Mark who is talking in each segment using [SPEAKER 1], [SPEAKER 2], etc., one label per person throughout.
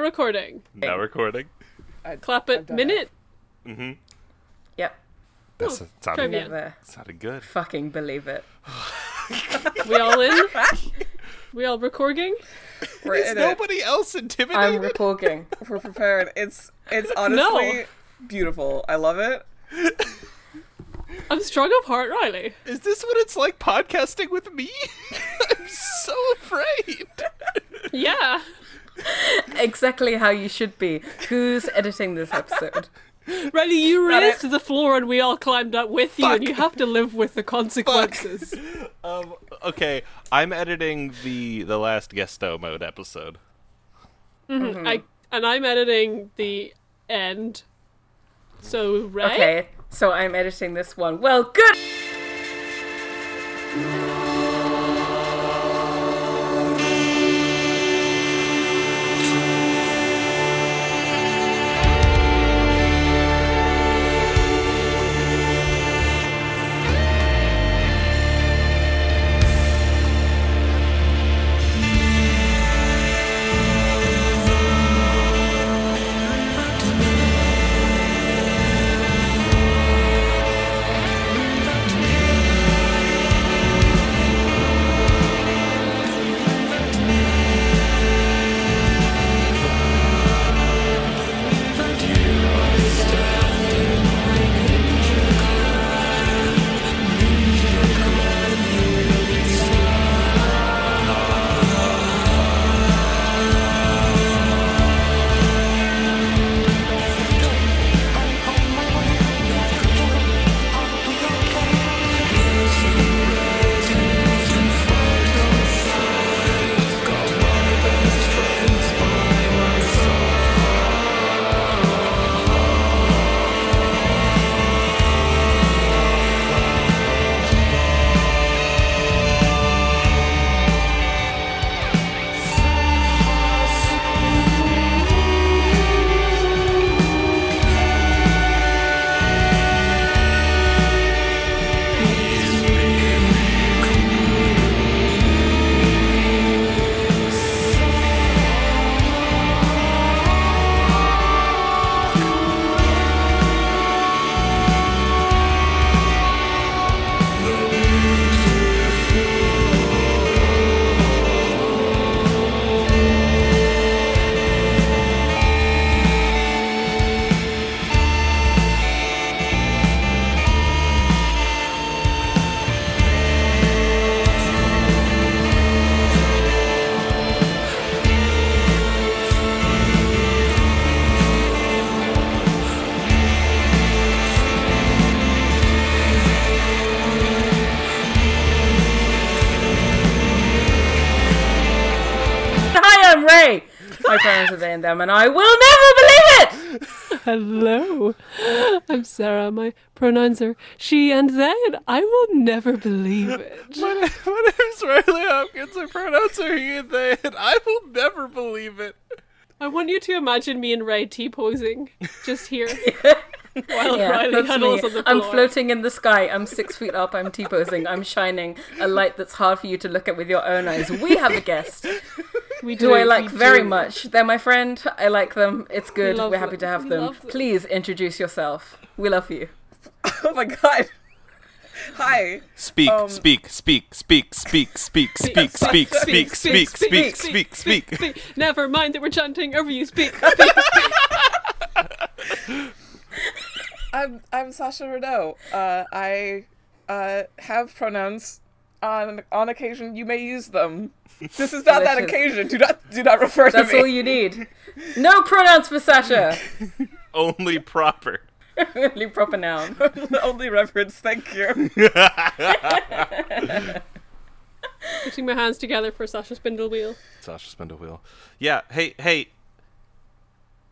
[SPEAKER 1] recording. Uh,
[SPEAKER 2] Now recording.
[SPEAKER 3] I-
[SPEAKER 1] Clap
[SPEAKER 3] I've
[SPEAKER 1] at
[SPEAKER 3] done
[SPEAKER 1] minute.
[SPEAKER 2] Mm-hmm.
[SPEAKER 3] Yep.
[SPEAKER 2] That's sounded,
[SPEAKER 1] trivia.
[SPEAKER 3] Never
[SPEAKER 2] sounded good.
[SPEAKER 3] fucking believe it.
[SPEAKER 1] We all in? we all recording?
[SPEAKER 3] We're
[SPEAKER 2] Is
[SPEAKER 3] in it.
[SPEAKER 2] nobody else intimidated?
[SPEAKER 3] I'm recording. We're prepared. It's it's honestly beautiful. I love it.
[SPEAKER 1] I'm strong of heart, Riley.
[SPEAKER 2] Is this what it's like podcasting with me? I'm so afraid.
[SPEAKER 1] Yeah.
[SPEAKER 3] Exactly how you should be. Who's editing this episode?
[SPEAKER 1] Riley, you
[SPEAKER 3] Got
[SPEAKER 1] raised
[SPEAKER 3] it.
[SPEAKER 1] the floor and we all climbed up with you, and
[SPEAKER 2] Fuck.
[SPEAKER 1] you have to live with the consequences.
[SPEAKER 2] Um, okay, I'm editing the the last guesto mode episode.
[SPEAKER 1] Mm-hmm.
[SPEAKER 3] Mm-hmm.
[SPEAKER 1] I and I'm editing the end. So right?
[SPEAKER 3] Okay, so I'm editing this one. Well, good. Hi, I'm Ray. My parents are they and them, and I will never believe it.
[SPEAKER 1] Hello. I'm Sarah. My pronouns are she and they, and I will never believe it.
[SPEAKER 2] My, my name's Riley Hopkins. I pronounce her he and they, and I will never believe it.
[SPEAKER 1] I want you to imagine me and Ray T posing just here while
[SPEAKER 3] Yeah,
[SPEAKER 1] Riley
[SPEAKER 3] that's
[SPEAKER 1] huddles
[SPEAKER 3] me.
[SPEAKER 1] on the floor.
[SPEAKER 3] I'm floating in the sky. I'm six feet up. I'm T-posing. I'm shining a light that's hard for you to look at with your own eyes. We have a guest
[SPEAKER 1] We
[SPEAKER 3] who I like
[SPEAKER 1] we
[SPEAKER 3] very
[SPEAKER 1] do.
[SPEAKER 3] much. They're my friend. I like them. It's good.
[SPEAKER 1] love
[SPEAKER 3] We're happy
[SPEAKER 1] them.
[SPEAKER 3] to have
[SPEAKER 1] We
[SPEAKER 3] them.
[SPEAKER 1] love them.
[SPEAKER 3] Please introduce yourself. We love you.
[SPEAKER 4] Oh my god. Hi.
[SPEAKER 2] Speak, speak, speak, speak, speak, speak, speak, Um, speak, speak, speak, speak, speak, speak.
[SPEAKER 1] speak. Never mind that we're chanting over you. Speak, speak.
[SPEAKER 4] I'm I'm Sasha Renault. Uh, I uh, have pronouns on on occasion you may use them. This is not that
[SPEAKER 3] Delicious.
[SPEAKER 4] occasion. Do not do not refer to
[SPEAKER 3] That's
[SPEAKER 4] me.
[SPEAKER 3] all you need. No pronouns for Sasha.
[SPEAKER 2] Only proper.
[SPEAKER 3] Only proper noun.
[SPEAKER 4] the only reference, thank you.
[SPEAKER 1] Putting my hands together for Sasha Spindle Wheel.
[SPEAKER 2] Sasha Spindle Wheel. Yeah. Hey, hey.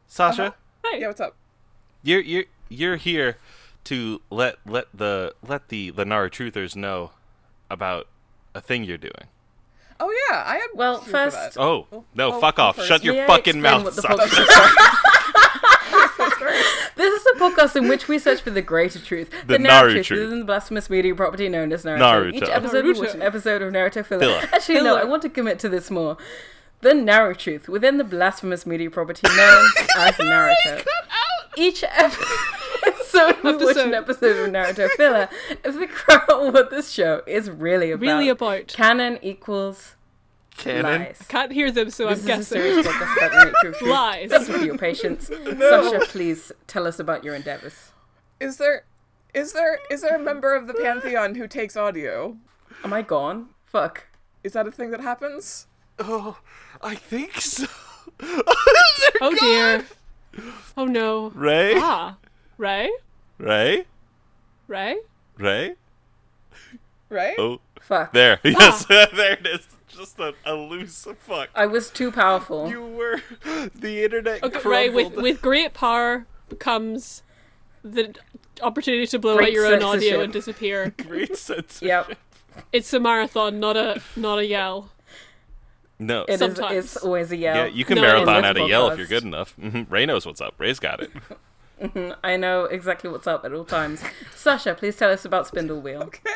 [SPEAKER 2] Sasha,
[SPEAKER 1] Hi.
[SPEAKER 4] Uh-huh. Yeah, what's up?
[SPEAKER 2] you're you're you're here to let let the let the Lenara truthers know about a thing you're doing.
[SPEAKER 4] Oh yeah, I am
[SPEAKER 3] Well,
[SPEAKER 4] here for
[SPEAKER 3] first-
[SPEAKER 4] that.
[SPEAKER 2] Oh no!
[SPEAKER 4] oh,
[SPEAKER 2] fuck
[SPEAKER 4] go
[SPEAKER 2] off!
[SPEAKER 4] first.
[SPEAKER 2] Shut your
[SPEAKER 3] May I
[SPEAKER 2] fucking
[SPEAKER 3] explain
[SPEAKER 2] mouth,
[SPEAKER 3] what the
[SPEAKER 2] Sasha.
[SPEAKER 3] This is a podcast in which we search for the greater truth, the,
[SPEAKER 2] Naruto
[SPEAKER 3] narrative,
[SPEAKER 2] truth.
[SPEAKER 3] within the blasphemous media property known as Naruto.
[SPEAKER 2] Naruto.
[SPEAKER 3] Each episode
[SPEAKER 1] Naruto.
[SPEAKER 3] was an episode of Naruto filler.
[SPEAKER 2] Filler.
[SPEAKER 3] Actually, no,
[SPEAKER 1] Filler.
[SPEAKER 3] I want to commit to this more. The narrow truth within the blasphemous media property known as narrative. Each episode. So we watch
[SPEAKER 1] Episode.
[SPEAKER 3] an episode of Naruto filler and figure out what this show is really about.
[SPEAKER 1] Really about.
[SPEAKER 3] canon equals
[SPEAKER 2] Canon.
[SPEAKER 3] lies.
[SPEAKER 1] Can't hear them, so I'm
[SPEAKER 3] This is a
[SPEAKER 1] guessing.
[SPEAKER 3] serious podcast about the nature of truth.
[SPEAKER 1] Lies.
[SPEAKER 3] Thank you for your patience. Sasha, please tell us about your endeavors.
[SPEAKER 4] Is there is there is there a member of the Pantheon who takes audio?
[SPEAKER 3] Am I gone? Fuck.
[SPEAKER 4] Is that a thing that happens?
[SPEAKER 2] Oh, I think so.
[SPEAKER 1] Oh dear. Oh no.
[SPEAKER 2] Ray,
[SPEAKER 1] Ah. Ray?
[SPEAKER 2] Ray,
[SPEAKER 1] Ray?
[SPEAKER 2] Ray.
[SPEAKER 4] Right?
[SPEAKER 2] Oh,
[SPEAKER 3] Fuck.
[SPEAKER 2] there. Yes, there it is. Just a, a loose fuck.
[SPEAKER 3] I was too powerful.
[SPEAKER 2] You were the internet.
[SPEAKER 1] Okay, Ray, with,
[SPEAKER 2] crumbled.
[SPEAKER 1] with great power comes the opportunity to blow
[SPEAKER 3] Great
[SPEAKER 1] out your own audio
[SPEAKER 3] censorship.
[SPEAKER 1] and disappear.
[SPEAKER 2] great censorship.
[SPEAKER 3] Yep.
[SPEAKER 1] It's a marathon, not a not a yell.
[SPEAKER 2] No.
[SPEAKER 3] It is,
[SPEAKER 1] Sometimes.
[SPEAKER 3] it's always a yell.
[SPEAKER 2] yeah, you can
[SPEAKER 1] No,
[SPEAKER 2] marathon
[SPEAKER 1] it's
[SPEAKER 2] out a yell if you're
[SPEAKER 3] podcast.
[SPEAKER 2] good enough. Mhm, Ray knows what's up. Ray's got it.
[SPEAKER 3] Mm-hmm. I know exactly what's up at all times. Sasha, please tell us about Spindle Wheel.
[SPEAKER 4] Okay.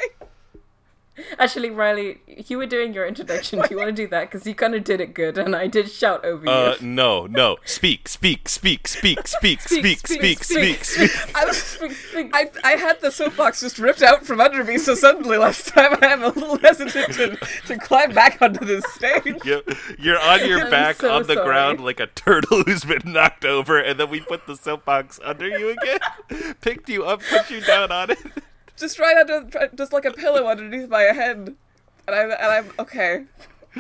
[SPEAKER 3] Actually, Riley, you were doing your introduction. Do you want to do that? Because you kind of did it good, and I did shout over
[SPEAKER 2] Uh,
[SPEAKER 3] you.
[SPEAKER 2] no, no. Speak, speak, speak, speak, speak, speak, speak,
[SPEAKER 3] speak,
[SPEAKER 2] speak, speak.
[SPEAKER 4] I, was, I I had the soapbox just ripped out from under me so suddenly last time I'm a little hesitant to, to climb back onto this stage.
[SPEAKER 2] You're, you're on your
[SPEAKER 3] I'm
[SPEAKER 2] back
[SPEAKER 3] so
[SPEAKER 2] on the
[SPEAKER 3] sorry.
[SPEAKER 2] ground like a turtle who's been knocked over, and then we put the soapbox under you again, picked you up, put you down on it.
[SPEAKER 4] Just right under just like a pillow underneath my head. And I'm and I'm okay.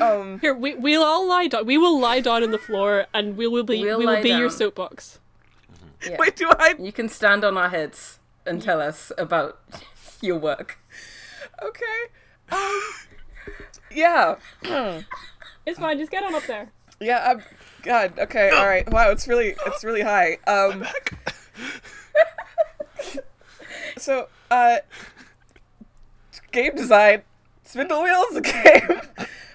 [SPEAKER 4] Um
[SPEAKER 1] Here, we, we'll all lie down. We will lie down on the floor and we will be,
[SPEAKER 3] We'll
[SPEAKER 1] we will
[SPEAKER 3] lie
[SPEAKER 1] be your
[SPEAKER 3] down.
[SPEAKER 1] soapbox.
[SPEAKER 3] Yeah.
[SPEAKER 4] wait, do I
[SPEAKER 3] You can stand on our heads and tell us about your work.
[SPEAKER 4] okay. Um Yeah.
[SPEAKER 1] It's fine, just get on up there.
[SPEAKER 4] Yeah, I'm God, okay, alright. Wow, it's really it's really high. Um So uh game design. Spindle wheels a game.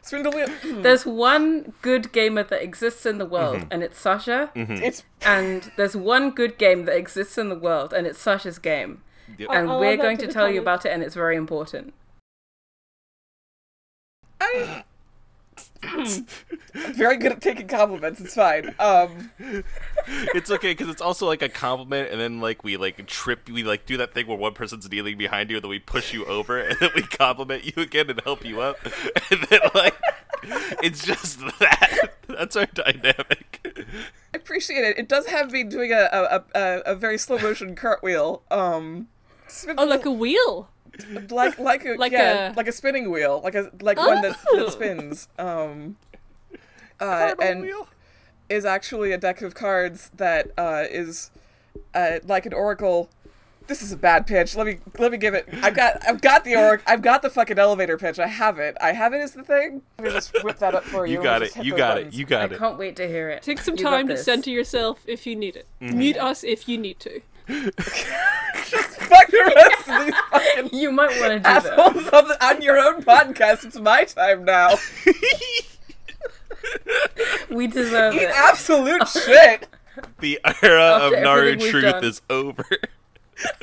[SPEAKER 4] Spindle wheel
[SPEAKER 2] Hmm.
[SPEAKER 3] There's one good gamer that exists in the world,
[SPEAKER 2] Mm-hmm.
[SPEAKER 3] and it's Sasha.
[SPEAKER 4] it's
[SPEAKER 3] And there's one good game that exists in the world, and it's Sasha's game. And
[SPEAKER 1] I'll
[SPEAKER 3] we're
[SPEAKER 1] add that
[SPEAKER 3] going
[SPEAKER 1] oh, to
[SPEAKER 3] to
[SPEAKER 1] the
[SPEAKER 3] tell you
[SPEAKER 1] comments.
[SPEAKER 3] about it, and it's very important.
[SPEAKER 4] I am very good at taking compliments. It's fine. Um,
[SPEAKER 2] It's okay because it's also like a compliment, and then like we like trip, we like do that thing where one person's kneeling behind you, and then we push you over, and then we compliment you again and help you up, and then like it's just that. That's our dynamic.
[SPEAKER 4] I appreciate it. It does have me doing a a, a, a- a very slow motion cartwheel. Um,
[SPEAKER 1] Oh, like a wheel.
[SPEAKER 4] like like a
[SPEAKER 1] like
[SPEAKER 4] yeah,
[SPEAKER 1] a-
[SPEAKER 4] like a spinning wheel, like a like one that,
[SPEAKER 1] Oh.
[SPEAKER 4] that spins. Um, uh, and is actually a deck of cards that uh, is uh, like an oracle. This is a bad pitch. Let me let me give it. I've got I've got the oracle. I've got the fucking elevator pitch. I have it. I have it is the thing. Let me just whip that up for you.
[SPEAKER 2] You got
[SPEAKER 4] We'll just
[SPEAKER 2] it.
[SPEAKER 4] hit
[SPEAKER 2] You
[SPEAKER 4] those
[SPEAKER 2] got it.
[SPEAKER 4] buttons.
[SPEAKER 2] You
[SPEAKER 3] I
[SPEAKER 2] got it.
[SPEAKER 3] can't wait to hear it.
[SPEAKER 1] Take some
[SPEAKER 3] You got
[SPEAKER 1] time to
[SPEAKER 3] this.
[SPEAKER 1] center yourself if you need it.
[SPEAKER 4] Mm-hmm.
[SPEAKER 1] Mute us if you need to.
[SPEAKER 4] Fuck the rest of these fucking
[SPEAKER 3] You might want to do that.
[SPEAKER 4] assholes on, the, on your own podcast. It's my time now.
[SPEAKER 3] We deserve it.
[SPEAKER 4] Absolute shit.
[SPEAKER 2] The era of
[SPEAKER 3] After
[SPEAKER 2] Naru
[SPEAKER 3] everything we've
[SPEAKER 2] Truth
[SPEAKER 3] done.
[SPEAKER 2] is over.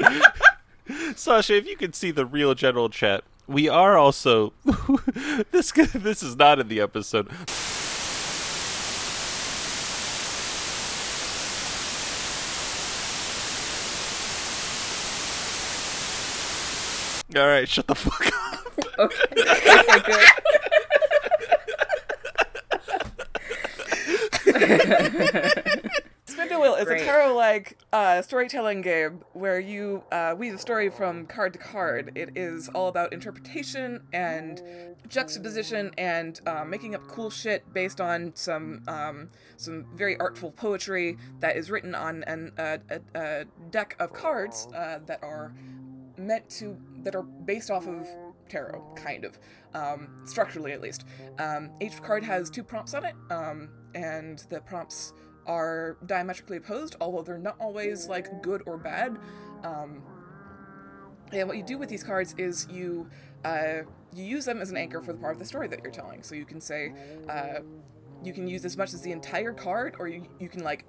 [SPEAKER 2] Sasha, if you could see the real general chat, we are also this. This is not in the episode. All right, shut the fuck up.
[SPEAKER 3] Okay. okay, good.
[SPEAKER 4] Spindle Wheel is
[SPEAKER 3] Great.
[SPEAKER 4] a tarot like uh, storytelling game where you uh, weave a story from card to card. It is all about interpretation and juxtaposition and uh, making up cool shit based on some um, some very artful poetry that is written on an, uh, a, a deck of cards uh, that are meant to that are based off of tarot kind of um, structurally at least um, each card has two prompts on it um, and the prompts are diametrically opposed although they're not always like good or bad um, and what you do with these cards is you uh, you use them as an anchor for the part of the story that you're telling so you can say uh, you can use as much as the entire card or you, you can like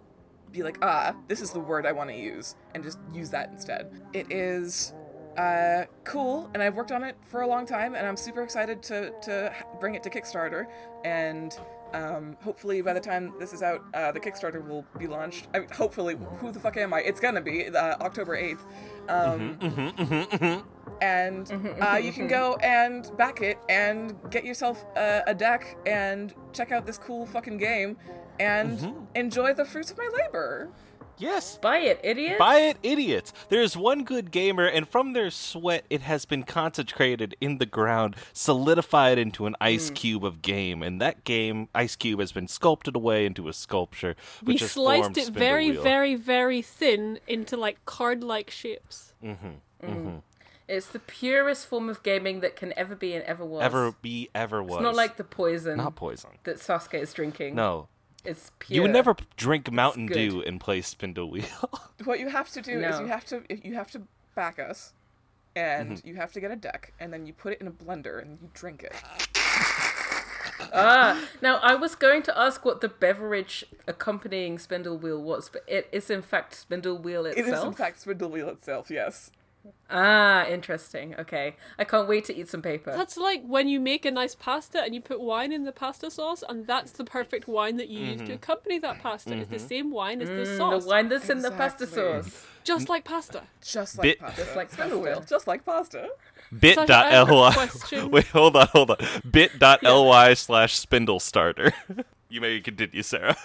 [SPEAKER 4] be like ah this is the word i want to use and just use that instead it is uh, cool and i've worked on it for a long time and i'm super excited to, to h- bring it to kickstarter and Um, hopefully, by the time this is out, uh, the Kickstarter will be launched. I mean, hopefully, who the fuck am I? It's gonna be uh, October 8th. Um,
[SPEAKER 5] Mm-hmm,
[SPEAKER 2] Mm-hmm,
[SPEAKER 4] And uh, you can go and back it and get yourself uh, a, a deck and check out this cool fucking game and enjoy the fruits of my labor.
[SPEAKER 2] Mm-hmm. Yes.
[SPEAKER 3] Buy it, idiot.
[SPEAKER 2] Buy it, idiots. There is one good gamer, and from their sweat, it has been consecrated in the ground, solidified into an
[SPEAKER 1] Hmm.
[SPEAKER 2] ice cube of game. And that game, ice cube, has been sculpted away into a sculpture.
[SPEAKER 1] We
[SPEAKER 2] Which has formed
[SPEAKER 1] sliced it
[SPEAKER 2] Spindle
[SPEAKER 1] very,
[SPEAKER 2] Wheel.
[SPEAKER 1] very, very thin into like card like shapes.
[SPEAKER 2] Mm-hmm.
[SPEAKER 3] Mm. It's the purest form of gaming that can ever be and ever was.
[SPEAKER 2] ever be ever was.
[SPEAKER 3] It's not like the poison
[SPEAKER 2] not poison.
[SPEAKER 3] that Sasuke is drinking.
[SPEAKER 2] No,
[SPEAKER 3] It's pure.
[SPEAKER 2] you would never p- drink Mountain
[SPEAKER 3] good.
[SPEAKER 2] Dew and play Spindle Wheel.
[SPEAKER 4] What you have to do is
[SPEAKER 3] No.
[SPEAKER 4] you have to you have to back us, and
[SPEAKER 2] Mm-hmm.
[SPEAKER 4] you have to get a deck, and then you put it in a blender and you drink it. Ah.
[SPEAKER 3] Now, I was going to ask what the beverage accompanying Spindle Wheel was, but it is in fact Spindle Wheel
[SPEAKER 4] It is
[SPEAKER 3] itself.
[SPEAKER 4] in fact spindle wheel itself. Yes.
[SPEAKER 3] Ah, interesting. Okay. I can't wait to eat some paper.
[SPEAKER 1] That's like when you make a nice pasta and you put wine in the pasta sauce, and that's the perfect wine that you
[SPEAKER 4] Mm-hmm.
[SPEAKER 1] use to accompany that pasta. It's the same wine as the
[SPEAKER 3] Mm, the
[SPEAKER 1] sauce,
[SPEAKER 3] wine that's in the pasta
[SPEAKER 4] Exactly.
[SPEAKER 3] sauce.
[SPEAKER 1] just like pasta.
[SPEAKER 4] Just like
[SPEAKER 2] Bit-
[SPEAKER 4] pasta. Just
[SPEAKER 3] like
[SPEAKER 4] spindle
[SPEAKER 3] pasta.
[SPEAKER 4] wheel. Just like pasta.
[SPEAKER 1] Sasha, I have a
[SPEAKER 2] bit.ly.
[SPEAKER 1] question.
[SPEAKER 2] Wait, hold on, hold on. Bit.ly slash spindle starter. You may continue, Sarah.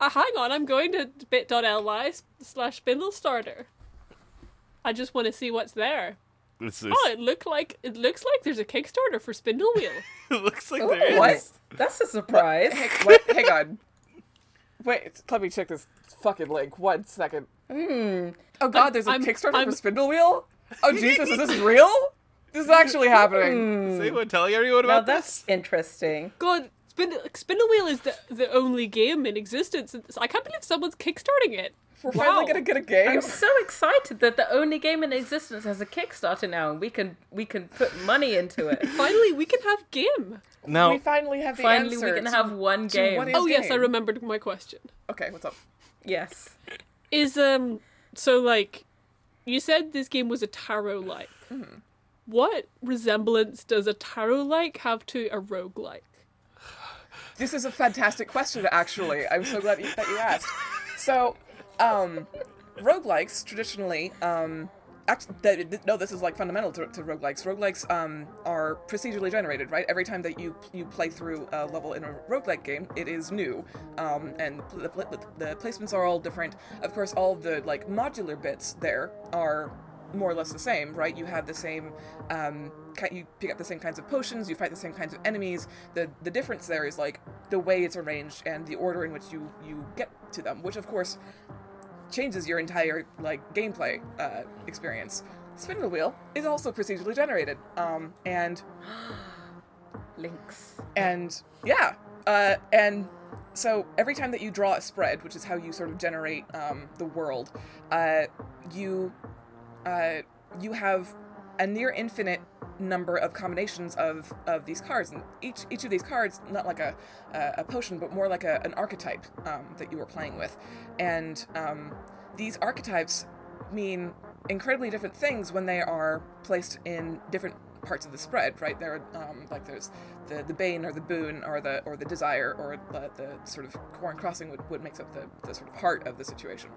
[SPEAKER 1] Uh, hang on, I'm going to bit.ly s- slash spindle starter. I just want to see what's there.
[SPEAKER 2] This is,
[SPEAKER 1] Oh, it look like it looks like there's a Kickstarter for Spindle Wheel.
[SPEAKER 2] it looks like there is.
[SPEAKER 4] What?
[SPEAKER 3] That's a surprise.
[SPEAKER 4] Heck, what? Hang on. Wait, let me check this fucking link. One second.
[SPEAKER 2] mm-hmm.
[SPEAKER 4] Oh god, there's a
[SPEAKER 1] I'm-
[SPEAKER 4] Kickstarter
[SPEAKER 1] I'm-
[SPEAKER 4] for spindle wheel. Oh Jesus, is this real? This is actually happening.
[SPEAKER 2] Is anyone telling everyone
[SPEAKER 3] Hmm. Now
[SPEAKER 2] about
[SPEAKER 3] that's
[SPEAKER 2] this?
[SPEAKER 3] interesting.
[SPEAKER 1] God, Spindle, Spindle Wheel is the, the only game in existence. It's- I can't believe someone's kickstarting it.
[SPEAKER 4] We're finally
[SPEAKER 1] Wow.
[SPEAKER 4] gonna get a game.
[SPEAKER 3] I'm so excited that the only game in existence has a Kickstarter now, and we can we can put money into it.
[SPEAKER 1] Finally, we can have game.
[SPEAKER 4] we
[SPEAKER 2] Now,
[SPEAKER 4] finally have the
[SPEAKER 3] Finally,
[SPEAKER 4] answer
[SPEAKER 3] we can
[SPEAKER 4] to-
[SPEAKER 3] have one
[SPEAKER 4] to
[SPEAKER 3] game.
[SPEAKER 4] what is
[SPEAKER 1] Oh yes, I
[SPEAKER 4] game.
[SPEAKER 1] remembered my question.
[SPEAKER 4] Okay, what's up?
[SPEAKER 3] yes.
[SPEAKER 1] Is um so like you said this game was a tarot like.
[SPEAKER 4] Mm-hmm.
[SPEAKER 1] What resemblance does a tarot like have to a roguelike?
[SPEAKER 4] This is a fantastic question, actually. I'm so glad you, that you asked. So, um, roguelikes traditionally, um, act, that, th- no, this is like fundamental to, to roguelikes. Roguelikes um, are procedurally generated, right? Every time that you you play through a level in a roguelike game, it is new, um, and the, pl- the placements are all different. Of course, all the like modular bits there are more or less the same, right? You have the same, um, ki- you pick up the same kinds of potions, you fight the same kinds of enemies. The the difference there is like the way it's arranged and the order in which you you get to them, which of course changes your entire like gameplay uh, experience. Spindle wheel is also procedurally generated, um, and
[SPEAKER 3] Links.
[SPEAKER 4] and yeah uh, and so every time that you draw a spread which is how you sort of generate um, the world uh, you uh, you have a near infinite number of combinations of of these cards and each each of these cards not like a a, a potion but more like a, an archetype um, that you were playing with and um, these archetypes mean incredibly different things when they are placed in different parts of the spread, right? There, um, like there's the, the bane or the boon or the or the desire or the, the sort of Corin crossing would, would makes up the, the sort of heart of the situation,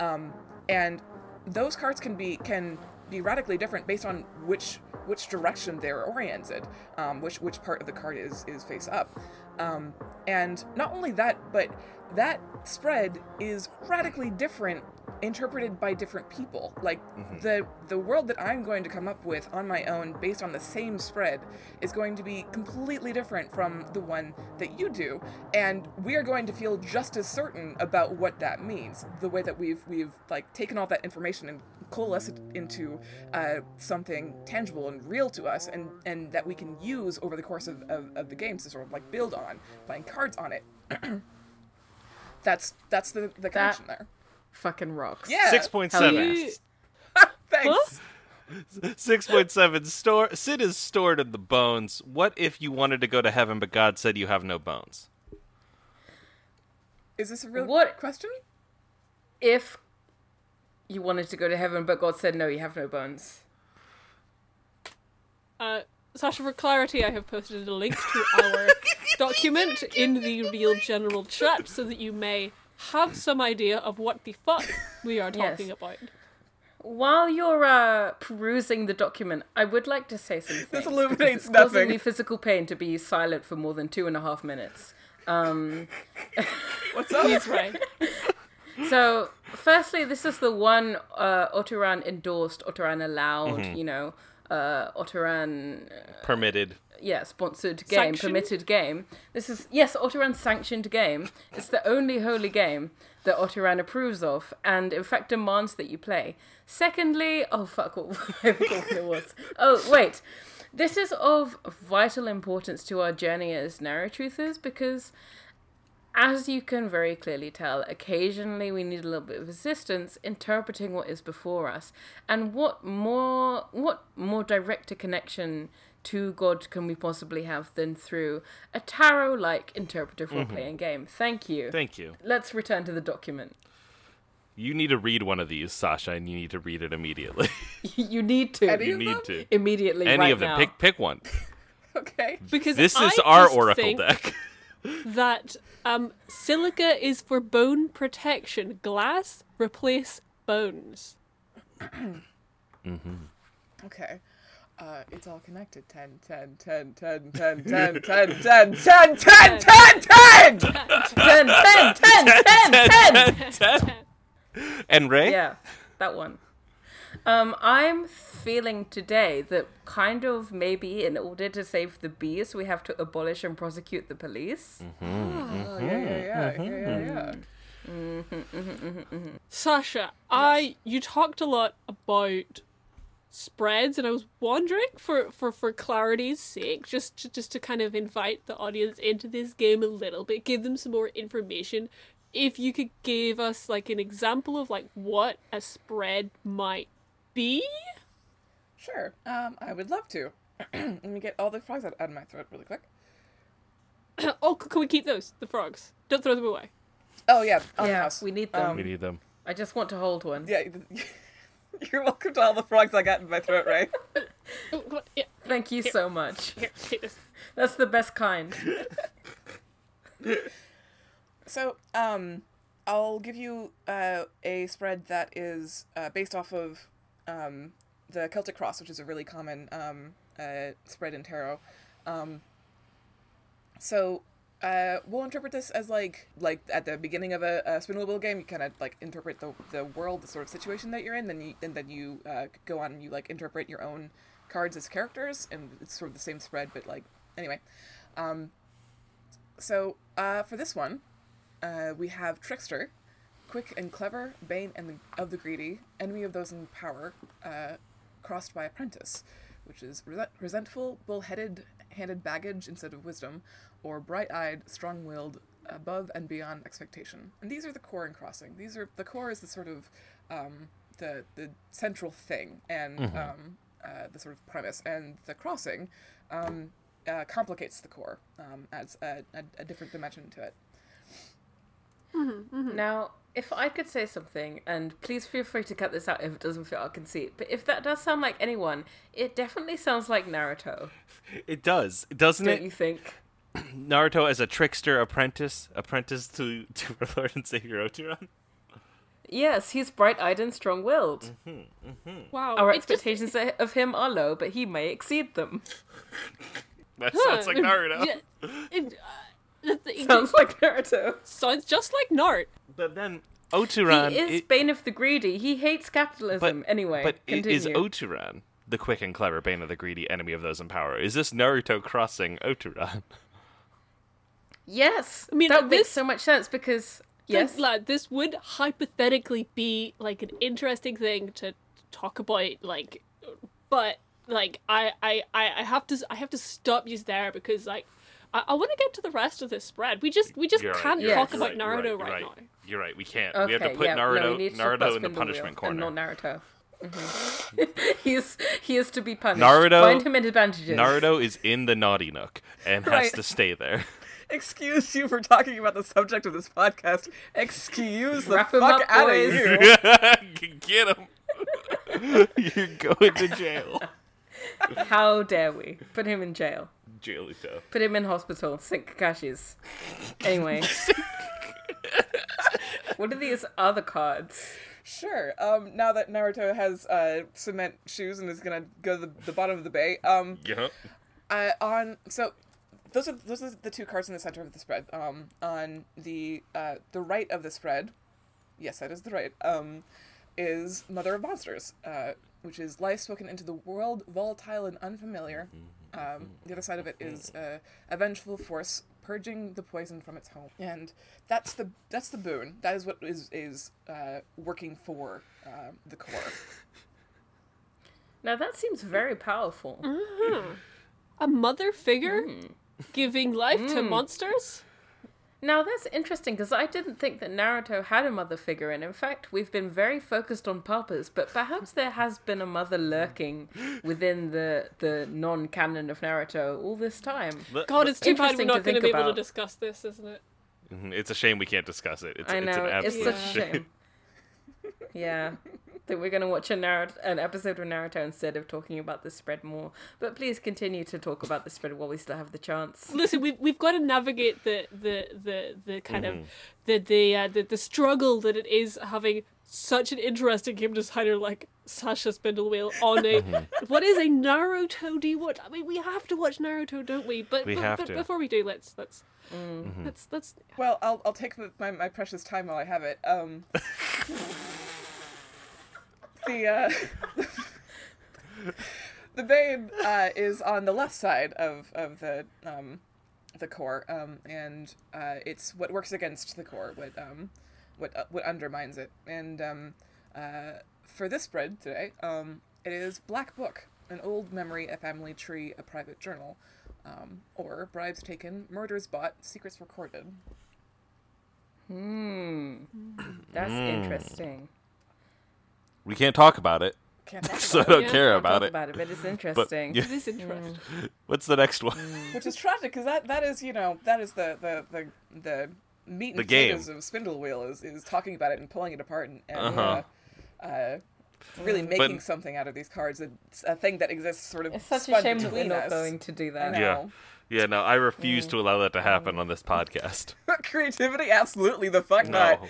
[SPEAKER 4] um, and those cards can be can be radically different based on which which direction they're oriented, um, which which part of the card is is face up, um, and not only that, but that spread is radically different interpreted by different people. Like the the world that I'm going to come up with on my own based on the same spread is going to be completely different from the one that you do, and we are going to feel just as certain about what that means. The way that we've we've like taken all that information and coalesce it into uh, something tangible and real to us and, and that we can use over the course of, of, of the games to sort of like build on playing cards on it that's that's the, the connection there
[SPEAKER 3] Fucking rocks.
[SPEAKER 4] yeah
[SPEAKER 2] six point seven.
[SPEAKER 1] You-
[SPEAKER 4] thanks
[SPEAKER 2] Six point seven. Store. Sid is stored in the bones. What if you wanted to go to heaven, but God said you have no bones?
[SPEAKER 4] is this a real
[SPEAKER 3] What-
[SPEAKER 4] question
[SPEAKER 3] If you wanted to go to heaven, but God said no, you have no bones.
[SPEAKER 1] uh, Sasha, for clarity, I have posted a link to our document in the real general chat so that you may have some idea of what the fuck we are
[SPEAKER 3] Yes.
[SPEAKER 1] talking about.
[SPEAKER 3] While you're uh, perusing the document, I would like to say something.
[SPEAKER 4] This illuminates
[SPEAKER 3] It's causing
[SPEAKER 4] nothing.
[SPEAKER 3] me physical pain to be silent for more than two and a half minutes. Um,
[SPEAKER 4] What's up?
[SPEAKER 1] He's right.
[SPEAKER 3] So, firstly, this is the one uh, Oturan endorsed, Oturan allowed,
[SPEAKER 2] Mm-hmm.
[SPEAKER 3] you know, uh, Oturan
[SPEAKER 2] Permitted.
[SPEAKER 3] yeah, sponsored game,
[SPEAKER 1] Sanctioned?
[SPEAKER 3] permitted game. This is yes, Otteran sanctioned game. It's the only holy game that Otteran approves of, and in fact demands that you play. Secondly, oh fuck, what I forgot what it was. Oh wait, this is of vital importance to our journey as narratruthers because. As you can very clearly tell, occasionally we need a little bit of assistance interpreting what is before us. And what more what more direct a connection to God can we possibly have than through a tarot like interpretive role playing game? Mm-hmm. Thank you.
[SPEAKER 2] Thank you.
[SPEAKER 3] Let's return to the document.
[SPEAKER 2] You need to read one of these, Sasha, and you need to read it immediately.
[SPEAKER 3] you need to
[SPEAKER 4] Any
[SPEAKER 2] you
[SPEAKER 4] of
[SPEAKER 2] need
[SPEAKER 4] them?
[SPEAKER 2] to.
[SPEAKER 3] immediately
[SPEAKER 2] Any
[SPEAKER 3] right
[SPEAKER 2] of them.
[SPEAKER 3] now.
[SPEAKER 2] Pick pick one.
[SPEAKER 4] Okay.
[SPEAKER 1] Because
[SPEAKER 2] This
[SPEAKER 1] I
[SPEAKER 2] is our
[SPEAKER 1] just
[SPEAKER 2] oracle
[SPEAKER 1] think
[SPEAKER 2] deck.
[SPEAKER 1] That um, silica is for bone protection. Glass replace bones.
[SPEAKER 4] Okay. Uh, it's all connected. 10, 10, 10, 10, 10, 10, 10, 10, 10, 10, 10,
[SPEAKER 3] Ten, ten,
[SPEAKER 4] 10!
[SPEAKER 3] ten, ten, ten!
[SPEAKER 2] And Ray?
[SPEAKER 3] Yeah, that one. Um, I'm feeling today that kind of maybe in order to save the bees, we have to abolish and prosecute the police.
[SPEAKER 2] Mm-hmm,
[SPEAKER 5] Ah,
[SPEAKER 4] Oh, yeah, yeah, yeah, yeah, yeah, Mm-hmm, yeah. mm-hmm.
[SPEAKER 1] Sasha, I you talked a lot about spreads, and I was wondering for for for clarity's sake, just to, just to kind of invite the audience into this game a little bit, give them some more information. If you could give us like an example of like what a spread might be,
[SPEAKER 4] Sure. Um, I would love to. Let me get all the frogs out, out of my throat really quick.
[SPEAKER 1] oh, c- can we keep those the frogs? Don't throw them away.
[SPEAKER 4] Oh, yeah, on the
[SPEAKER 3] Yeah,
[SPEAKER 4] house.
[SPEAKER 3] we need them.
[SPEAKER 2] We need them.
[SPEAKER 3] Um, I just want to hold one.
[SPEAKER 4] Yeah, you're welcome to all the frogs I got in my throat, right?
[SPEAKER 1] Oh, come on, yeah,
[SPEAKER 3] Thank you so much.
[SPEAKER 1] here, take this.
[SPEAKER 3] That's the best kind.
[SPEAKER 4] So, um, I'll give you uh, a spread that is uh, based off of um, the Celtic cross, which is a really common um, uh, spread in tarot. Um, so, uh, we'll interpret this as like like at the beginning of a, a spin wheel game, you kind of like interpret the the world, the sort of situation that you're in, then you and then you uh, go on and you like interpret your own cards as characters, and it's sort of the same spread, but like anyway. Um, so uh, for this one, uh, we have Trickster, quick and clever, bane and the, of the greedy, enemy of those in power, uh, crossed by apprentice, which is resent- resentful, bullheaded, handed baggage instead of wisdom, or bright-eyed, strong-willed, above and beyond expectation. And these are the core in crossing. These are the core is the sort of um, the the central thing and um, uh, the sort of premise, and the crossing. Um, uh, complicates the core, um, adds a, a, a different dimension to it.
[SPEAKER 3] Mm-hmm,
[SPEAKER 2] Mm-hmm.
[SPEAKER 3] Now, if I could say something, and please feel free to cut this out if it doesn't fit our conceit, but if that does sound like anyone, it definitely sounds like Naruto,
[SPEAKER 2] It does. Doesn't
[SPEAKER 3] don't
[SPEAKER 2] it?
[SPEAKER 3] you think?
[SPEAKER 2] Naruto as a trickster apprentice, apprentice to, to our Lord and Savior Oturan.
[SPEAKER 3] Yes, he's bright eyed and strong willed.
[SPEAKER 2] Mm-hmm,
[SPEAKER 1] Wow,
[SPEAKER 3] Our
[SPEAKER 1] it's just-
[SPEAKER 3] expectations of him are low, but he may exceed them.
[SPEAKER 2] That
[SPEAKER 1] huh,
[SPEAKER 2] sounds like Naruto.
[SPEAKER 1] yeah, it, uh, it- it
[SPEAKER 3] Sounds like Naruto.
[SPEAKER 1] sounds just like Nart.
[SPEAKER 2] But then Oturan
[SPEAKER 3] he is
[SPEAKER 2] it-
[SPEAKER 3] bane of the greedy. He hates capitalism. anyway,
[SPEAKER 2] But i-
[SPEAKER 3] continue.
[SPEAKER 2] is Oturan the quick and clever bane of the greedy enemy of those in power? Is this Naruto crossing Oturan?
[SPEAKER 3] yes, I
[SPEAKER 1] mean,
[SPEAKER 3] mean that
[SPEAKER 1] at
[SPEAKER 3] makes
[SPEAKER 1] this-
[SPEAKER 3] so much sense because
[SPEAKER 1] Yes.
[SPEAKER 3] yes,
[SPEAKER 1] like, this would hypothetically be like an interesting thing to talk about, like, but like I I I I have to I have to stop you there because like I, I want to get to the rest of this spread. We just we just
[SPEAKER 2] You're right,
[SPEAKER 1] can't
[SPEAKER 2] you're
[SPEAKER 1] talk
[SPEAKER 3] right,
[SPEAKER 1] about
[SPEAKER 2] you're
[SPEAKER 1] Naruto
[SPEAKER 2] you're
[SPEAKER 1] right, now.
[SPEAKER 2] You're right. We can't.
[SPEAKER 3] okay,
[SPEAKER 2] we have to put
[SPEAKER 3] yeah,
[SPEAKER 2] Naruto,
[SPEAKER 3] no, we need to talk about
[SPEAKER 2] Naruto in the
[SPEAKER 3] Spindle
[SPEAKER 2] punishment
[SPEAKER 3] Wheel and
[SPEAKER 2] corner.
[SPEAKER 3] not Naruto. Mhm. he's he is to be punished.
[SPEAKER 2] Naruto-
[SPEAKER 3] bind him in his bandages.
[SPEAKER 2] Naruto is in the naughty nook and has
[SPEAKER 4] Right.
[SPEAKER 2] to stay there.
[SPEAKER 4] Excuse you for talking about the subject of this podcast. Excuse the
[SPEAKER 3] Wrap 'em
[SPEAKER 4] fuck
[SPEAKER 3] up,
[SPEAKER 4] out of
[SPEAKER 3] boys.
[SPEAKER 4] you.
[SPEAKER 2] Get him. You're going to jail.
[SPEAKER 3] How dare we put him in jail?
[SPEAKER 2] Julito.
[SPEAKER 3] Put him in hospital. Sink Kakashi's. Anyway. what are these other cards?
[SPEAKER 4] Sure. Um, now that Naruto has uh, cement shoes and is gonna go to the, the bottom of the bay, um,
[SPEAKER 2] Yeah.
[SPEAKER 4] uh, on so those are those are the two cards in the center of the spread. Um, on the uh, the right of the spread, yes, that is the right. Um, is Mother of Monsters, uh, which is life spoken into the world, volatile and unfamiliar. Um, the other side of it is uh, a vengeful force purging the poison from its home, and that's the that's the boon. That is what is is uh, working for uh, the core.
[SPEAKER 3] Now that seems very powerful.
[SPEAKER 1] Mm-hmm.
[SPEAKER 3] Mm.
[SPEAKER 1] A mother figure giving life to monsters?
[SPEAKER 3] Now that's interesting because I didn't think that Naruto had a mother figure, and in fact, we've been very focused on papas, but perhaps there has been a mother lurking within the the non-canon of Naruto all this time.
[SPEAKER 1] God, it's too bad we're
[SPEAKER 3] Interesting
[SPEAKER 1] not
[SPEAKER 3] to
[SPEAKER 1] going to
[SPEAKER 3] think
[SPEAKER 1] be able to
[SPEAKER 3] about.
[SPEAKER 1] discuss this, isn't it?
[SPEAKER 2] Mhm, It's a shame we can't discuss it. It's,
[SPEAKER 3] I
[SPEAKER 2] it's an
[SPEAKER 3] know it's,
[SPEAKER 2] absolute
[SPEAKER 3] such a
[SPEAKER 2] shame.
[SPEAKER 3] shame. yeah, that we're gonna watch a Naruto, an episode of Naruto instead of talking about the spread more. But please continue to talk about the spread while we still have the chance.
[SPEAKER 1] Listen, we've, we've got to navigate the the the, the kind
[SPEAKER 3] Mm-hmm.
[SPEAKER 1] of the the, uh, the the struggle that it is having such an interesting game designer like Sasha Spindlewheel on a
[SPEAKER 3] Mm-hmm.
[SPEAKER 1] what is a Naruto do you watch? I mean, we have to watch Naruto, don't we? But
[SPEAKER 2] We
[SPEAKER 1] but,
[SPEAKER 2] have
[SPEAKER 1] but
[SPEAKER 2] to. Mm-hmm.
[SPEAKER 1] before we do, let's let's let's let's
[SPEAKER 4] Well, I'll, I'll take the, my, my precious time while I have it. Um, the uh, the babe uh, is on the left side of of the um, the core, um, and uh, it's what works against the core, what um, what uh, what undermines it. And um, uh, for this spread today, um, it is Black Book, an old memory, a family tree, a private journal. Um, or bribes taken, murders bought, secrets recorded.
[SPEAKER 3] Hmm. That's
[SPEAKER 2] Hmm.
[SPEAKER 3] interesting.
[SPEAKER 2] We can't talk about it,
[SPEAKER 4] Can't talk
[SPEAKER 2] so I don't
[SPEAKER 1] Yeah,
[SPEAKER 2] care
[SPEAKER 3] Can't
[SPEAKER 2] about
[SPEAKER 3] talk
[SPEAKER 2] it.
[SPEAKER 3] about it, but it's interesting. Hmm.
[SPEAKER 2] yeah.
[SPEAKER 1] it is interesting.
[SPEAKER 2] What's the next one?
[SPEAKER 4] which is tragic because that that is you know that is the the the, the meat and
[SPEAKER 2] The game.
[SPEAKER 4] potatoes of Spindle Wheel is is talking about it and pulling it apart and, and
[SPEAKER 2] Uh-huh.
[SPEAKER 4] uh, uh, really making something out of these cards. It's a thing that exists sort of
[SPEAKER 3] Mm. It's such a
[SPEAKER 4] spun
[SPEAKER 3] shame that we're
[SPEAKER 4] between
[SPEAKER 3] not
[SPEAKER 4] us.
[SPEAKER 3] going to do
[SPEAKER 4] I
[SPEAKER 3] that.
[SPEAKER 4] know.
[SPEAKER 2] Yeah.
[SPEAKER 4] No.
[SPEAKER 2] Yeah, no, I refuse to allow that to happen on this podcast.
[SPEAKER 4] Creativity, absolutely the fuck
[SPEAKER 2] No.
[SPEAKER 4] not.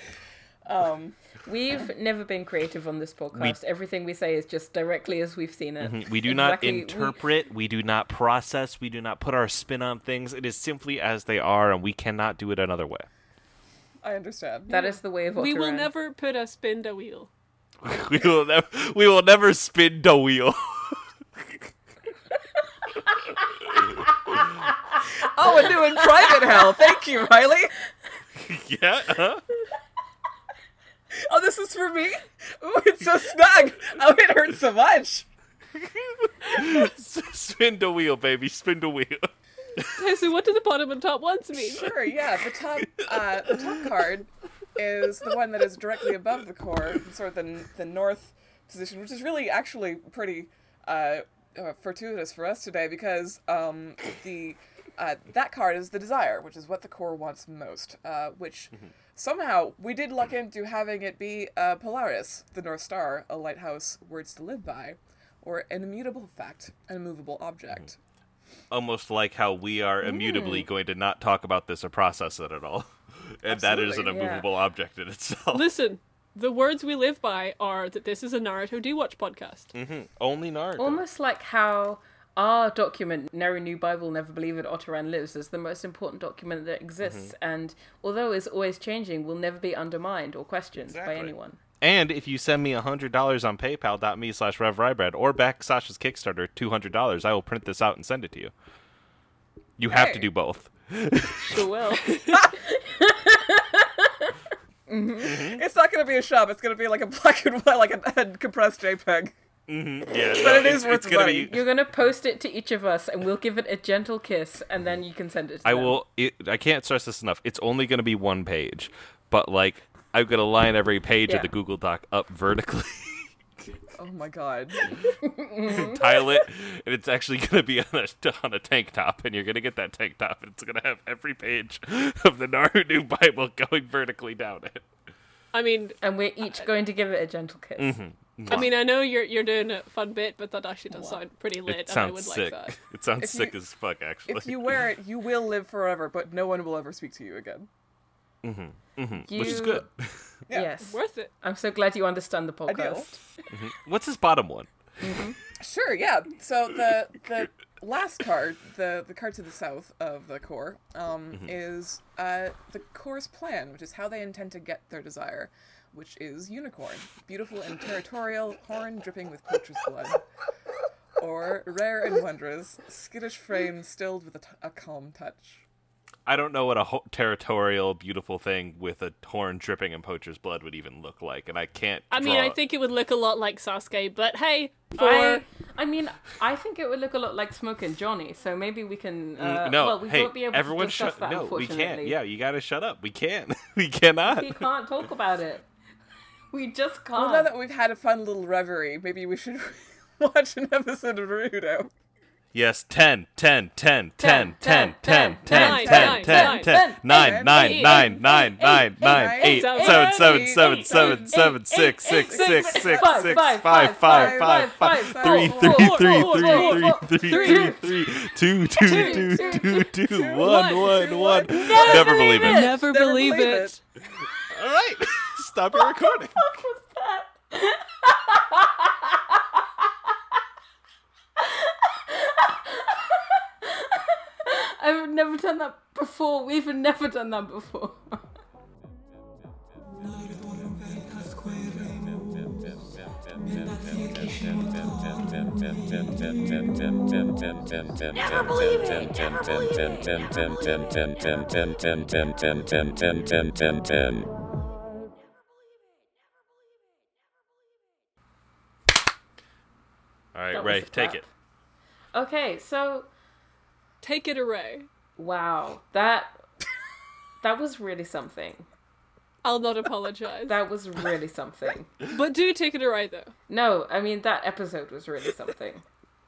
[SPEAKER 4] Um,
[SPEAKER 3] We've never been creative on this podcast. Everything we say is just directly as we've seen it.
[SPEAKER 2] Mm-hmm. We do
[SPEAKER 3] Exactly.
[SPEAKER 2] not interpret, we... do not process, we do not put our spin on things. It is simply as they are, and we cannot do it another way.
[SPEAKER 4] I understand.
[SPEAKER 3] That is the way of
[SPEAKER 1] We will
[SPEAKER 3] Oteran.
[SPEAKER 1] never put a spin to wheel.
[SPEAKER 2] We will never, we will never spin the wheel.
[SPEAKER 4] oh, a new and private hell. Thank you, Riley.
[SPEAKER 2] yeah, huh?
[SPEAKER 4] Oh, this is for me. Oh, it's so snug. Oh, it hurts so much.
[SPEAKER 2] spin the wheel, baby, spin the wheel.
[SPEAKER 1] So what do the bottom and top ones mean?
[SPEAKER 4] Sure, yeah. The top, uh, the top card is the one that is directly above the core, sort of the, the north position, which is really actually pretty uh, uh, fortuitous for us today because um, the uh, that card is the desire, which is what the core wants most. Uh, which somehow we did luck into having it be uh, Polaris, the North Star, a lighthouse, words to live by, or an immutable fact, an immovable object.
[SPEAKER 2] Almost like how we are immutably going to not talk about this or process it at all. And that is an
[SPEAKER 4] Absolutely,
[SPEAKER 3] yeah.
[SPEAKER 2] immovable object in itself.
[SPEAKER 1] Listen, the words we live by are that this is a Naruto Do Watch podcast.
[SPEAKER 2] Mm-hmm. Only Naruto.
[SPEAKER 3] Almost like how our document, Neru New Bible, Never Believe It, Otaran Lives, is the most important document that exists,
[SPEAKER 2] Mm-hmm.
[SPEAKER 3] and although it's always changing, will never be undermined or questioned
[SPEAKER 2] Exactly.
[SPEAKER 3] by anyone.
[SPEAKER 2] And if you send me $100 on paypal.me slash revrybread or back Sasha's Kickstarter $200, I will print this out and send it to you. You have to
[SPEAKER 4] Hey.
[SPEAKER 2] do both.
[SPEAKER 3] Sure will.
[SPEAKER 4] Mm-hmm. It's not going to be a shop. It's going to be like a black and white, like a, a compressed JPEG.
[SPEAKER 3] Mm.
[SPEAKER 2] Mm-hmm, Yeah,
[SPEAKER 4] But it is worth
[SPEAKER 2] it's gonna
[SPEAKER 4] money.
[SPEAKER 2] be-
[SPEAKER 3] You're gonna post it to each of us, and we'll give it a gentle kiss, and then you can send it. to
[SPEAKER 2] I
[SPEAKER 3] them.
[SPEAKER 2] will. It, I can't stress this enough. It's only going to be one page, but like I'm going to line every page
[SPEAKER 3] Yeah.
[SPEAKER 2] of the Google Doc up vertically,
[SPEAKER 4] Oh my god.
[SPEAKER 3] Mm-hmm.
[SPEAKER 2] tile it, and it's actually going to be on a on a tank top, and you're going to get that tank top, and it's going to have every page of the Naruto Bible going vertically down it.
[SPEAKER 1] I mean,
[SPEAKER 3] And we're each going to give it a gentle kiss.
[SPEAKER 2] Mm-hmm.
[SPEAKER 1] I mean, I know you're you're doing a fun bit, but that actually does sound pretty lit,
[SPEAKER 2] it
[SPEAKER 1] and I
[SPEAKER 2] sounds
[SPEAKER 1] would
[SPEAKER 2] sick.
[SPEAKER 1] like that.
[SPEAKER 2] It sounds
[SPEAKER 4] If you-
[SPEAKER 2] sick as fuck, actually.
[SPEAKER 4] If you wear it, you will live forever, but no one will ever speak to you again.
[SPEAKER 2] mm-hmm. which is
[SPEAKER 3] You-
[SPEAKER 2] good.
[SPEAKER 4] Yeah.
[SPEAKER 3] Yes.
[SPEAKER 1] Worth it.
[SPEAKER 3] I'm so glad you understand the
[SPEAKER 4] Ideal.
[SPEAKER 3] podcast.
[SPEAKER 2] Mm-hmm. What's his bottom one?
[SPEAKER 4] Sure, yeah. So the the last card, the the card to the south of the core, um, is uh, the core's plan, which is how they intend to get their desire, which is unicorn, beautiful and territorial, horn dripping with poacher's blood, or rare and wondrous, skittish frame stilled with a, t- a calm touch.
[SPEAKER 2] I don't know what a ho- territorial, beautiful thing with a horn dripping in poacher's blood would even look like, and I can't.
[SPEAKER 1] I mean,
[SPEAKER 2] draw
[SPEAKER 1] I
[SPEAKER 2] it.
[SPEAKER 1] think it would look a lot like Sasuke, but hey, for
[SPEAKER 3] I, I mean, I think it would look a lot like Smoke and Johnny, so maybe we can. Uh,
[SPEAKER 2] no,
[SPEAKER 3] well, we
[SPEAKER 2] hey,
[SPEAKER 3] won't be able
[SPEAKER 2] everyone
[SPEAKER 3] to discuss
[SPEAKER 2] shut.
[SPEAKER 3] that,
[SPEAKER 2] no, we
[SPEAKER 3] unfortunately.
[SPEAKER 2] can't. Yeah, you gotta shut up. We can't. we cannot.
[SPEAKER 3] We can't talk about it. We just can't.
[SPEAKER 4] Well, now that we've had a fun little reverie, maybe we should watch an episode of Naruto.
[SPEAKER 2] Yes, 10, 10, 10, 10, 10, 10, 10,
[SPEAKER 1] nine,
[SPEAKER 2] 10, 10, 10, 10, 9, 9, 9, 9, 9, 9, 8, 7, 7, 7, 7, 7, 6, 6, 6, 6, 6, 5, 5, 5, 5, 3, 3, 3, 3, 3, 3, 3, 2, 2, 2, 2, 2, 1, 1, 1. Never believe it.
[SPEAKER 1] never
[SPEAKER 4] Never
[SPEAKER 1] believe,
[SPEAKER 4] believe
[SPEAKER 1] it.
[SPEAKER 4] it.
[SPEAKER 2] All right, stop your recording.
[SPEAKER 3] I've never done that before. We've never done that before.
[SPEAKER 6] Never believe it. Never believe it.
[SPEAKER 2] All right,
[SPEAKER 3] That was
[SPEAKER 2] Ray,
[SPEAKER 3] the
[SPEAKER 2] take
[SPEAKER 3] clap.
[SPEAKER 2] it.
[SPEAKER 3] Okay, so
[SPEAKER 1] Take it, Array.
[SPEAKER 3] wow, that that was really something.
[SPEAKER 1] I'll not apologize.
[SPEAKER 3] That was really something.
[SPEAKER 1] but do take it, Array, though.
[SPEAKER 3] No, I mean that episode was really something.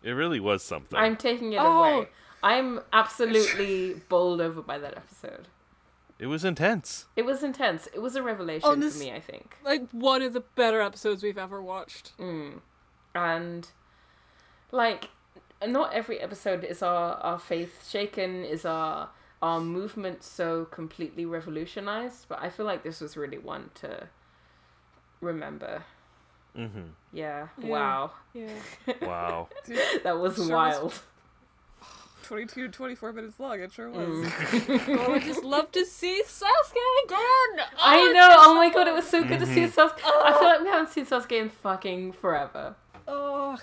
[SPEAKER 2] It really was something.
[SPEAKER 3] I'm taking it
[SPEAKER 1] Oh.
[SPEAKER 3] away. I'm absolutely bowled over by that episode.
[SPEAKER 2] It was intense.
[SPEAKER 3] It was intense. It was a revelation
[SPEAKER 1] Oh, this-
[SPEAKER 3] for me, I think.
[SPEAKER 1] Like, one of the better episodes we've ever watched.
[SPEAKER 3] Mm. and like not every episode is our our faith shaken is our our movement so completely revolutionized but i feel like this was really one to remember mm-hmm. yeah, wow
[SPEAKER 1] Yeah.
[SPEAKER 2] Wow.
[SPEAKER 3] that was
[SPEAKER 4] Sure was-
[SPEAKER 3] wild
[SPEAKER 4] 22, 24 minutes long, it sure was.
[SPEAKER 1] I would just love to see Sasuke again.
[SPEAKER 3] i know oh my god it was so good to see sasuke i feel like we haven't seen sasuke in fucking forever
[SPEAKER 1] Oh,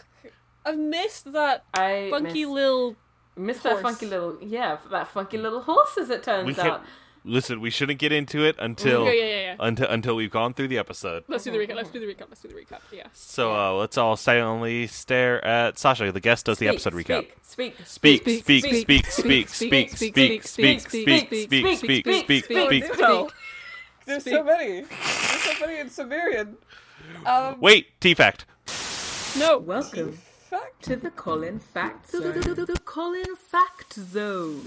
[SPEAKER 1] I missed that
[SPEAKER 3] i
[SPEAKER 1] funky
[SPEAKER 3] miss,
[SPEAKER 1] little.
[SPEAKER 3] miss
[SPEAKER 1] horse.
[SPEAKER 3] that funky little yeah that funky little horse as it
[SPEAKER 2] We
[SPEAKER 3] turns
[SPEAKER 2] can't
[SPEAKER 3] out
[SPEAKER 2] listen. We shouldn't get into it until
[SPEAKER 1] Yeah, yeah, yeah, yeah.
[SPEAKER 2] until until we've gone through the episode.
[SPEAKER 1] Let's do the recap. Let's do the recap. Let's do the recap. Yeah.
[SPEAKER 2] So uh, let's all silently stare at Sasha. The guest does the episode
[SPEAKER 3] Speak,
[SPEAKER 2] recap.
[SPEAKER 3] speak speak
[SPEAKER 2] Speak,
[SPEAKER 1] Speak,
[SPEAKER 2] speak,
[SPEAKER 1] speak,
[SPEAKER 2] speak, speak, speak, speak, speak, speak, speak, speak, speak, speak,
[SPEAKER 4] No.
[SPEAKER 2] speak.
[SPEAKER 4] There's so many. There's so many in Sumerian. Um,
[SPEAKER 2] Wait, T fact.
[SPEAKER 1] No.
[SPEAKER 3] welcome
[SPEAKER 4] fact.
[SPEAKER 3] to the Colin Fact Zone. The Colin Fact Zone.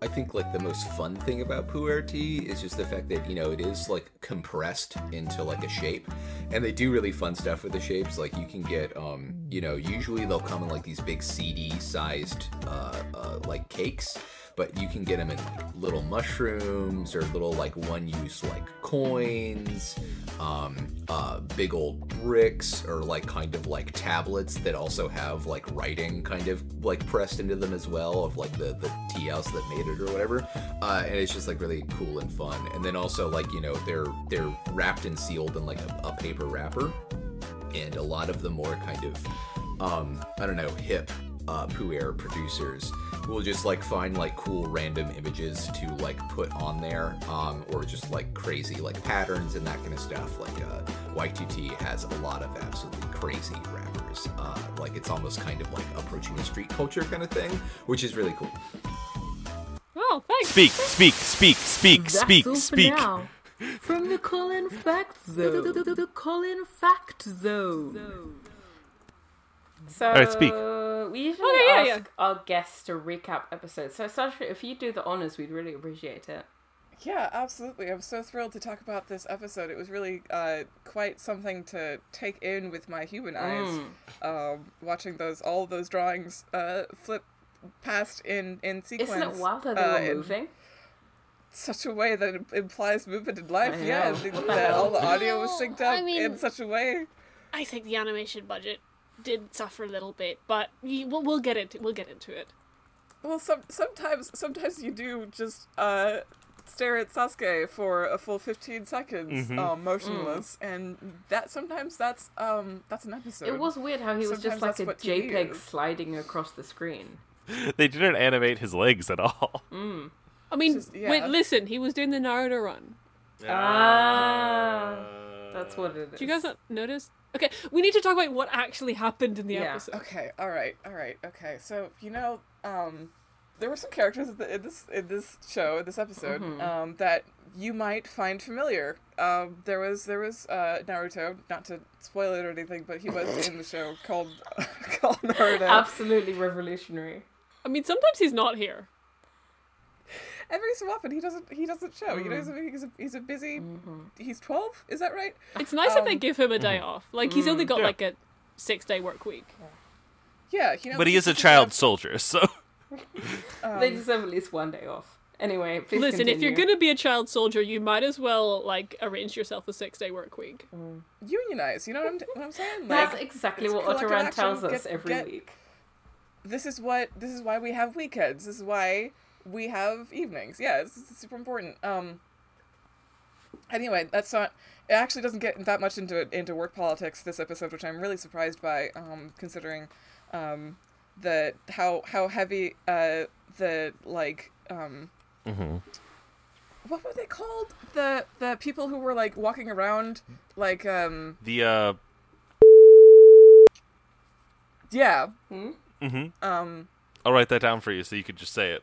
[SPEAKER 7] I think like the most fun thing about PuRT is just the fact that you know it is like compressed into like a shape, and they do really fun stuff with the shapes. Like you can get, um, you know, usually they'll come in like these big CD-sized uh, uh, like cakes, but you can get them in like, little mushrooms or little like one-use like coins, um, uh, big old bricks or like kind of like tablets that also have like writing kind of like pressed into them as well of like the the tea house that made it or whatever uh, and it's just like really cool and fun and then also like you know they're they're wrapped and sealed in like a, a paper wrapper and a lot of the more kind of um i don't know hip uh puer producers will just like find like cool random images to like put on there um or just like crazy like patterns and that kind of stuff like uh y2t has a lot of absolutely crazy rappers uh like it's almost kind of like approaching the street culture kind of thing which is really cool
[SPEAKER 1] Oh, thanks.
[SPEAKER 2] Speak, speak, speak, speak, speak, speak.
[SPEAKER 3] From the Colin Fact Zone. The, Colin Fact Zone. So
[SPEAKER 2] right, speak.
[SPEAKER 3] we usually
[SPEAKER 1] Oh, yeah,
[SPEAKER 3] ask
[SPEAKER 1] yeah, yeah.
[SPEAKER 3] our guests to recap episodes. So Sasha, if you do the honors, we'd really appreciate it.
[SPEAKER 4] Yeah, absolutely. I'm so thrilled to talk about this episode. It was really uh, quite something to take in with my human eyes,
[SPEAKER 3] Mm.
[SPEAKER 4] um, watching those all those drawings uh, flip past in in sequence.
[SPEAKER 3] Isn't it wild how they
[SPEAKER 4] uh,
[SPEAKER 3] were
[SPEAKER 4] in
[SPEAKER 3] moving?
[SPEAKER 4] such a way that it implies movement in life.
[SPEAKER 3] I know.
[SPEAKER 4] Yeah, I think that all the audio was synced
[SPEAKER 1] Well,
[SPEAKER 4] up
[SPEAKER 1] I
[SPEAKER 4] in
[SPEAKER 1] mean-
[SPEAKER 4] such a way.
[SPEAKER 1] I think the animation budget did suffer a little bit, but y- we'll, we'll get into we'll get into it.
[SPEAKER 4] Well, some sometimes sometimes you do just uh, stare at Sasuke for a full fifteen seconds,
[SPEAKER 1] Mm-hmm.
[SPEAKER 3] Mm.
[SPEAKER 4] um, motionless, and that sometimes that's um that's an episode.
[SPEAKER 3] It was weird how he was just
[SPEAKER 4] sometimes
[SPEAKER 3] like
[SPEAKER 4] that's
[SPEAKER 3] a
[SPEAKER 4] what you
[SPEAKER 3] JPEG
[SPEAKER 4] use.
[SPEAKER 3] sliding across the screen.
[SPEAKER 2] They didn't animate his legs at all.
[SPEAKER 1] I mean,
[SPEAKER 4] Mm. Just- yeah.
[SPEAKER 1] wait, listen, he was doing the Naruto run.
[SPEAKER 3] Ah,
[SPEAKER 1] Uh,
[SPEAKER 3] that's what it is.
[SPEAKER 1] Do you guys not notice? Okay, we need to talk about what actually happened in the
[SPEAKER 3] Yeah.
[SPEAKER 1] episode.
[SPEAKER 4] Okay, all right, all right, okay. So you know, um, there were some characters in the- in this in this show, in this episode,
[SPEAKER 3] Mm-hmm.
[SPEAKER 4] um, that you might find familiar. Um, there was there was uh, Naruto. Not to spoil it or anything, but he was in the show called called Naruto.
[SPEAKER 3] Absolutely revolutionary.
[SPEAKER 1] I mean, sometimes he's not here.
[SPEAKER 4] Every so often, he doesn't he doesn't show. You know, he's a,
[SPEAKER 3] Mm.
[SPEAKER 4] he's a, he's a busy.
[SPEAKER 3] Mm-hmm.
[SPEAKER 4] He's twelve. Is that right? Um, Mm.
[SPEAKER 1] It's nice that they give him a day off. Like he's only got
[SPEAKER 2] Yeah.
[SPEAKER 1] like a six day work week.
[SPEAKER 4] Yeah, you know.
[SPEAKER 2] But he is a
[SPEAKER 4] doesn't
[SPEAKER 2] child soldier, so
[SPEAKER 4] Um,
[SPEAKER 3] they deserve at least one day off. Anyway, please
[SPEAKER 1] Listen, if you're
[SPEAKER 3] continue.
[SPEAKER 1] gonna be a child soldier, you might as well like arrange yourself a six day work week.
[SPEAKER 4] have- Mm. Unionize. You know what I'm, what I'm saying?
[SPEAKER 3] That's
[SPEAKER 4] Like,
[SPEAKER 3] exactly
[SPEAKER 4] it's
[SPEAKER 3] what
[SPEAKER 4] collective
[SPEAKER 3] Otteran
[SPEAKER 4] action,
[SPEAKER 3] tells us
[SPEAKER 4] get-
[SPEAKER 3] every
[SPEAKER 4] get-
[SPEAKER 3] week.
[SPEAKER 4] this is what this is why we have weekends. This is why we have evenings. Yeah, it's, it's super important. Um. Anyway, that's not. It actually doesn't get that much into into work politics this episode, which I'm really surprised by, um, considering, um, the how how heavy uh the like um.
[SPEAKER 2] Mm-hmm.
[SPEAKER 4] What were they called? The the people who were like walking around, like um
[SPEAKER 2] the uh
[SPEAKER 4] yeah.
[SPEAKER 3] Hmm?
[SPEAKER 2] mm-hmm.
[SPEAKER 4] Um,
[SPEAKER 2] I'll write that down for you so you could just say it.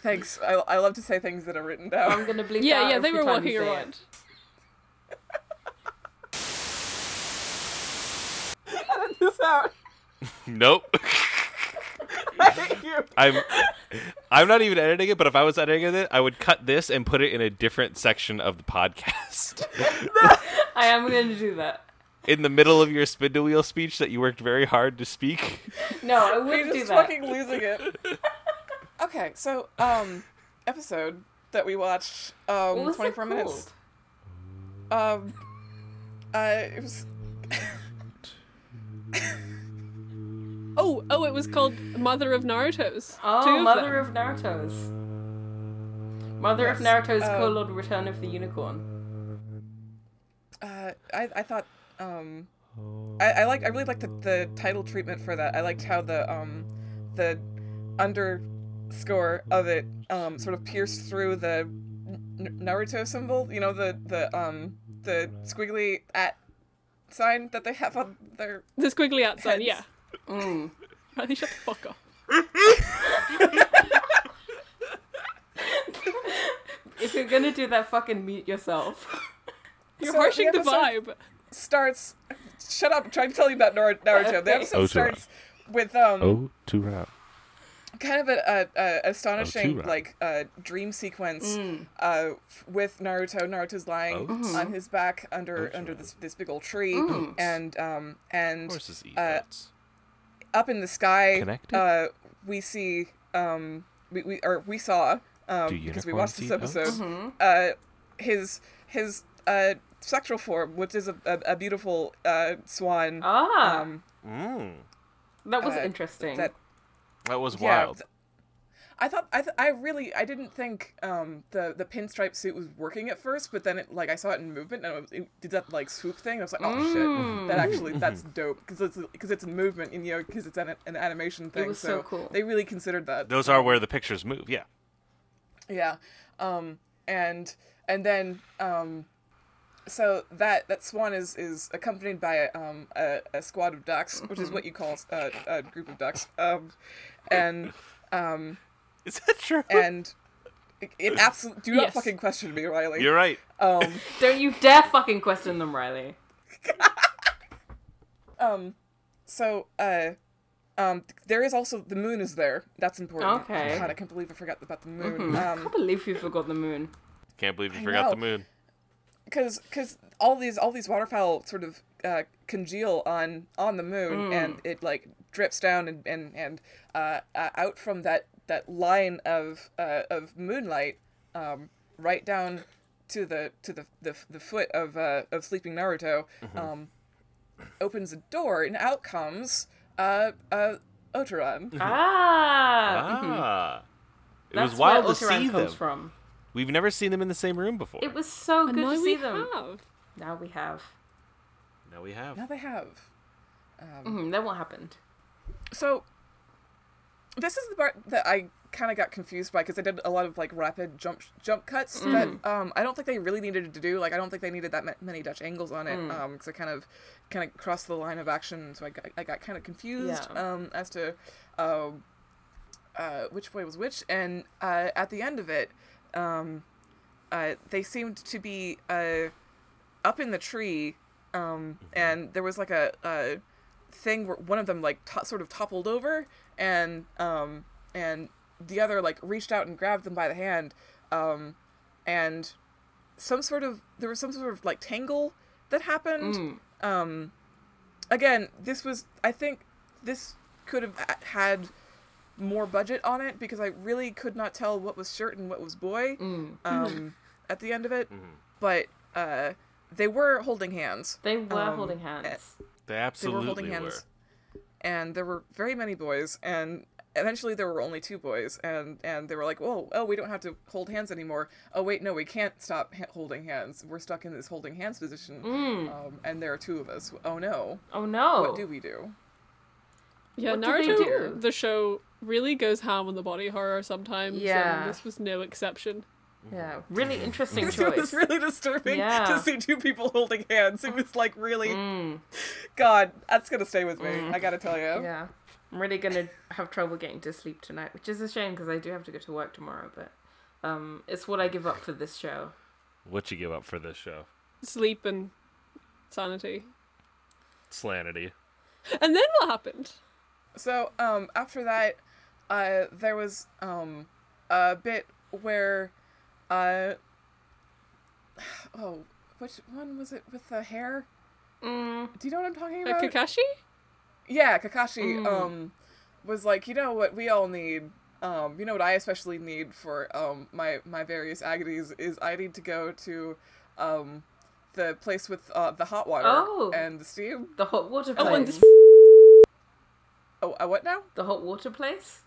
[SPEAKER 4] Thanks. I, I love to say things that are written down.
[SPEAKER 3] I'm gonna bleep
[SPEAKER 1] Yeah,
[SPEAKER 3] out
[SPEAKER 1] yeah, they
[SPEAKER 3] every
[SPEAKER 1] were
[SPEAKER 3] time
[SPEAKER 1] walking
[SPEAKER 3] you say it.
[SPEAKER 1] around.
[SPEAKER 4] this out.
[SPEAKER 2] Nope. I'm I'm not even editing it, but if I was editing it, I would cut this and put it in a different section of the podcast.
[SPEAKER 3] I am gonna do that.
[SPEAKER 2] in the middle of your spindle wheel speech that you worked very hard to speak.
[SPEAKER 3] No, I
[SPEAKER 4] You're
[SPEAKER 3] wouldn't do
[SPEAKER 4] just
[SPEAKER 3] that.
[SPEAKER 4] fucking losing it. okay, so um, episode that we watched um
[SPEAKER 3] What was
[SPEAKER 4] twenty
[SPEAKER 3] it
[SPEAKER 4] four
[SPEAKER 3] called?
[SPEAKER 4] minutes. Um, uh, it was
[SPEAKER 1] Oh, oh, it was called Mother of Naruto's. Two
[SPEAKER 3] Oh,
[SPEAKER 1] of
[SPEAKER 3] Mother
[SPEAKER 1] them.
[SPEAKER 3] of Naruto's.
[SPEAKER 4] Mm.
[SPEAKER 3] Mother of Naruto's
[SPEAKER 4] um,
[SPEAKER 3] colon Return of the Unicorn.
[SPEAKER 4] uh, I I thought um, I, I like I really liked the, the title treatment for that. I liked how the um, the underscore of it um sort of pierced through the N- Naruto symbol. You know the the um the squiggly at sign that they have on their
[SPEAKER 1] The squiggly outside,
[SPEAKER 4] Heads.
[SPEAKER 1] yeah.
[SPEAKER 3] Mm.
[SPEAKER 1] Riley, shut the fuck up.
[SPEAKER 3] If you're gonna do that, fucking mute yourself.
[SPEAKER 1] You're
[SPEAKER 4] So
[SPEAKER 1] harshing
[SPEAKER 4] the
[SPEAKER 1] the,
[SPEAKER 4] episode-
[SPEAKER 1] vibe.
[SPEAKER 4] starts. Shut up! I'm trying to tell you about Nar- Naruto. The
[SPEAKER 3] Okay.
[SPEAKER 4] episode
[SPEAKER 2] Otura.
[SPEAKER 4] starts with um
[SPEAKER 2] Oh, to rap.
[SPEAKER 4] kind of a, a, a astonishing
[SPEAKER 2] Otura.
[SPEAKER 4] like uh, dream sequence
[SPEAKER 3] Hmm.
[SPEAKER 4] uh, f- with Naruto. Naruto's lying
[SPEAKER 3] Mm-hmm.
[SPEAKER 2] Otura.
[SPEAKER 4] on his back under under this this big old tree,
[SPEAKER 3] Mm.
[SPEAKER 4] and um and
[SPEAKER 2] Horses eat
[SPEAKER 4] uh,
[SPEAKER 2] nuts.
[SPEAKER 4] up in the sky,
[SPEAKER 2] Connected?
[SPEAKER 4] uh, we see um we, we or we saw um
[SPEAKER 2] Do
[SPEAKER 4] because we
[SPEAKER 2] unicorns
[SPEAKER 4] watched this
[SPEAKER 2] eat oats?
[SPEAKER 4] episode
[SPEAKER 3] Mm-hmm.
[SPEAKER 4] uh his his uh spectral form, which is a, a, a beautiful uh swan.
[SPEAKER 3] Ah,
[SPEAKER 4] Um,
[SPEAKER 2] Mm.
[SPEAKER 3] that was
[SPEAKER 4] uh,
[SPEAKER 3] interesting.
[SPEAKER 4] that-
[SPEAKER 2] That was
[SPEAKER 4] Yeah,
[SPEAKER 2] wild.
[SPEAKER 4] th- I thought I, th- I really I didn't think um, the the pinstripe suit was working at first, but then it like I saw it in movement and it, was- it did that like swoop thing. And I was like, oh
[SPEAKER 3] Mm.
[SPEAKER 4] shit, that actually that's dope because it's because it's in movement and you know because it's an, an animation thing.
[SPEAKER 3] was so cool.
[SPEAKER 4] They really considered that.
[SPEAKER 2] Those are where the pictures move. Yeah.
[SPEAKER 4] Yeah. Um and and then um so that that swan is is accompanied by a um a, a squad of ducks, which
[SPEAKER 2] Mm-hmm.
[SPEAKER 4] is what you call a, a group of ducks. Um and um,
[SPEAKER 2] Is that true?
[SPEAKER 4] and it, it absolutely do not
[SPEAKER 1] Yes.
[SPEAKER 4] fucking question me, Riley.
[SPEAKER 2] You're right.
[SPEAKER 4] Um
[SPEAKER 3] Don't you dare fucking question them, Riley.
[SPEAKER 4] um so uh um there is also the moon is there. That's important.
[SPEAKER 3] Okay.
[SPEAKER 2] Mm-hmm.
[SPEAKER 4] God, I can't believe I forgot about the moon.
[SPEAKER 3] I
[SPEAKER 4] Um
[SPEAKER 3] can't believe you forgot the moon.
[SPEAKER 2] Can't believe you
[SPEAKER 4] I
[SPEAKER 2] forgot the
[SPEAKER 4] know.
[SPEAKER 2] moon.
[SPEAKER 4] because because all these all these waterfowl sort of uh, congeal on on the moon and it like drips down and and, and uh, uh, out from that that line of uh, of moonlight um, right down to the to the the, the foot of uh, of sleeping Naruto um, opens a door and out comes uh, uh,
[SPEAKER 2] Mm-hmm.
[SPEAKER 4] Oteron.
[SPEAKER 3] Ah,
[SPEAKER 2] Ah. It
[SPEAKER 3] that's
[SPEAKER 2] was wild
[SPEAKER 3] where
[SPEAKER 2] to
[SPEAKER 3] Oteran
[SPEAKER 2] see
[SPEAKER 3] comes
[SPEAKER 2] them.
[SPEAKER 3] from.
[SPEAKER 2] We've never seen them in the same room before.
[SPEAKER 3] It was so
[SPEAKER 1] And
[SPEAKER 3] good
[SPEAKER 1] now
[SPEAKER 3] to
[SPEAKER 1] we
[SPEAKER 3] see them.
[SPEAKER 1] have.
[SPEAKER 3] Now we have.
[SPEAKER 2] now we have.
[SPEAKER 4] Now they have. Um,
[SPEAKER 3] Hmm, then what happened?
[SPEAKER 4] So this is the part that I kind of got confused by because I did a lot of like rapid jump jump cuts that um, I don't think they really needed to do. Like I don't think they needed that ma- many Dutch angles on it because I kind of kind of crossed the line of action, so I got, I got kind of confused
[SPEAKER 3] Yeah.
[SPEAKER 4] um, as to um uh, which way was which. And uh, at the end of it, um, uh, they seemed to be uh, up in the tree, um, and there was like a, a thing where one of them like to- sort of toppled over, and um, and the other like reached out and grabbed them by the hand, um, and some sort of there was some sort of like tangle that happened. Um, again, this was I think this could have a- had more budget on it because I really could not tell what was shirt and what was boy
[SPEAKER 3] Mm.
[SPEAKER 4] um, at the end of it. But uh, they were holding hands.
[SPEAKER 3] They were
[SPEAKER 4] Um,
[SPEAKER 3] holding hands.
[SPEAKER 2] They
[SPEAKER 4] They were
[SPEAKER 2] absolutely
[SPEAKER 4] holding hands. And there were very many boys, and eventually there were only two boys, and, and they were like, "Whoa, oh, we don't have to hold hands anymore. Oh, wait, no, we can't stop ha- holding hands. We're stuck in this holding hands position, um, and there are two of us. Oh no,
[SPEAKER 3] Hmm. oh no.
[SPEAKER 4] what do we do?"
[SPEAKER 1] Yeah,
[SPEAKER 3] What do they do?
[SPEAKER 1] Naruto, the show, really goes ham on the body horror sometimes.
[SPEAKER 3] Yeah.
[SPEAKER 1] And this was no exception.
[SPEAKER 3] Yeah, really interesting
[SPEAKER 4] It was
[SPEAKER 3] choice.
[SPEAKER 4] really disturbing
[SPEAKER 3] Yeah. Hmm.
[SPEAKER 4] to see two people holding hands. It was like really, God, that's gonna stay with me.
[SPEAKER 3] Mm-hmm.
[SPEAKER 4] I gotta tell you.
[SPEAKER 3] Yeah, I'm really gonna have trouble getting to sleep tonight, which is a shame because I do have to go to work tomorrow. But um, it's what I give up for this show.
[SPEAKER 2] What you give up for this show?
[SPEAKER 1] Sleep and sanity.
[SPEAKER 2] Slanity.
[SPEAKER 1] And then what happened?
[SPEAKER 4] So um, after that, uh, there was um, a bit where, uh, oh, which one was it with the hair? Do you know what I'm talking
[SPEAKER 1] Like
[SPEAKER 4] about?
[SPEAKER 1] Mm. Uh, Kakashi? Mm.
[SPEAKER 4] yeah, Kakashi um, was like, you know what we all need. Um, you know what I especially need for um, my my various agonies is I need to go to um, the place with uh, the hot water
[SPEAKER 3] Oh.
[SPEAKER 4] and the steam.
[SPEAKER 3] The hot water place.
[SPEAKER 1] Oh, and
[SPEAKER 4] Oh, uh, what now?
[SPEAKER 3] The hot water place.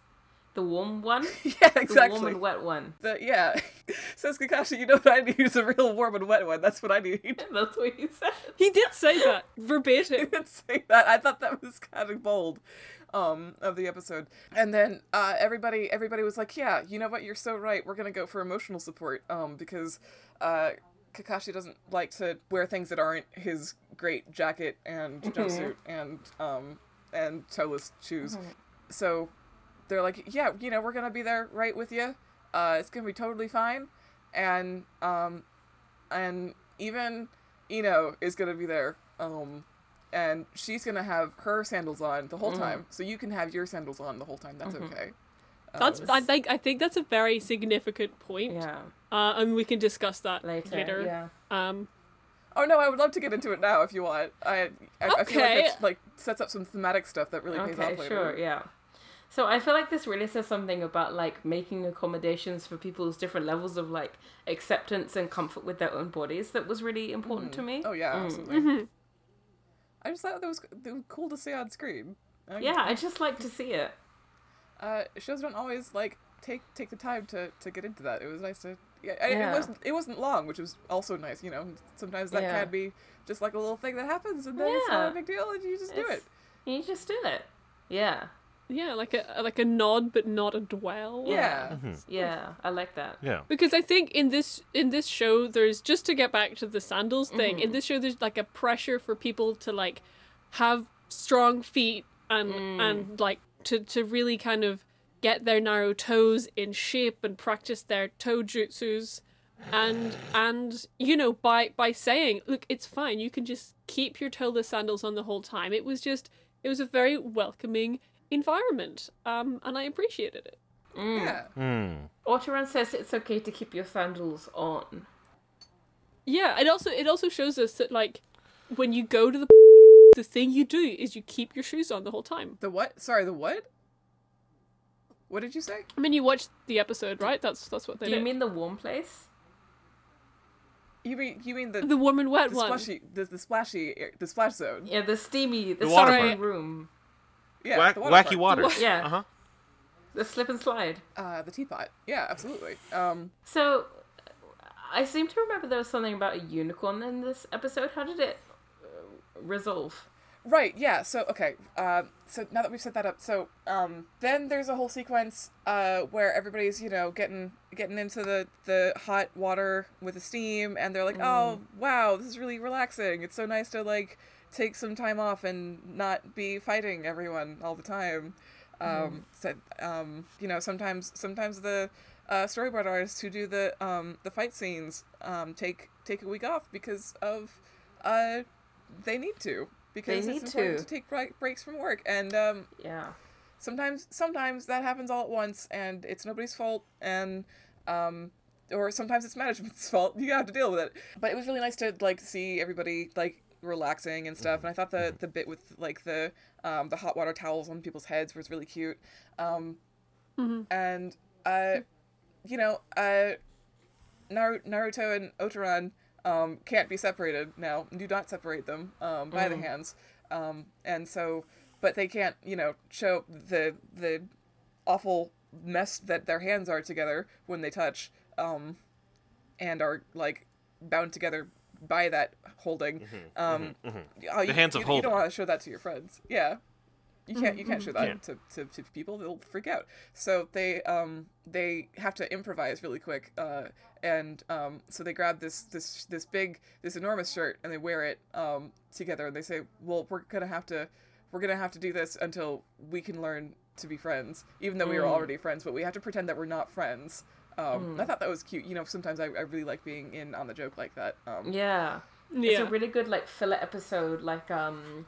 [SPEAKER 3] The warm one.
[SPEAKER 4] Yeah,
[SPEAKER 3] The warm
[SPEAKER 4] exactly.
[SPEAKER 3] and wet one.
[SPEAKER 4] The, yeah, says Kakashi. You know what I need is a real warm and wet one. That's what I need.
[SPEAKER 3] That's what he said.
[SPEAKER 1] He did say that verbatim.
[SPEAKER 4] didn't say that. I thought that was kind of bold, um, of the episode. And then uh, everybody, everybody was like, "Yeah, you know what? You're so right. We're gonna go for emotional support, um, because uh, Kakashi doesn't like to wear things that aren't his great jacket and
[SPEAKER 3] Mm-hmm.
[SPEAKER 4] jumpsuit and um and toeless shoes.
[SPEAKER 1] Mm-hmm.
[SPEAKER 4] So they're like, "Yeah, you know, we're gonna be there right with you. Uh, it's gonna be totally fine." And um, and even Eno is gonna be there. Um, and she's gonna have her sandals on the whole
[SPEAKER 1] Mm-hmm.
[SPEAKER 4] time, so you can have your sandals on the whole time. That's okay. Uh,
[SPEAKER 1] That's I think I think that's a very significant point.
[SPEAKER 3] Uh, Yeah.
[SPEAKER 1] Uh, and we can discuss that
[SPEAKER 3] Later.
[SPEAKER 1] later.
[SPEAKER 3] Yeah.
[SPEAKER 1] Um
[SPEAKER 4] Oh no, I would love to get into it now if you want. I I, I feel like
[SPEAKER 1] Okay.
[SPEAKER 4] that's, like sets up some thematic stuff that really pays
[SPEAKER 3] Okay.
[SPEAKER 4] off later.
[SPEAKER 3] Sure. Yeah. So I feel like this really says something about like making accommodations for people's different levels of like acceptance and comfort with their own bodies. That was really important to me. Mm. Mm-hmm.
[SPEAKER 4] Oh yeah,
[SPEAKER 1] Mm.
[SPEAKER 4] absolutely. I just thought that was, that was cool to see on screen. I-
[SPEAKER 3] Yeah, I just like to see it.
[SPEAKER 4] uh, shows don't always like take take the time to to get into that. It was nice to. Yeah, I-
[SPEAKER 3] Yeah.
[SPEAKER 4] it wasn't it wasn't long, which was also nice. You know, sometimes that
[SPEAKER 3] Yeah.
[SPEAKER 4] can be just like a little thing that happens, and then it's
[SPEAKER 3] Yeah.
[SPEAKER 4] not a big deal, and you just do
[SPEAKER 3] It's-
[SPEAKER 4] it.
[SPEAKER 3] You just do it. Yeah.
[SPEAKER 1] yeah, like a like a nod but not a dwell.
[SPEAKER 4] Yeah,
[SPEAKER 3] Yeah, I like that.
[SPEAKER 2] Yeah.
[SPEAKER 1] because I think in this in this show there's just to get back to the sandals thing.
[SPEAKER 3] Mm-hmm.
[SPEAKER 1] In this show there's like a pressure for people to like have strong feet and
[SPEAKER 3] Mm.
[SPEAKER 1] and like to to really kind of get their narrow toes in shape and practice their toe jutsus and and you know by by saying look it's fine you can just keep your toeless sandals on the whole time it was just it was a very welcoming environment um and i appreciated it
[SPEAKER 4] Yeah.
[SPEAKER 2] Hmm.
[SPEAKER 3] Autoran says it's okay to keep your sandals on.
[SPEAKER 1] Yeah, it also it also shows us that like when you go to the the thing you do is you keep your shoes on the whole time.
[SPEAKER 4] The what? Sorry, the what? What did you say?
[SPEAKER 1] I mean, you watched the episode, right? That's that's what they
[SPEAKER 3] Do you
[SPEAKER 1] did.
[SPEAKER 3] mean the warm place?
[SPEAKER 4] You mean you mean the
[SPEAKER 1] the warm and wet
[SPEAKER 4] the
[SPEAKER 1] one?
[SPEAKER 4] splashy the, the splashy air- the splash zone?
[SPEAKER 3] Yeah, the steamy, the,
[SPEAKER 2] The water
[SPEAKER 3] steamy
[SPEAKER 1] part.
[SPEAKER 3] room,
[SPEAKER 4] Yeah,
[SPEAKER 2] Whack,
[SPEAKER 4] the
[SPEAKER 2] wacky
[SPEAKER 4] park.
[SPEAKER 2] water.
[SPEAKER 3] Yeah.
[SPEAKER 2] Uh huh.
[SPEAKER 3] the slip and slide.
[SPEAKER 4] Uh, the teapot. Yeah, absolutely. Um,
[SPEAKER 3] So, I seem to remember there was something about a unicorn in this episode. How did it uh, resolve?
[SPEAKER 4] Right, yeah. So, okay. Um, so now that we've set that up, so um, then there's a whole sequence uh, where everybody's, you know, getting getting into the, the hot water with the steam, and they're like, oh, wow, this is really relaxing. It's so nice to, like, take some time off and not be fighting everyone all the time. Um, so, um, you know, sometimes sometimes the uh, storyboard artists who do the um, the fight scenes um, take take a week off because of uh, they need to because
[SPEAKER 3] need
[SPEAKER 4] it's important
[SPEAKER 3] to.
[SPEAKER 4] to, take bre- breaks from work and um,
[SPEAKER 3] Yeah.
[SPEAKER 4] sometimes sometimes that happens all at once and it's nobody's fault and um, or sometimes it's management's fault you have to deal with it but it was really nice to like see everybody like relaxing and stuff and i thought the the bit with like the um, the hot water towels on people's heads was really cute um, and uh, you know uh, Naru- naruto and otaran um, can't be separated now do not separate them um, by
[SPEAKER 2] Mm-hmm.
[SPEAKER 4] the hands um, and so but they can't you know show the the awful mess that their hands are together when they touch um, and are like bound together by that holding
[SPEAKER 2] Mm-hmm.
[SPEAKER 4] um, oh, you,
[SPEAKER 2] hands
[SPEAKER 4] you,
[SPEAKER 2] of
[SPEAKER 4] you
[SPEAKER 2] holding.
[SPEAKER 4] don't want to show that to your friends yeah you can't you can't show that
[SPEAKER 2] Yeah.
[SPEAKER 4] to, to, to people they'll freak out so they um they have to improvise really quick uh and um so they grab this this this big this enormous shirt and they wear it um together and they say well we're gonna have to we're gonna have to do this until we can learn to be friends even though we are already friends but we have to pretend that we're not friends um i thought that was cute you know sometimes I, I really like being in on the joke like that um
[SPEAKER 3] Yeah. It's
[SPEAKER 1] yeah.
[SPEAKER 3] a really good like filler episode, like um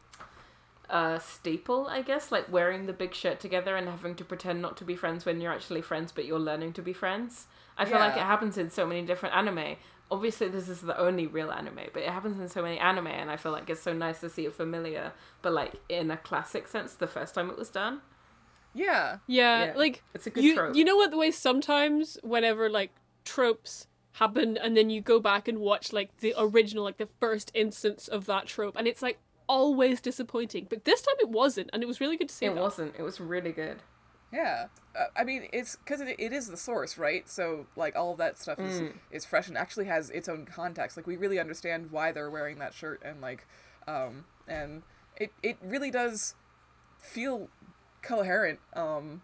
[SPEAKER 3] uh staple, I guess, like wearing the big shirt together and having to pretend not to be friends when you're actually friends but you're learning to be friends. I feel like it
[SPEAKER 4] Yeah.
[SPEAKER 3] happens in so many different anime. Obviously this is the only real anime, but it happens in so many anime and I feel like it's so nice to see it familiar, but like in a classic sense the first time it was done.
[SPEAKER 4] yeah
[SPEAKER 1] Yeah,
[SPEAKER 3] Yeah,
[SPEAKER 1] like
[SPEAKER 3] it's a good
[SPEAKER 1] you,
[SPEAKER 3] trope.
[SPEAKER 1] You know what? The way sometimes whenever like tropes happen, and then you go back and watch like the original, like the first instance of that trope, and it's like always disappointing. But this time it wasn't, and it was really good to see.
[SPEAKER 3] It
[SPEAKER 1] that.
[SPEAKER 3] wasn't. It was really good.
[SPEAKER 4] Yeah, uh, I mean it's because it, it is the source, right? So like all of that stuff is is fresh and actually has its own context. Like we really understand why they're wearing that shirt and like, um, and it it really does feel coherent. Um,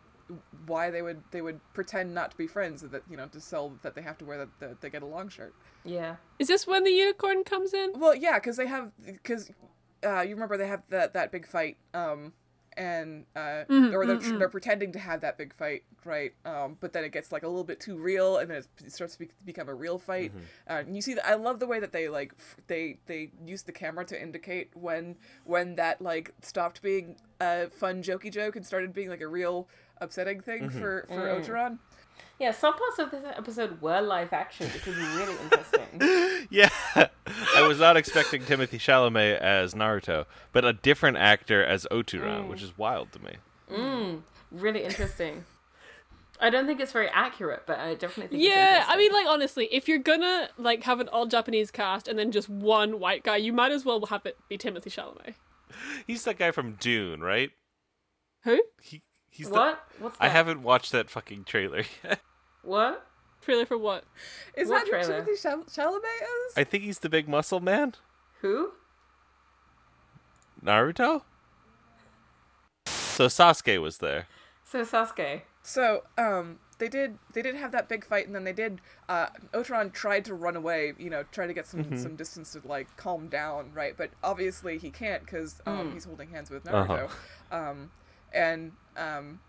[SPEAKER 4] why they would they would pretend not to be friends that you know to sell that they have to wear that the, they get a long shirt.
[SPEAKER 3] Yeah.
[SPEAKER 1] Is this when the unicorn comes in?
[SPEAKER 4] Well, yeah, because they have because uh, you remember they have that that big fight, um, and uh, or they're, tr- they're pretending to have that big fight, right? Um, but then it gets like a little bit too real, and then it's- it starts to be- become a real fight. Uh, and you see, that I love the way that they like f- they they use the camera to indicate when when that like stopped being a fun jokey joke and started being like a real upsetting thing
[SPEAKER 3] Mm-hmm.
[SPEAKER 4] for for
[SPEAKER 3] Mm.
[SPEAKER 4] Oteron.
[SPEAKER 3] Yeah, some parts of this episode were live action, which is really interesting.
[SPEAKER 2] Yeah, I was not expecting Timothy Chalamet as Naruto, but a different actor as Oturan,
[SPEAKER 3] Mm.
[SPEAKER 2] which is wild to me.
[SPEAKER 3] really interesting. I don't think it's very accurate, but I definitely think
[SPEAKER 1] Yeah,
[SPEAKER 3] it's
[SPEAKER 1] I mean, like honestly, if you're gonna like have an all Japanese cast and then just one white guy, you might as well have it be Timothy Chalamet.
[SPEAKER 2] He's that guy from Dune, right?
[SPEAKER 1] Who?
[SPEAKER 2] He he's
[SPEAKER 3] interesting. what? What's that?
[SPEAKER 2] The, I haven't watched that fucking trailer. yet.
[SPEAKER 3] What?
[SPEAKER 1] Trailer for what?
[SPEAKER 4] Is
[SPEAKER 3] What
[SPEAKER 4] that who
[SPEAKER 3] trailer?
[SPEAKER 4] Timothy Chal- Chalamet is?
[SPEAKER 2] I think he's the big muscle man,
[SPEAKER 3] Who?
[SPEAKER 2] Naruto. So Sasuke was there.
[SPEAKER 3] So Sasuke.
[SPEAKER 4] So, um, they did they did have that big fight, and then they did. Uh, Oteron tried to run away, you know, try to get some some distance to like calm down, right? But obviously he can't because
[SPEAKER 3] Hmm.
[SPEAKER 4] um, he's holding hands with Naruto, um, and um,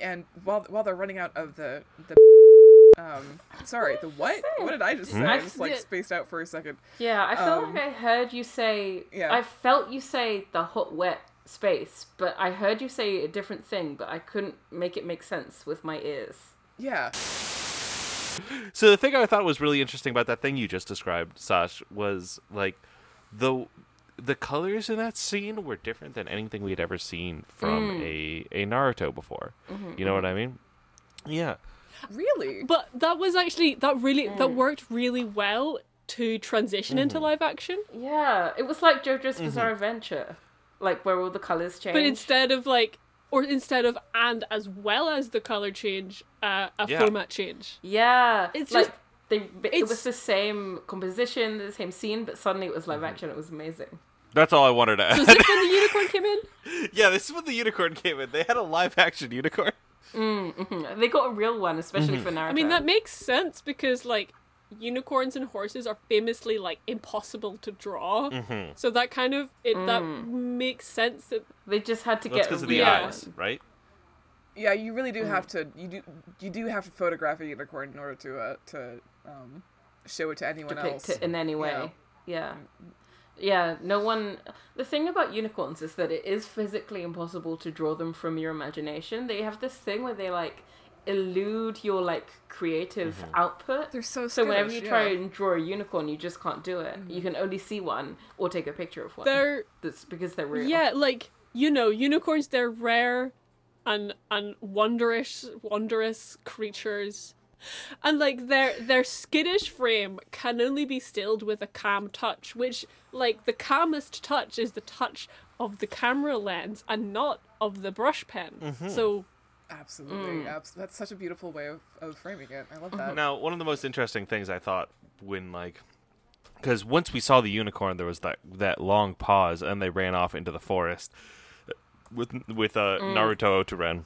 [SPEAKER 4] and while while they're running out of the the. Um, sorry, the what? What did I just say? I
[SPEAKER 3] I
[SPEAKER 4] just like
[SPEAKER 3] did-
[SPEAKER 4] spaced out for a second.
[SPEAKER 1] Um,
[SPEAKER 4] Um,
[SPEAKER 3] Yeah, I feel like I heard you say.
[SPEAKER 4] yeah.
[SPEAKER 3] I felt you say the hot wet space, but I heard you say a different thing, but I couldn't make it make sense with my ears.
[SPEAKER 4] Yeah.
[SPEAKER 2] So the thing I thought was really interesting about that thing you just described, Sash, was like the the colors in that scene were different than anything we had ever seen
[SPEAKER 3] Mm.
[SPEAKER 2] from a a Naruto before.
[SPEAKER 3] Mm-hmm,
[SPEAKER 2] You know what I mean? Yeah.
[SPEAKER 4] Really?
[SPEAKER 1] But that was actually that really that
[SPEAKER 3] Mm.
[SPEAKER 1] worked really well to transition into live action.
[SPEAKER 3] Yeah, it was like JoJo's Bizarre Adventure, like where all the colors change.
[SPEAKER 1] Mm-hmm. But instead of like or instead of and as well as the color change, uh, a
[SPEAKER 2] Yeah.
[SPEAKER 1] format change.
[SPEAKER 3] yeah,
[SPEAKER 1] It's
[SPEAKER 3] like
[SPEAKER 1] just-
[SPEAKER 3] they. It
[SPEAKER 1] it's-
[SPEAKER 3] was the same composition, the same scene, but suddenly it was
[SPEAKER 1] Mm-hmm.
[SPEAKER 3] live action. It was amazing.
[SPEAKER 2] That's all I wanted to
[SPEAKER 1] Was
[SPEAKER 2] add.
[SPEAKER 1] this when the unicorn came in?
[SPEAKER 2] yeah, this is when the unicorn came in. They had a live action unicorn.
[SPEAKER 3] Mm, mm-hmm. They got a real one, especially for Naruto.
[SPEAKER 1] I mean, that makes sense because like unicorns and horses are famously like impossible to draw. So that kind of it that makes sense that
[SPEAKER 3] Mm. they just had to
[SPEAKER 2] That's
[SPEAKER 3] get a
[SPEAKER 2] because of the
[SPEAKER 3] real
[SPEAKER 1] Yeah.
[SPEAKER 2] eyes,
[SPEAKER 3] one.
[SPEAKER 2] right?
[SPEAKER 4] Yeah, you really
[SPEAKER 3] Mm.
[SPEAKER 4] do have to. You do. You do have to photograph a unicorn in order to uh, to um, show it to anyone
[SPEAKER 3] depict
[SPEAKER 4] else.
[SPEAKER 3] it in any way. Yeah. yeah. no one. The thing about unicorns is that it is physically impossible to draw them from your imagination. They have this thing where they like elude your like creative output.
[SPEAKER 4] They're so
[SPEAKER 3] so whenever you
[SPEAKER 4] skittish,
[SPEAKER 3] try
[SPEAKER 4] yeah.
[SPEAKER 3] and draw a unicorn, you just can't do it. You can only see one or take a picture of one.
[SPEAKER 1] they're
[SPEAKER 3] That's because they're real.
[SPEAKER 1] yeah, like you know, unicorns they're rare and and wondrous wondrous creatures. And like their their skittish frame can only be stilled with a calm touch, which like the calmest touch is the touch of the camera lens and not of the brush pen.
[SPEAKER 4] Mm-hmm.
[SPEAKER 1] So
[SPEAKER 3] Mm.
[SPEAKER 4] Absolutely. Abs- that's such a beautiful way of, of framing it. I love
[SPEAKER 3] Mm-hmm.
[SPEAKER 4] that.
[SPEAKER 2] Now, one of the most interesting things I thought when like because once we saw the unicorn, there was that that long pause, and they ran off into the forest with with uh,
[SPEAKER 4] Mm.
[SPEAKER 2] Naruto Oturen,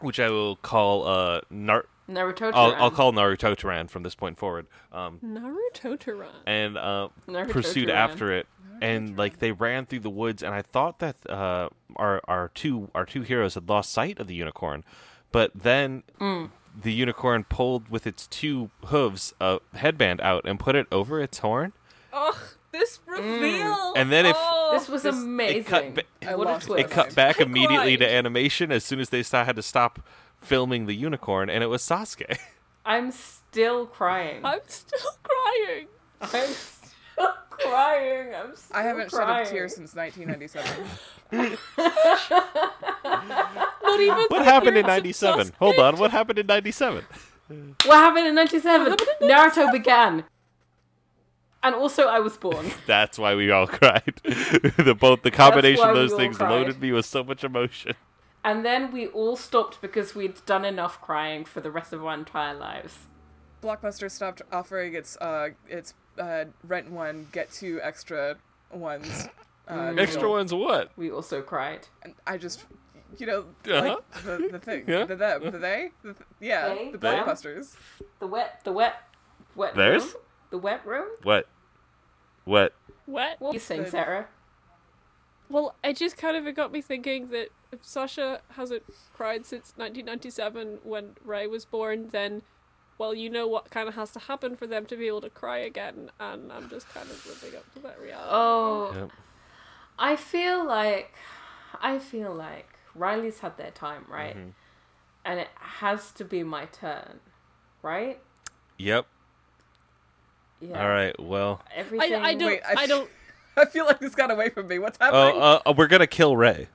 [SPEAKER 2] which I will call uh Nar-
[SPEAKER 3] Naruto.
[SPEAKER 2] I'll, I'll call Naruto Turan from this point forward. Um,
[SPEAKER 1] Naruto Turan.
[SPEAKER 2] and uh,
[SPEAKER 3] Naruto
[SPEAKER 2] pursued
[SPEAKER 3] Turan.
[SPEAKER 2] after it, and like they ran through the woods. And I thought that uh, our our two our two heroes had lost sight of the unicorn, but then the unicorn pulled with its two hooves a headband out and put it over its horn.
[SPEAKER 1] Oh, this
[SPEAKER 4] Mm.
[SPEAKER 1] reveal!
[SPEAKER 2] And then if-
[SPEAKER 1] Oh.
[SPEAKER 3] This was amazing.
[SPEAKER 2] it cut ba-
[SPEAKER 4] I
[SPEAKER 3] what a
[SPEAKER 4] lost my
[SPEAKER 3] twist.
[SPEAKER 2] it
[SPEAKER 4] Never
[SPEAKER 2] cut
[SPEAKER 4] mind.
[SPEAKER 2] back immediately to
[SPEAKER 1] Right.
[SPEAKER 2] animation as soon as they saw, had to stop filming the unicorn, and it was Sasuke.
[SPEAKER 3] I'm still crying.
[SPEAKER 1] I'm still crying.
[SPEAKER 3] I'm still crying. I'm still
[SPEAKER 4] I haven't shed
[SPEAKER 3] crying.
[SPEAKER 4] a tear since 1997.
[SPEAKER 1] Not even
[SPEAKER 2] What
[SPEAKER 1] the
[SPEAKER 2] happened in
[SPEAKER 1] appearance of
[SPEAKER 2] '97?
[SPEAKER 1] Sasuke.
[SPEAKER 2] Hold on, what happened in '97?
[SPEAKER 3] What happened in 97? Naruto began. And also, I was born.
[SPEAKER 2] That's why we all cried. the both the combination
[SPEAKER 3] why
[SPEAKER 2] of
[SPEAKER 3] we
[SPEAKER 2] those
[SPEAKER 3] all
[SPEAKER 2] things
[SPEAKER 3] cried.
[SPEAKER 2] loaded me with so much emotion.
[SPEAKER 3] And then we all stopped because we'd done enough crying for the rest of our entire lives.
[SPEAKER 4] Blockbuster stopped offering its uh its uh rent one get two extra ones. Uh,
[SPEAKER 2] Extra
[SPEAKER 4] deal.
[SPEAKER 2] ones what?
[SPEAKER 3] We also cried.
[SPEAKER 4] And I just you know
[SPEAKER 2] Uh-huh.
[SPEAKER 4] like the, the thing
[SPEAKER 2] Yeah.
[SPEAKER 4] the them the they the th- yeah
[SPEAKER 3] They?
[SPEAKER 4] the
[SPEAKER 3] They?
[SPEAKER 4] blockbusters.
[SPEAKER 3] The wet, the wet, wet
[SPEAKER 2] Theirs?
[SPEAKER 3] room? The wet room?
[SPEAKER 2] What? What?
[SPEAKER 1] What?
[SPEAKER 3] What are you saying,
[SPEAKER 4] The-
[SPEAKER 3] Sarah?
[SPEAKER 1] Well, it just kind of it got me thinking that if Sasha hasn't cried since 1997 when Ray was born, then, well, you know what kind of has to happen for them to be able to cry again, and I'm just kind of living up to that reality.
[SPEAKER 3] Oh,
[SPEAKER 2] Yep.
[SPEAKER 3] I feel like I feel like Riley's had their time, right?
[SPEAKER 4] Mm-hmm.
[SPEAKER 3] And it has to be my turn, right?
[SPEAKER 2] Yep.
[SPEAKER 3] Yeah.
[SPEAKER 2] All right. Well.
[SPEAKER 3] Everything.
[SPEAKER 1] I, I don't
[SPEAKER 4] Wait, I-
[SPEAKER 1] I, don't
[SPEAKER 4] I feel like this got away from me. What's happening?
[SPEAKER 2] Oh, uh, uh, we're gonna kill Ray.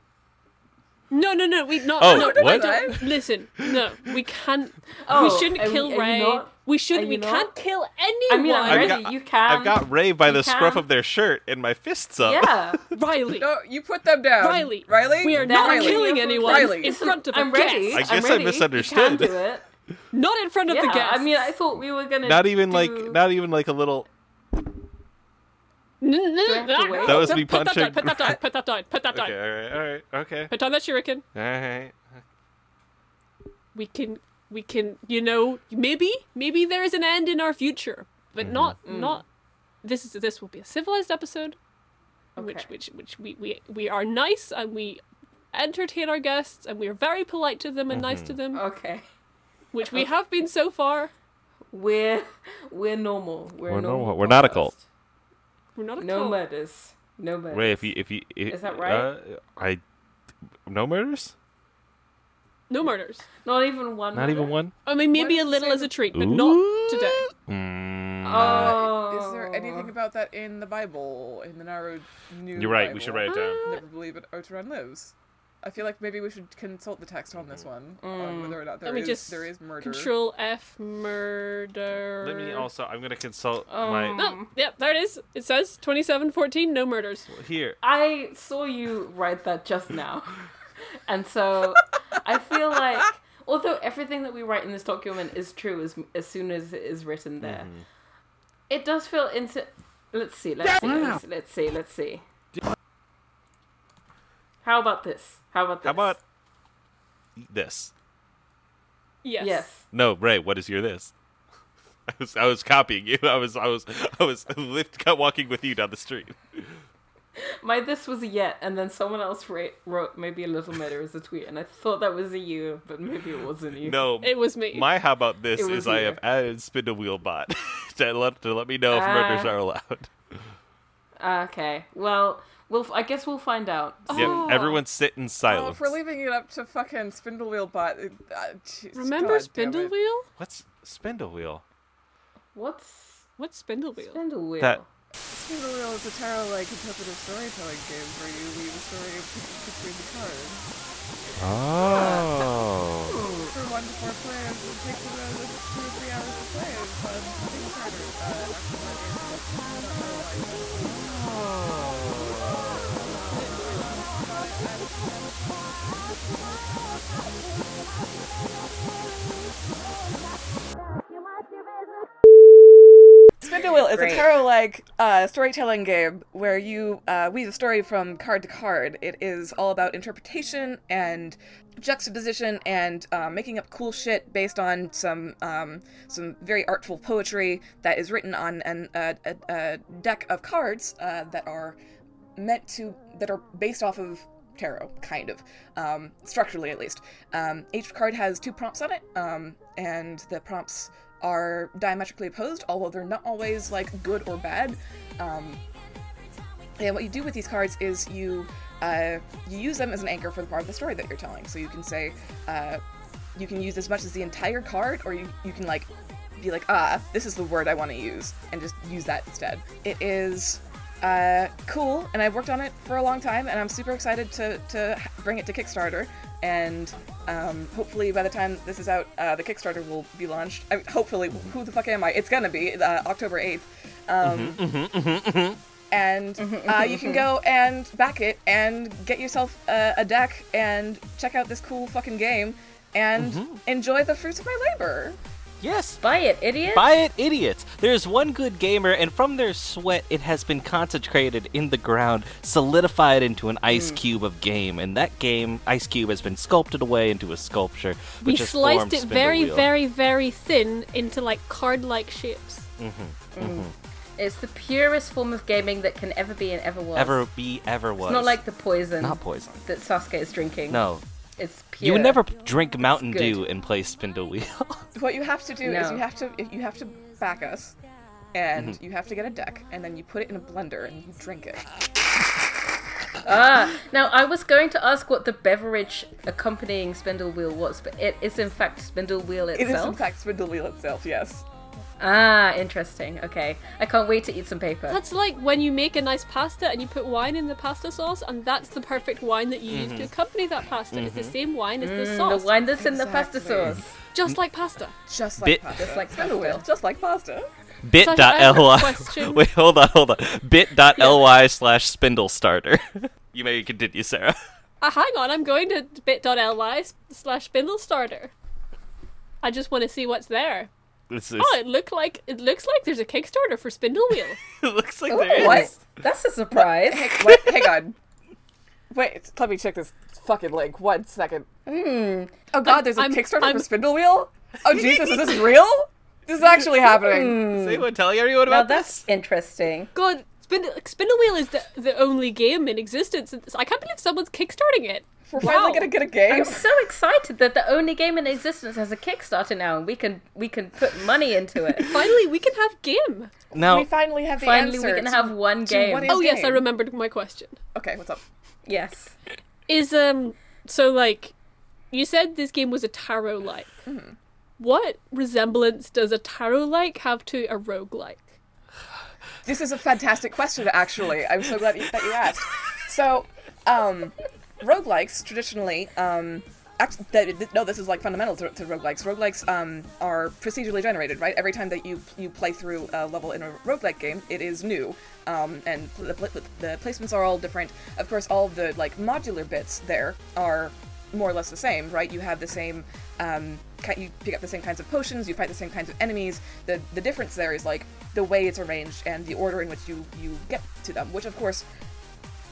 [SPEAKER 1] no no no we not
[SPEAKER 2] Oh,
[SPEAKER 1] no, I
[SPEAKER 2] what?
[SPEAKER 1] don't listen no we can't we
[SPEAKER 3] Oh,
[SPEAKER 1] shouldn't
[SPEAKER 3] are we-
[SPEAKER 1] kill
[SPEAKER 3] are you
[SPEAKER 1] Ray
[SPEAKER 3] not-
[SPEAKER 1] we
[SPEAKER 3] are
[SPEAKER 1] shouldn't we
[SPEAKER 3] you not?
[SPEAKER 1] can't kill
[SPEAKER 3] I
[SPEAKER 1] anyone
[SPEAKER 3] mean, I'm
[SPEAKER 2] I've
[SPEAKER 3] ready.
[SPEAKER 2] got-
[SPEAKER 3] you can.
[SPEAKER 2] I've got Ray by the
[SPEAKER 3] You
[SPEAKER 2] scruff
[SPEAKER 3] can.
[SPEAKER 2] of their shirt and my fists up.
[SPEAKER 3] Yeah.
[SPEAKER 1] Riley
[SPEAKER 4] no, you put them down.
[SPEAKER 1] Riley,
[SPEAKER 4] Riley,
[SPEAKER 1] we are
[SPEAKER 3] Now
[SPEAKER 1] not
[SPEAKER 3] Riley.
[SPEAKER 1] killing anyone
[SPEAKER 4] Riley.
[SPEAKER 1] in front of a
[SPEAKER 3] I'm ready.
[SPEAKER 2] I
[SPEAKER 1] guest.
[SPEAKER 2] guess
[SPEAKER 3] I'm
[SPEAKER 2] I
[SPEAKER 3] ready. You can
[SPEAKER 2] misunderstood.
[SPEAKER 3] do it.
[SPEAKER 1] Not in front of
[SPEAKER 3] Yeah.
[SPEAKER 1] the guest.
[SPEAKER 3] I mean, I thought we were gonna.
[SPEAKER 2] Not even
[SPEAKER 3] do...
[SPEAKER 2] like not even like a little.
[SPEAKER 1] no, no,
[SPEAKER 3] I
[SPEAKER 1] no,
[SPEAKER 3] have to
[SPEAKER 1] no,
[SPEAKER 3] wait?
[SPEAKER 1] no.
[SPEAKER 2] That was me
[SPEAKER 1] put that down,
[SPEAKER 2] punching-
[SPEAKER 1] put that down. Put that down. Put that down.
[SPEAKER 2] Okay. All right. All right. Okay.
[SPEAKER 1] Put down that shuriken.
[SPEAKER 2] All right.
[SPEAKER 1] We can. We can. You know. Maybe. Maybe there is an end in our future, but
[SPEAKER 2] Mm-hmm.
[SPEAKER 1] not.
[SPEAKER 3] Mm.
[SPEAKER 1] Not. This is. This will be a civilized episode, in which
[SPEAKER 3] Okay.
[SPEAKER 1] which which we we we are nice and we entertain our guests and we are very polite to them and nice to
[SPEAKER 2] Mm-hmm.
[SPEAKER 1] them,
[SPEAKER 3] Okay.
[SPEAKER 1] which we have been so far.
[SPEAKER 3] We're we're normal. We're,
[SPEAKER 2] We're
[SPEAKER 3] a normal.
[SPEAKER 2] normal. We're not a
[SPEAKER 3] podcast.
[SPEAKER 2] cult.
[SPEAKER 1] We're not a
[SPEAKER 3] No
[SPEAKER 1] cult.
[SPEAKER 3] murders. No murders.
[SPEAKER 2] Wait, if you if you if,
[SPEAKER 3] Is that right?
[SPEAKER 2] Uh, I no murders.
[SPEAKER 8] No murders.
[SPEAKER 3] Not even one.
[SPEAKER 2] Not even
[SPEAKER 3] murder?
[SPEAKER 2] one.
[SPEAKER 8] I mean, maybe
[SPEAKER 9] did
[SPEAKER 8] a
[SPEAKER 9] you
[SPEAKER 8] little
[SPEAKER 9] say
[SPEAKER 8] as a treat, but
[SPEAKER 2] Ooh.
[SPEAKER 8] not today.
[SPEAKER 2] Mm,
[SPEAKER 8] Uh,
[SPEAKER 3] Oh.
[SPEAKER 9] Is there anything about that in the Bible? In the Narrow New
[SPEAKER 2] you're right. We should write it down.
[SPEAKER 9] Never believe it. Oteron lives. I feel like maybe we should consult the text on this one, on Um, whether or not there
[SPEAKER 8] Mm. Let me
[SPEAKER 9] is
[SPEAKER 8] just
[SPEAKER 9] there is murder.
[SPEAKER 8] Control F murder.
[SPEAKER 2] Let me also. I'm gonna consult
[SPEAKER 9] Um,
[SPEAKER 2] my
[SPEAKER 3] Um,
[SPEAKER 8] Oh, yep, there it is. It says twenty-seven fourteen. No murders.
[SPEAKER 2] here.
[SPEAKER 3] I saw you write that just now. and so I feel like, although everything that we write in this document is true as, as soon as it is written there,
[SPEAKER 2] Mm-hmm.
[SPEAKER 3] it does feel into. Let's see, let's see, let's see, let's see, let's see. How about this? How about this?
[SPEAKER 2] How about this?
[SPEAKER 8] Yes.
[SPEAKER 3] Yes.
[SPEAKER 2] No, Ray. What is your this? I was I was copying you. I was I was I was lift, walking with you down the street.
[SPEAKER 3] My this was a yet, and then someone else ra- wrote maybe a little murder as a tweet, and I thought that was a you, but maybe it wasn't you.
[SPEAKER 2] No,
[SPEAKER 8] It was me.
[SPEAKER 2] my how about this
[SPEAKER 3] It was
[SPEAKER 2] is I
[SPEAKER 3] you.
[SPEAKER 2] have added spin the wheel bot to let to let me know if
[SPEAKER 3] Ah.
[SPEAKER 2] murders are allowed.
[SPEAKER 3] Okay. Well, we'll. f- I guess we'll find out.
[SPEAKER 8] Oh.
[SPEAKER 2] Yep, everyone sit in
[SPEAKER 9] Oh,
[SPEAKER 2] silence.
[SPEAKER 9] if we're leaving it up to fucking Spindle Wheel Bot. it- Uh, jeez,
[SPEAKER 8] Remember
[SPEAKER 9] God damn
[SPEAKER 8] spindle
[SPEAKER 9] it.
[SPEAKER 8] wheel?
[SPEAKER 2] What's spindle wheel?
[SPEAKER 3] What's
[SPEAKER 8] What's spindle wheel?
[SPEAKER 3] spindle wheel?
[SPEAKER 2] That-
[SPEAKER 9] Spindle Wheel is a tarot like interpretive storytelling game where you leave a story p- between the cards.
[SPEAKER 2] Oh.
[SPEAKER 9] For one to four players, it takes around two or three hours to play. It's fun. Think harder. Uh, actually, my game is Spindle Wheel is a tarot like uh, storytelling game where you uh, weave a story from card to card. It is all about interpretation and juxtaposition and uh, making up cool shit based on some um, some very artful poetry that is written on an, a, a, a deck of cards uh, that are meant to that are based off of tarot kind of um, structurally at least um, each card has two prompts on it um, and the prompts are diametrically opposed although they're not always like good or bad um, and what you do with these cards is you uh, you use them as an anchor for the part of the story that you're telling so you can say uh, you can use as much as the entire card or you, you can like be like ah this is the word i want to use and just use that instead it is uh, cool and i've worked on it for a long time and i'm super excited to, to h- bring it to kickstarter and um, hopefully by the time this is out uh, the kickstarter will be launched I, hopefully who the fuck am i it's gonna be uh, october 8th um,
[SPEAKER 2] Mm-hmm,
[SPEAKER 5] Mm-hmm,
[SPEAKER 9] and uh, you can go and back it and get yourself a, a deck and check out this cool fucking game and enjoy the fruits of my labor.
[SPEAKER 10] Yes,
[SPEAKER 3] Buy it, idiot.
[SPEAKER 10] Buy it, idiots! There is one good gamer, and from their sweat, it has been concentrated in the ground, solidified into an
[SPEAKER 8] Hmm.
[SPEAKER 10] ice cube of game. And that game, ice cube, has been sculpted away into a sculpture.
[SPEAKER 8] We
[SPEAKER 10] Which has
[SPEAKER 8] sliced
[SPEAKER 10] formed
[SPEAKER 8] it
[SPEAKER 10] Spindle
[SPEAKER 8] very,
[SPEAKER 10] Wheel.
[SPEAKER 8] very, very thin into like card-like shapes.
[SPEAKER 10] Mm-hmm,
[SPEAKER 3] Mm. It's the purest form of gaming that can ever be and ever was.
[SPEAKER 10] ever be ever was.
[SPEAKER 3] It's not like the poison.
[SPEAKER 10] not poison.
[SPEAKER 3] That Sasuke is drinking.
[SPEAKER 10] No,
[SPEAKER 3] It's pure.
[SPEAKER 10] you would never drink Mountain
[SPEAKER 3] good.
[SPEAKER 10] Dew and play Spindle Wheel.
[SPEAKER 9] What you have to do is
[SPEAKER 3] No.
[SPEAKER 9] you have to you have to back us and you have to get a deck and then you put it in a blender and you drink it.
[SPEAKER 3] Ah, Now, I was going to ask what the beverage accompanying Spindle Wheel was, but it is in fact Spindle Wheel
[SPEAKER 9] It is
[SPEAKER 3] itself.
[SPEAKER 9] in fact spindle wheel itself, yes.
[SPEAKER 3] ah, interesting. Okay. I can't wait to eat some paper.
[SPEAKER 8] That's like when you make a nice pasta and you put wine in the pasta sauce, and that's the perfect wine that you
[SPEAKER 2] Mm-hmm.
[SPEAKER 8] use
[SPEAKER 10] Mm-hmm.
[SPEAKER 8] to accompany that pasta. It's the same wine
[SPEAKER 9] Mm,
[SPEAKER 8] as the
[SPEAKER 3] the
[SPEAKER 8] sauce,
[SPEAKER 3] wine that's in the pasta
[SPEAKER 9] Exactly.
[SPEAKER 3] sauce.
[SPEAKER 8] just like pasta.
[SPEAKER 9] Just like
[SPEAKER 10] Bit-
[SPEAKER 9] pasta.
[SPEAKER 3] Just like
[SPEAKER 9] spindle
[SPEAKER 3] pasta.
[SPEAKER 9] wheel, just like pasta.
[SPEAKER 8] Sasha, I have a
[SPEAKER 10] Bit.ly.
[SPEAKER 8] question.
[SPEAKER 10] Wait, hold on, hold on. Bit.ly slash spindle starter. you may continue, Sarah.
[SPEAKER 8] Uh, hang on, I'm going to bit.ly slash spindle starter. I just want to see what's there.
[SPEAKER 2] This is,
[SPEAKER 8] Oh, it look like it looks like there's a Kickstarter for Spindle Wheel.
[SPEAKER 2] it looks like
[SPEAKER 3] Ooh,
[SPEAKER 2] there is.
[SPEAKER 3] what? That's a surprise.
[SPEAKER 9] Wait, hang on. Wait, let me check this fucking link. One second. Oh god, there's a
[SPEAKER 8] I'm-
[SPEAKER 9] Kickstarter
[SPEAKER 8] I'm-
[SPEAKER 9] for Spindle Wheel? Oh Jesus, is this real? This is actually happening.
[SPEAKER 2] Is anyone telling everyone
[SPEAKER 3] Hmm. Now
[SPEAKER 2] about
[SPEAKER 3] that's interesting.
[SPEAKER 8] God, Spindle, Spindle Wheel is the, the only game in existence. and I can't believe someone's kickstarting it.
[SPEAKER 9] We're finally
[SPEAKER 8] Wow.
[SPEAKER 9] gonna get a game.
[SPEAKER 11] I'm so excited that the only game in existence has a Kickstarter now, and we can we can put money into it.
[SPEAKER 8] Finally, we can have game.
[SPEAKER 10] Now,
[SPEAKER 9] we finally have the
[SPEAKER 11] Finally, we
[SPEAKER 9] answer
[SPEAKER 11] can
[SPEAKER 9] to-
[SPEAKER 11] have one
[SPEAKER 9] to
[SPEAKER 11] game.
[SPEAKER 9] what is
[SPEAKER 8] Oh yes, I
[SPEAKER 9] game.
[SPEAKER 8] remembered my question.
[SPEAKER 9] Okay, what's up?
[SPEAKER 11] Yes.
[SPEAKER 8] Is um so like you said this game was a tarot like.
[SPEAKER 9] Hmm.
[SPEAKER 8] What resemblance does a tarot like have to a roguelike?
[SPEAKER 9] This is a fantastic question, actually. I'm so glad you, that you asked. So, um, roguelikes traditionally, um, act- th- th- no, this is like fundamental to, to roguelikes. Roguelikes um, are procedurally generated, right? Every time that you you play through a level in a roguelike game, it is new, um, and pl- the, pl- the placements are all different. Of course, all of the like modular bits there are more or less the same, right? You have the same, um, ki- you pick up the same kinds of potions, you fight the same kinds of enemies. The the difference there is like the way it's arranged and the order in which you you get to them, which of course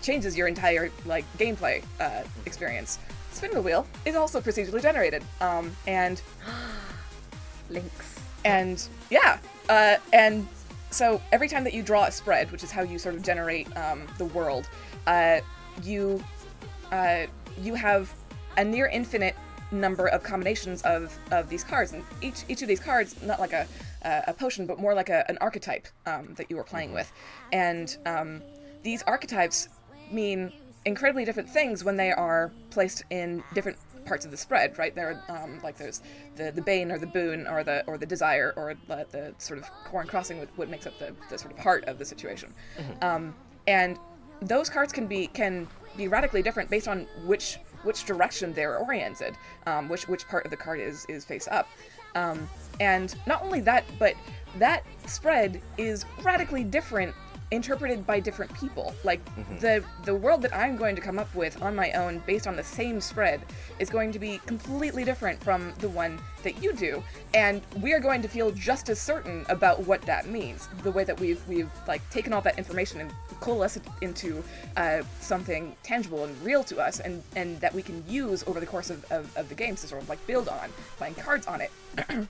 [SPEAKER 9] changes your entire like gameplay uh, experience. Spin the wheel is also procedurally generated, um, and
[SPEAKER 11] Links.
[SPEAKER 9] and yeah uh, and so every time that you draw a spread which is how you sort of generate um, the world uh, you uh, you have a near infinite number of combinations of, of these cards and each each of these cards not like a uh, a potion but more like a, an archetype um, that you are playing with and um, these archetypes mean incredibly different things when they are placed in different parts of the spread, right? There, are, um, like there's the the bane or the boon or the or the desire or the, the sort of core and crossing, what, what makes up the, the sort of heart of the situation.
[SPEAKER 2] mm-hmm.
[SPEAKER 9] Um, and those cards can be can be radically different based on which which direction they're oriented, um, which which part of the card is is face up. Um, and not only that, but that spread is radically different interpreted by different people. Like
[SPEAKER 10] Mm-hmm.
[SPEAKER 9] the the world that I'm going to come up with on my own based on the same spread is going to be completely different from the one that you do, and we are going to feel just as certain about what that means. The way that we've we've like taken all that information and coalesce it into uh, something tangible and real to us, and and that we can use over the course of, of, of the games to sort of like build on, playing cards on it.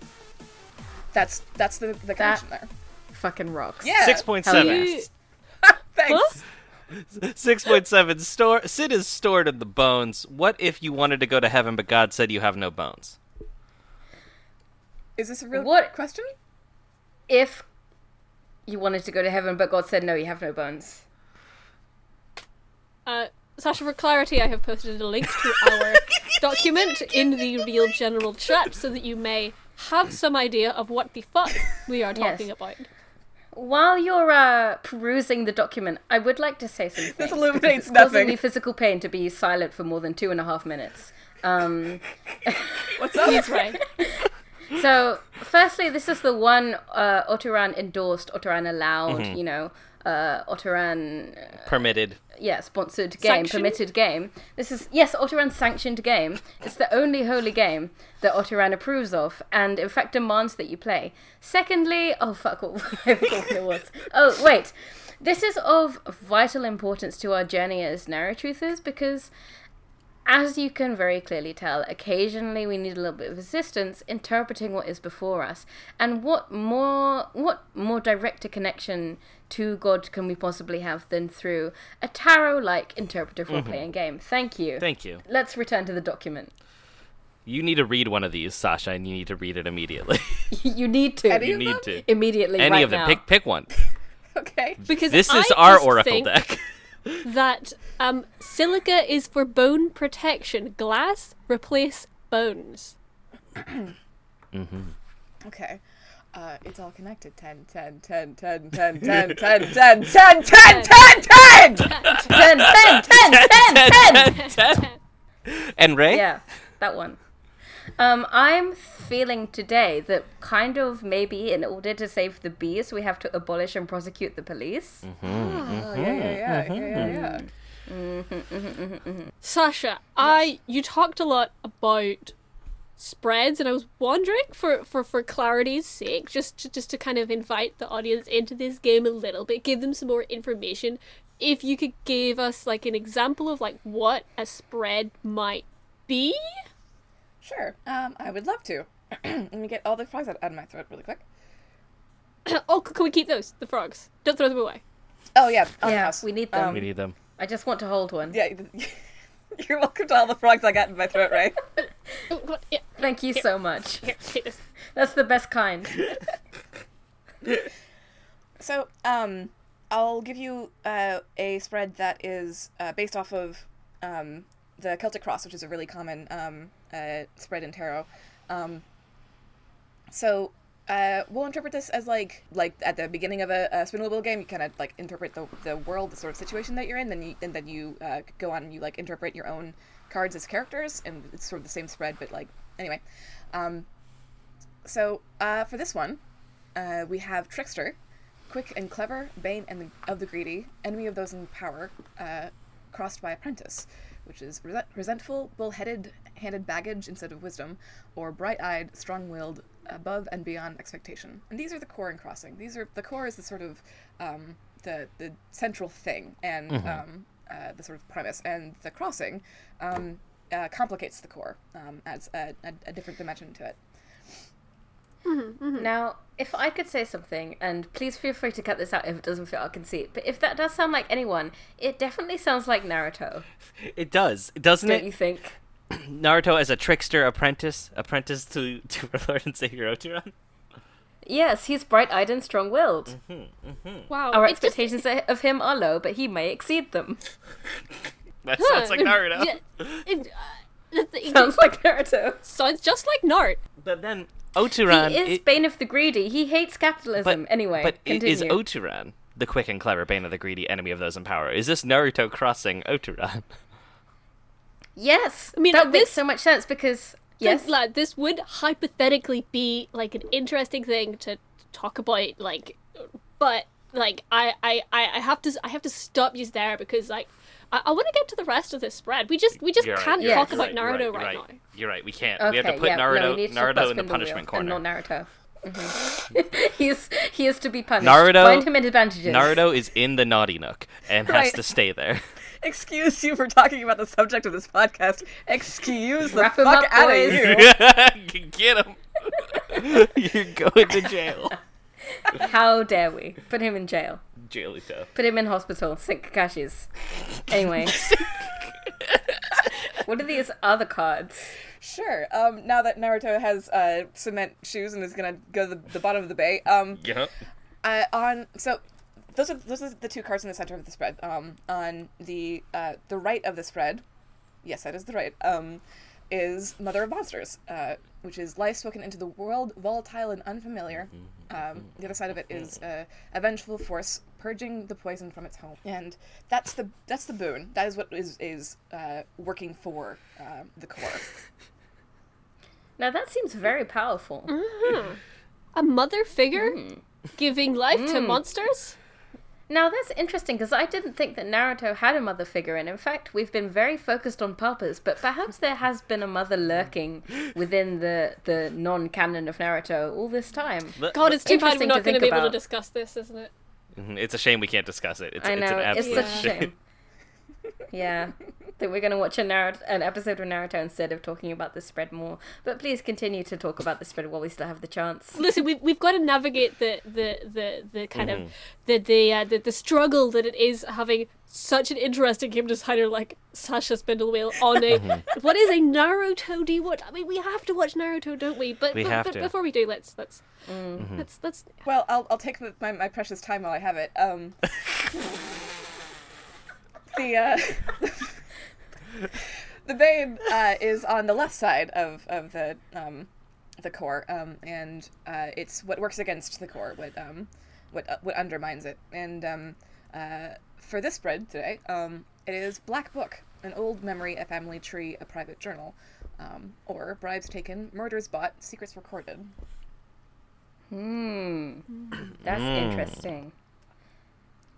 [SPEAKER 9] That's that's the the connection there.
[SPEAKER 11] Fucking rocks.
[SPEAKER 9] Yeah.
[SPEAKER 10] six point seven.
[SPEAKER 8] You-
[SPEAKER 9] Thanks.
[SPEAKER 10] Six point seven. Store. Sid is stored in the bones. What if you wanted to go to heaven, but God said you have no bones?
[SPEAKER 9] Is this a real
[SPEAKER 11] What-
[SPEAKER 9] question?
[SPEAKER 11] If you wanted to go to heaven, but God said no, you have no bones.
[SPEAKER 8] Uh, Sasha, for clarity, I have posted a link to our document in the real general chat so that you may have some idea of what the fuck we are talking about.
[SPEAKER 11] While you're uh, perusing the document, I would like to say something.
[SPEAKER 9] This illuminates
[SPEAKER 11] Causing me
[SPEAKER 9] nothing.
[SPEAKER 11] physical pain to be silent for more than two and a half minutes. Um,
[SPEAKER 9] What's up?
[SPEAKER 8] That's right.
[SPEAKER 11] So, firstly, this is the one uh, Otteran endorsed, Otteran allowed,
[SPEAKER 9] Mm-hmm.
[SPEAKER 11] you know, uh, Otteran, uh,
[SPEAKER 10] Permitted.
[SPEAKER 11] yeah, sponsored game,
[SPEAKER 8] Sanctioned?
[SPEAKER 11] permitted game. This is, yes, Otteran sanctioned game. It's the only holy game that Otteran approves of and, in fact, demands that you play. Secondly, oh, fuck, what what it was. Oh, wait. This is of vital importance to our journey as narratruthers because as you can very clearly tell, occasionally we need a little bit of assistance interpreting what is before us. And what more what more direct a connection to God can we possibly have than through a tarot like interpretive role playing game? Thank you.
[SPEAKER 10] Mm-hmm. Thank you.
[SPEAKER 11] Let's return to the document.
[SPEAKER 10] You need to read one of these, Sasha, and you need to read it immediately.
[SPEAKER 11] you need to
[SPEAKER 9] Any
[SPEAKER 10] you
[SPEAKER 9] of
[SPEAKER 10] need
[SPEAKER 9] them?
[SPEAKER 10] to.
[SPEAKER 11] immediately
[SPEAKER 10] Any
[SPEAKER 11] right
[SPEAKER 10] of them.
[SPEAKER 11] now.
[SPEAKER 10] Pick pick one.
[SPEAKER 9] Okay.
[SPEAKER 8] Because
[SPEAKER 10] This is
[SPEAKER 8] I
[SPEAKER 10] our
[SPEAKER 8] just
[SPEAKER 10] oracle
[SPEAKER 8] think
[SPEAKER 10] deck.
[SPEAKER 8] That um, silica is for bone protection. Glass replace bones.
[SPEAKER 10] Mm-hmm.
[SPEAKER 9] Okay. Uh, it's all connected. 10, 10, 10, 10, 10, 10, 10, 10, 10, 10, 10,
[SPEAKER 11] 10, 10, 10,
[SPEAKER 9] 10!
[SPEAKER 11] 10, 10!
[SPEAKER 10] and Ray.
[SPEAKER 11] Yeah, that one. Um, I'm feeling today that kind of maybe in order to save the bees, we have to abolish and prosecute the police.
[SPEAKER 5] Mm.
[SPEAKER 11] Mm.
[SPEAKER 9] Oh, yeah, yeah, yeah, yeah,
[SPEAKER 8] Oh,
[SPEAKER 9] yeah, yeah. Mm-hmm,
[SPEAKER 8] Sasha, I you talked a lot about spreads, and I was wondering, for for for clarity's sake, just to, just to kind of invite the audience into this game a little bit, give them some more information. If you could give us like an example of like what a spread might be,
[SPEAKER 9] Sure. Um, I would love to. Let me get all the frogs out, out of my throat really quick.
[SPEAKER 8] oh, c- can we keep those the frogs? Don't throw them away.
[SPEAKER 9] Oh, yeah. On the
[SPEAKER 11] Yeah,
[SPEAKER 9] house.
[SPEAKER 11] we need them.
[SPEAKER 10] We need them.
[SPEAKER 11] I just want to hold one.
[SPEAKER 9] Yeah. You're welcome to all the frogs I got in my throat, right?
[SPEAKER 8] Oh, God, yeah,
[SPEAKER 11] Thank you so much.
[SPEAKER 8] here, take this.
[SPEAKER 11] That's the best kind.
[SPEAKER 9] So, um, I'll give you uh, a spread that is uh, based off of um, the Celtic Cross, which is a really common um, uh, spread in tarot. Um, so, uh, we'll interpret this as like like at the beginning of a, a spinal wheel game, you kind of like interpret the, the world, the sort of situation that you're in, then you and then you uh, go on and you like interpret your own cards as characters, and it's sort of the same spread, but like anyway. Um, so uh, for this one, uh, we have Trickster, quick and clever, bane and the, of the greedy, enemy of those in power, uh, crossed by apprentice, which is resent, resentful, bullheaded, handed baggage instead of wisdom, or bright-eyed, strong-willed, above and beyond expectation. And these are the core in crossing. These are the core is the sort of um, the the central thing and um, uh, the sort of premise, and the crossing um, uh, complicates the core, um, adds a, a, a different dimension to it.
[SPEAKER 11] Now, if I could say something, and please feel free to cut this out if it doesn't fit our conceit, but if that does sound like anyone, it definitely sounds like Naruto,
[SPEAKER 10] It does, doesn't
[SPEAKER 11] don't
[SPEAKER 10] it?
[SPEAKER 11] you think?
[SPEAKER 10] Naruto as a trickster apprentice, apprentice to to our Lord and Savior Oturan.
[SPEAKER 11] Yes, he's bright eyed and strong willed. mm-hmm.
[SPEAKER 10] Hmm.
[SPEAKER 8] Wow.
[SPEAKER 11] Our
[SPEAKER 8] it's just-
[SPEAKER 11] expectations of him are low, but he may exceed them.
[SPEAKER 10] That sounds like Naruto.
[SPEAKER 8] Yeah, it, uh, it, it
[SPEAKER 11] Sounds like Naruto.
[SPEAKER 8] sounds just like Nart.
[SPEAKER 10] But then Oturan
[SPEAKER 11] he is
[SPEAKER 10] it-
[SPEAKER 11] Bane of the Greedy. He hates capitalism. anyway,
[SPEAKER 10] But i-
[SPEAKER 11] continue.
[SPEAKER 10] is Oturan the quick and clever Bane of the greedy enemy of those in power? Is this Naruto crossing Oturan?
[SPEAKER 11] yes, I
[SPEAKER 8] mean,
[SPEAKER 11] mean, that
[SPEAKER 8] at
[SPEAKER 11] makes
[SPEAKER 8] this-
[SPEAKER 11] so much sense because
[SPEAKER 8] Yes,
[SPEAKER 11] yes,
[SPEAKER 8] like this would hypothetically be like an interesting thing to talk about. Like, but like I I I I have to I have to stop you there because like I, I want to get to the rest of this spread. We just we just can't
[SPEAKER 11] you're
[SPEAKER 8] talk about
[SPEAKER 11] right,
[SPEAKER 8] Naruto
[SPEAKER 10] you're
[SPEAKER 8] right, now.
[SPEAKER 10] You're right. We can't.
[SPEAKER 11] okay,
[SPEAKER 10] we have to put
[SPEAKER 11] yeah,
[SPEAKER 10] Naruto,
[SPEAKER 11] no, we need to talk about
[SPEAKER 10] Naruto in
[SPEAKER 11] Spindle
[SPEAKER 10] the
[SPEAKER 11] Wheel
[SPEAKER 10] punishment corner.
[SPEAKER 11] and not Naruto. Mhm. he is he is to be punished.
[SPEAKER 10] Naruto-
[SPEAKER 11] bind him in advantages.
[SPEAKER 10] Naruto is in the naughty nook and has
[SPEAKER 9] Right.
[SPEAKER 10] to stay there.
[SPEAKER 9] Excuse you for talking about the subject of this podcast. Excuse the
[SPEAKER 11] Wrap 'em
[SPEAKER 9] fuck
[SPEAKER 11] up,
[SPEAKER 9] out of
[SPEAKER 11] boys.
[SPEAKER 9] you.
[SPEAKER 10] Get him. You're going to jail.
[SPEAKER 11] How dare we put him in jail?
[SPEAKER 10] Jailito.
[SPEAKER 11] Put him in hospital. Sink Kakashi's. Anyway. What are these other cards?
[SPEAKER 9] Sure. Um, now that Naruto has uh, cement shoes and is gonna go to the, the bottom of the bay. Um,
[SPEAKER 10] Yeah.
[SPEAKER 9] uh, on so those are those are the two cards in the center of the spread. Um, on the uh, the right of the spread, yes, that is the right. Um, is Mother of Monsters, uh, which is life spoken into the world, volatile and unfamiliar. Um, the other side of it is uh, a vengeful force purging the poison from its home, and that's the that's the boon. That is what is is uh, working for uh, the core.
[SPEAKER 11] Now that seems very powerful.
[SPEAKER 8] A mother figure giving life to monsters.
[SPEAKER 11] Hmm. Now that's interesting because I didn't think that Naruto had a mother figure, and in fact, we've been very focused on papas, but perhaps there has been a mother lurking within the the non canon of Naruto all this time.
[SPEAKER 8] God, it's too bad we're
[SPEAKER 11] Interesting
[SPEAKER 8] not
[SPEAKER 11] to
[SPEAKER 8] going to
[SPEAKER 11] think
[SPEAKER 8] be able
[SPEAKER 11] about.
[SPEAKER 8] to discuss this, isn't it?
[SPEAKER 10] Mm-hmm, It's a shame we can't discuss it. It's,
[SPEAKER 11] I
[SPEAKER 10] it's an
[SPEAKER 11] know it's,
[SPEAKER 10] absolute
[SPEAKER 11] such a shame. yeah, that we're gonna watch a Naruto, an episode of Naruto instead of talking about the spread more. But please continue to talk about the spread while we still have the chance.
[SPEAKER 8] Listen, we've, we've got to navigate the the the, the kind
[SPEAKER 10] Mm-hmm.
[SPEAKER 8] of the the, uh, the the struggle that it is having such an interesting game designer like Sasha Spindlewheel on a
[SPEAKER 10] Mm-hmm.
[SPEAKER 8] what is a Naruto do you watch? I mean, we have to watch Naruto, don't we? But
[SPEAKER 10] We
[SPEAKER 8] but,
[SPEAKER 10] have
[SPEAKER 8] but
[SPEAKER 10] to. Mm-hmm.
[SPEAKER 8] before we do, let's let's
[SPEAKER 9] Mm.
[SPEAKER 8] let's let's
[SPEAKER 9] Well, I'll, I'll take the, my, my precious time while I have it. Um, the uh, the babe uh, is on the left side of of the um, the core, um, and uh, it's what works against the core, what um, what uh, what undermines it. And um, uh, for this spread today, um, it is Black Book, an old memory, a family tree, a private journal, um, or bribes taken, murders bought, secrets recorded.
[SPEAKER 12] Mm.
[SPEAKER 11] Hmm, that's interesting.
[SPEAKER 10] Mm.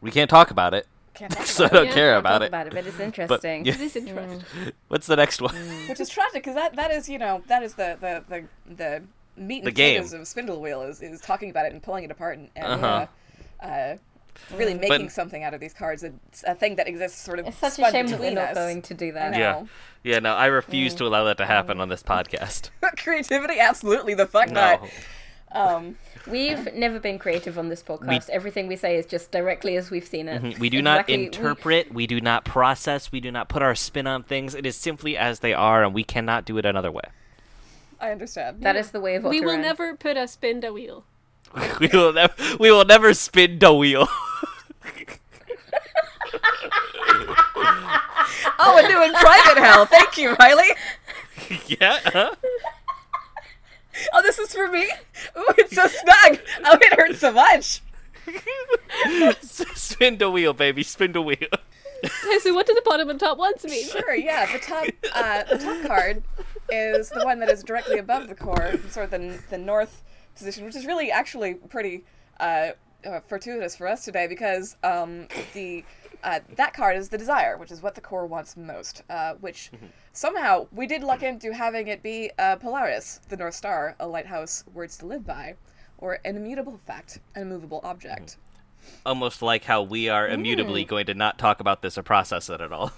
[SPEAKER 10] We can't talk about it,
[SPEAKER 9] Can't talk
[SPEAKER 10] so I
[SPEAKER 9] about it.
[SPEAKER 10] don't
[SPEAKER 8] Yeah.
[SPEAKER 10] care
[SPEAKER 11] Talk
[SPEAKER 10] about it.
[SPEAKER 11] about it, but it's interesting. Hmm.
[SPEAKER 8] it is interesting.
[SPEAKER 10] What's the next one?
[SPEAKER 9] which is tragic because that, that is you know that is the the the, the meat and
[SPEAKER 10] The game.
[SPEAKER 9] potatoes of Spindle Wheel is, is talking about it and pulling it apart and, and
[SPEAKER 10] Uh-huh.
[SPEAKER 9] uh uh, really making something out of these cards a, a thing that exists sort of
[SPEAKER 11] It's such a
[SPEAKER 9] spun
[SPEAKER 11] shame that we're
[SPEAKER 9] between
[SPEAKER 11] not
[SPEAKER 9] us.
[SPEAKER 11] going to do that.
[SPEAKER 9] I
[SPEAKER 10] Yeah.
[SPEAKER 9] No.
[SPEAKER 10] Yeah, no, I refuse to allow that to happen on this podcast.
[SPEAKER 9] creativity absolutely the fuck
[SPEAKER 10] No.
[SPEAKER 9] not
[SPEAKER 11] Um, we've never been creative on this podcast. Everything we say is just directly as we've seen it.
[SPEAKER 10] Mm-hmm. We do not
[SPEAKER 11] Exactly- we-
[SPEAKER 10] interpret, we do not process, we do not put our spin on things. It is simply as they are, and we cannot do it another way.
[SPEAKER 9] I understand.
[SPEAKER 11] that is the way of
[SPEAKER 8] We will
[SPEAKER 11] Otteran.
[SPEAKER 8] never put a spin to wheel.
[SPEAKER 10] We will never, we will never spin the wheel.
[SPEAKER 11] Oh, we're doing private hell. Thank you, Riley.
[SPEAKER 10] yeah. huh?
[SPEAKER 11] Oh, this is for me. Oh, it's so snug. Oh, it hurts so much.
[SPEAKER 10] spin the wheel, baby. Spin the wheel.
[SPEAKER 8] Tyson, what do the bottom and top ones mean?
[SPEAKER 9] Sure, yeah. The top, uh, the top card is the one that is directly above the core, sort of the, the north position, which is really actually pretty uh, uh, fortuitous for us today because um, the uh, that card is the desire, which is what the core wants most. Uh, which somehow we did luck into having it be uh, Polaris, the North Star, a lighthouse, words to live by, or an immutable fact, an immovable object.
[SPEAKER 10] Almost like how we are immutably going to not talk about this or process it at all.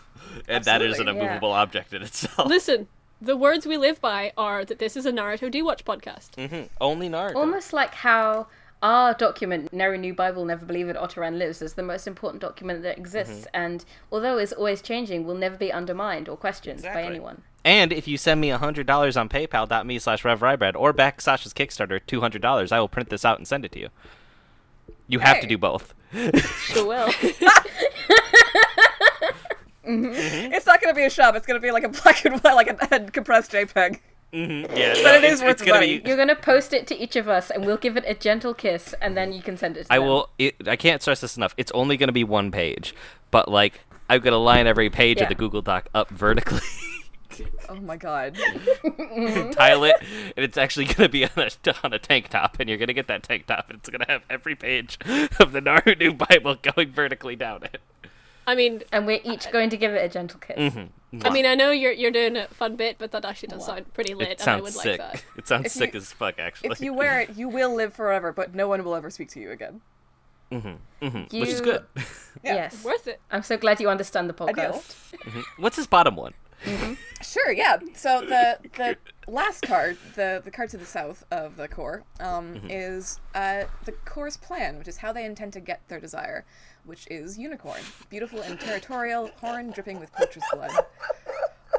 [SPEAKER 10] And that is an
[SPEAKER 11] yeah.
[SPEAKER 9] Absolutely,
[SPEAKER 10] immovable object in itself.
[SPEAKER 8] Listen, the words we live by are that this is a Naruto D Watch podcast.
[SPEAKER 10] Mm-hmm. Only Naruto.
[SPEAKER 11] Almost like how our document, Nary New Bible, Never Believe It, Otteran Lives, is the most important document that exists,
[SPEAKER 10] Mm-hmm.
[SPEAKER 11] and although it's always changing, will never be undermined or questioned by anyone.
[SPEAKER 10] And if you send me $100 on paypal.me slash revrybread or back Sasha's Kickstarter, $200, I will print this out and send it to you. You have to
[SPEAKER 9] Hey.
[SPEAKER 10] do both.
[SPEAKER 11] Sure will. Mm-hmm.
[SPEAKER 9] It's not going to be a shop. It's going to be like a black and white, like a, a compressed JPEG.
[SPEAKER 10] Mm-hmm, Yeah,
[SPEAKER 9] But it is worth
[SPEAKER 10] gonna
[SPEAKER 9] money.
[SPEAKER 11] You're gonna post it to each of us, and we'll give it a gentle kiss, and then you can send it. to
[SPEAKER 10] I
[SPEAKER 11] them.
[SPEAKER 10] will. It, I can't stress this enough. It's only going to be one page, but like I'm going to line every page
[SPEAKER 11] Yeah.
[SPEAKER 10] of the Google Doc up vertically,
[SPEAKER 9] Oh my god.
[SPEAKER 10] tile it, and it's actually going to be on a on a tank top, and you're going to get that tank top, and it's going to have every page of the Naruto Bible going vertically down it.
[SPEAKER 8] I mean,
[SPEAKER 11] And we're each going to give it a gentle kiss.
[SPEAKER 10] Mm-hmm.
[SPEAKER 8] I mean, I know you're you're doing a fun bit, but that actually does sound pretty lit,
[SPEAKER 10] It
[SPEAKER 8] and I
[SPEAKER 10] sounds
[SPEAKER 8] would
[SPEAKER 10] sick.
[SPEAKER 8] like that.
[SPEAKER 10] It sounds
[SPEAKER 9] If
[SPEAKER 10] sick
[SPEAKER 9] you-
[SPEAKER 10] as fuck, actually.
[SPEAKER 9] If you wear it, you will live forever, but no one will ever speak to you again.
[SPEAKER 10] Mm-hmm. which is
[SPEAKER 11] You-
[SPEAKER 10] good.
[SPEAKER 11] Yes.
[SPEAKER 8] Worth it.
[SPEAKER 11] I'm so glad you understand the podcast.
[SPEAKER 9] Ideal.
[SPEAKER 10] Mm-hmm. What's his bottom one?
[SPEAKER 9] Sure, yeah. So the the last card, the the card to the south of the core, um, is uh, the core's plan, which is how they intend to get their desire, which is unicorn, beautiful and territorial, horn dripping with poacher's blood,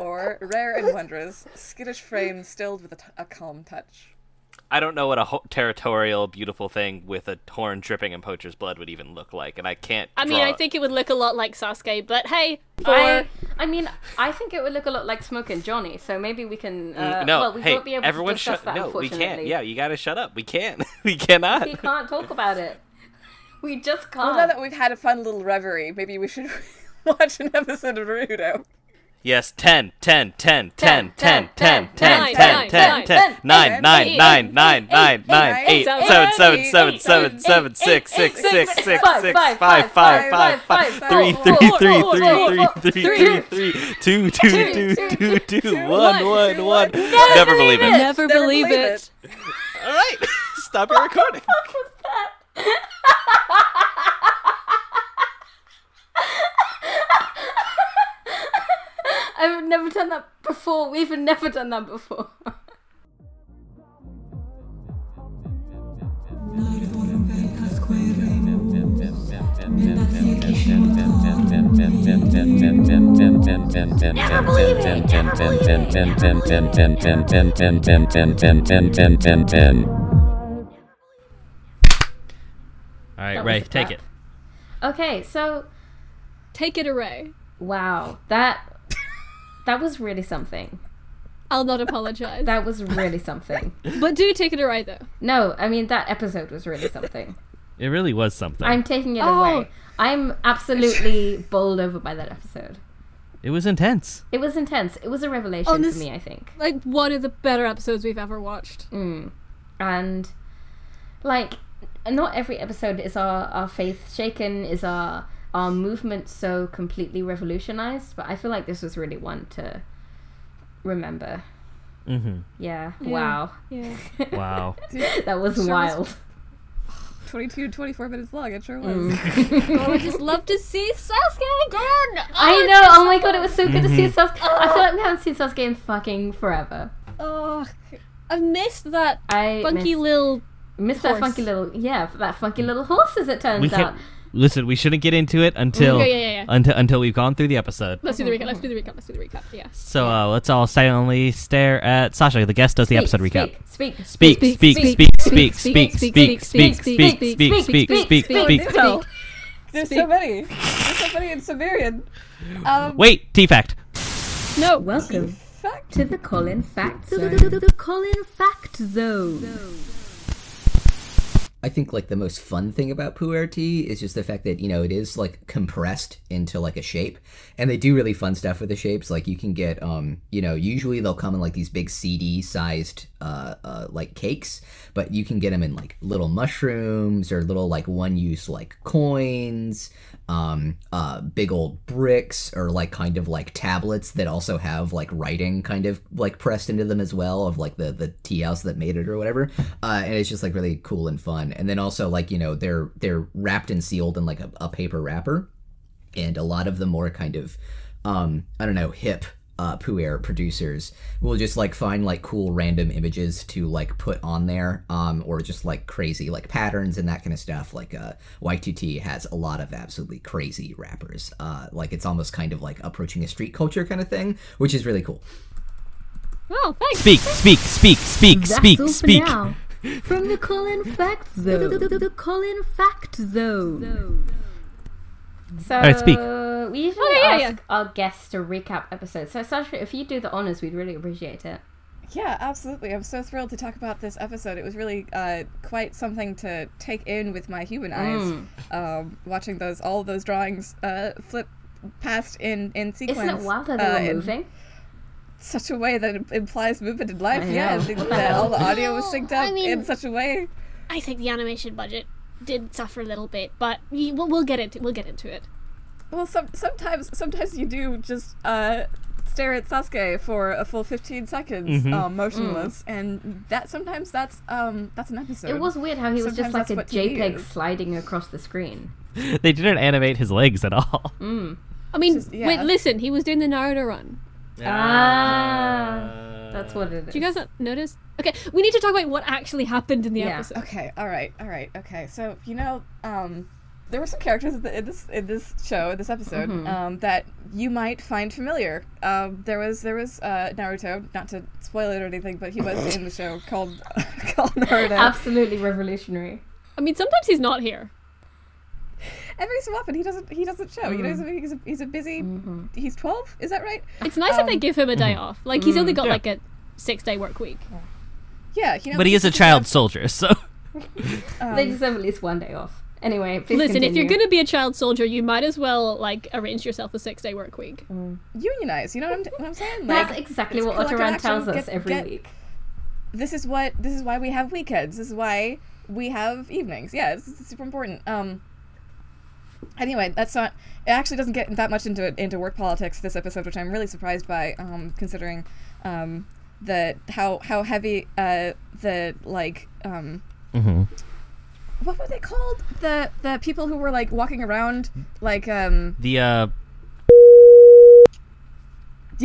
[SPEAKER 9] or rare and wondrous, skittish frame stilled with a, t- a calm touch.
[SPEAKER 10] I don't know what a ho- territorial, beautiful thing with a horn dripping in poacher's blood would even look like, and I can't.
[SPEAKER 8] I mean, I
[SPEAKER 10] draw-
[SPEAKER 8] think it would look a lot like Sasuke, but hey, for
[SPEAKER 11] I, I mean, I think it would look a lot like Smoke and Johnny, so maybe we can. Uh,
[SPEAKER 10] No,
[SPEAKER 11] well, we
[SPEAKER 10] hey,
[SPEAKER 11] won't be able
[SPEAKER 10] everyone
[SPEAKER 11] to discuss
[SPEAKER 10] shut.
[SPEAKER 11] that,
[SPEAKER 10] No, we
[SPEAKER 11] unfortunately.
[SPEAKER 10] can't. Yeah, you gotta shut up. We can't. we cannot.
[SPEAKER 11] We can't talk about it. We just can't.
[SPEAKER 9] Well, now that we've had a fun little reverie, maybe we should watch an episode of Naruto.
[SPEAKER 10] Yes, 10, 10, 10, 10, 10, 10, 10, 10, 10,
[SPEAKER 8] nine,
[SPEAKER 10] 10,
[SPEAKER 8] nine, nine,
[SPEAKER 10] 10, 9, 9, 9, 9, 9, 9, 8, 7, 7, 7, 7, 7, 6, 6, 6, 6, 6, 5, 5, 5, 5, 3, 3, 3, 3, 3, 3, 3, 2, 2, 2, 2, 2, 1, 1, 1. Never believe it.
[SPEAKER 8] never
[SPEAKER 9] Never
[SPEAKER 8] believe
[SPEAKER 9] believe
[SPEAKER 8] it.
[SPEAKER 10] All right, stop your recording.
[SPEAKER 11] I've never done that before. We've never done that before.
[SPEAKER 10] All right,
[SPEAKER 11] That
[SPEAKER 10] Ray,
[SPEAKER 11] was a
[SPEAKER 10] take
[SPEAKER 11] clap.
[SPEAKER 10] it.
[SPEAKER 11] okay, so
[SPEAKER 8] Take it away.
[SPEAKER 11] wow, that that was really something.
[SPEAKER 8] I'll not apologize.
[SPEAKER 11] That was really something.
[SPEAKER 8] but do take it away, though.
[SPEAKER 11] No, I mean that episode was really something.
[SPEAKER 10] It really was something.
[SPEAKER 11] I'm taking it
[SPEAKER 8] Oh.
[SPEAKER 11] away. I'm absolutely bowled over by that episode.
[SPEAKER 10] It was intense.
[SPEAKER 11] It was intense. It was a revelation
[SPEAKER 8] Oh, this-
[SPEAKER 11] for me, I think. Mm.
[SPEAKER 8] Like, one of the better episodes we've ever watched.
[SPEAKER 11] And like not every episode is our, our faith shaken, is our our movement so completely revolutionized, but I feel like this was really one to remember. Mm-hmm. Yeah. Wow.
[SPEAKER 8] Yeah.
[SPEAKER 10] Wow.
[SPEAKER 11] That was wild.
[SPEAKER 9] 22, 24 minutes long, it sure was.
[SPEAKER 8] I would just love to see Sasuke again.
[SPEAKER 11] I know. Oh my god, it was so
[SPEAKER 10] Mm.
[SPEAKER 11] good
[SPEAKER 13] Mm-hmm.
[SPEAKER 11] to see Sasuke. I feel like we haven't seen Sasuke in fucking forever.
[SPEAKER 8] Oh, I've missed that
[SPEAKER 11] I
[SPEAKER 8] funky
[SPEAKER 11] miss-
[SPEAKER 8] little
[SPEAKER 11] missed that funky little yeah that funky little horse as it turns
[SPEAKER 13] we
[SPEAKER 11] out.
[SPEAKER 13] can't. Listen, we shouldn't get into it until
[SPEAKER 8] Yeah, yeah, yeah, yeah.
[SPEAKER 13] until until we've gone through the episode.
[SPEAKER 8] Let's do the recap. Let's do the recap. Let's do the recap. Yeah.
[SPEAKER 13] So uh, let's all silently stare at Sasha. The guest does the episode
[SPEAKER 11] speak,
[SPEAKER 13] recap.
[SPEAKER 11] Speak, speak,
[SPEAKER 13] Speak, speak, speak, speak, speak, speak, speak, speak, speak, speak, speak, speak,
[SPEAKER 11] Oh.
[SPEAKER 13] speak.
[SPEAKER 9] There's so many. There's so many in Sumerian. Um,
[SPEAKER 13] Wait, T fact.
[SPEAKER 8] No.
[SPEAKER 11] Welcome
[SPEAKER 9] fact.
[SPEAKER 11] to the Colin Fact Zone. The Colin Fact Zone.
[SPEAKER 14] I think like the most fun thing about Puerty is just the fact that you know it is like compressed into like a shape, and they do really fun stuff with the shapes. Like you can get, um, you know, usually they'll come in like these big CD-sized, uh, uh, like cakes, but you can get them in like little mushrooms or little like one-use like coins, um, uh, big old bricks or like kind of like tablets that also have like writing kind of like pressed into them as well of like the the tea house that made it or whatever uh, and it's just like really cool and fun and then also like you know they're they're wrapped and sealed in like a, a paper wrapper and a lot of the more kind of um i don't know hip uh puer producers will just like find like cool random images to like put on there um or just like crazy like patterns and that kind of stuff like uh y2t has a lot of absolutely crazy rappers uh like it's almost kind of like approaching a street culture kind of thing which is really cool
[SPEAKER 8] Oh, thanks.
[SPEAKER 13] Speak, speak, speak, speak,
[SPEAKER 11] That's
[SPEAKER 13] speak,
[SPEAKER 11] all for
[SPEAKER 13] speak.
[SPEAKER 11] now. From the Colin Fact Zone. The Colin Fact Zone. So
[SPEAKER 13] right, speak.
[SPEAKER 11] we usually
[SPEAKER 8] Okay, yeah,
[SPEAKER 11] ask our guests to recap episodes. So Sasha, if you do the honors, we'd really appreciate it.
[SPEAKER 9] Yeah, absolutely. I'm so thrilled to talk about this episode. It was really uh, quite something to take in with my human eyes,
[SPEAKER 11] Mm.
[SPEAKER 9] um, watching those all of those drawings uh, flip past in in sequence.
[SPEAKER 11] Isn't it wild how they
[SPEAKER 9] uh,
[SPEAKER 11] were
[SPEAKER 9] in
[SPEAKER 11] moving?
[SPEAKER 9] Such a way that implies movement in
[SPEAKER 11] I
[SPEAKER 9] life. Yeah,
[SPEAKER 11] know.
[SPEAKER 9] the,
[SPEAKER 11] What
[SPEAKER 9] the,
[SPEAKER 11] the hell?
[SPEAKER 9] all the audio was synced up
[SPEAKER 15] I mean-
[SPEAKER 9] in such a way.
[SPEAKER 15] I think the animation budget did suffer a little bit, but we- we'll, we'll get into we'll get into it.
[SPEAKER 9] Well, some, sometimes sometimes you do just uh, stare at Sasuke for a full 15 seconds, um, motionless, and that sometimes that's um, that's an episode.
[SPEAKER 11] It was weird how he was
[SPEAKER 9] Sometimes
[SPEAKER 11] just like a
[SPEAKER 9] that's what you
[SPEAKER 11] JPEG
[SPEAKER 9] use.
[SPEAKER 11] sliding across the screen.
[SPEAKER 13] They didn't animate his legs at all.
[SPEAKER 8] I mean,
[SPEAKER 9] Just- yeah.
[SPEAKER 8] wait, listen. He was doing the Naruto run.
[SPEAKER 11] Ah,
[SPEAKER 10] Uh,
[SPEAKER 11] that's what it is.
[SPEAKER 8] Do you guys not notice? Okay, we need to talk about what actually happened in the
[SPEAKER 11] Yeah.
[SPEAKER 8] episode.
[SPEAKER 9] Okay, all right, all right, okay. So you know, um, there were some characters in, the, in this in this show, in this episode,
[SPEAKER 11] Mm-hmm.
[SPEAKER 9] um, that you might find familiar. Um, there was there was uh, Naruto. Not to spoil it or anything, but he was in the show called called Naruto.
[SPEAKER 11] Absolutely revolutionary.
[SPEAKER 8] I mean, sometimes he's not here.
[SPEAKER 9] Every so often, he doesn't he doesn't show.
[SPEAKER 8] Mm.
[SPEAKER 9] You know, he's a, he's a, he's a busy. He's twelve. Is that right?
[SPEAKER 8] Mm-hmm. It's nice that they
[SPEAKER 9] Um,
[SPEAKER 8] give him a day off. Like he's only got like a six-day work week.
[SPEAKER 9] Yeah, you know,
[SPEAKER 13] But he is a
[SPEAKER 9] just
[SPEAKER 13] child soldier, so
[SPEAKER 9] Um,
[SPEAKER 11] they deserve at least one day off. Anyway, please
[SPEAKER 8] Listen, if you're
[SPEAKER 11] continue.
[SPEAKER 8] gonna be a child soldier, you might as well like arrange yourself a six-day work week.
[SPEAKER 9] Mm. unionize. You know what I'm, what I'm saying?
[SPEAKER 11] That's exactly
[SPEAKER 9] it's
[SPEAKER 11] what
[SPEAKER 9] collective
[SPEAKER 11] Otteran
[SPEAKER 9] action,
[SPEAKER 11] tells us
[SPEAKER 9] get-
[SPEAKER 11] every
[SPEAKER 9] get-
[SPEAKER 11] week.
[SPEAKER 9] this is what this is why we have weekends. This is why we have evenings. Yeah, it's, it's super important. Um. Anyway, that's not. It actually doesn't get that much into into work politics this episode, which I'm really surprised by, um, considering, um, the how how heavy uh the like um. What were they called? The the people who were like walking around, like um
[SPEAKER 13] the uh,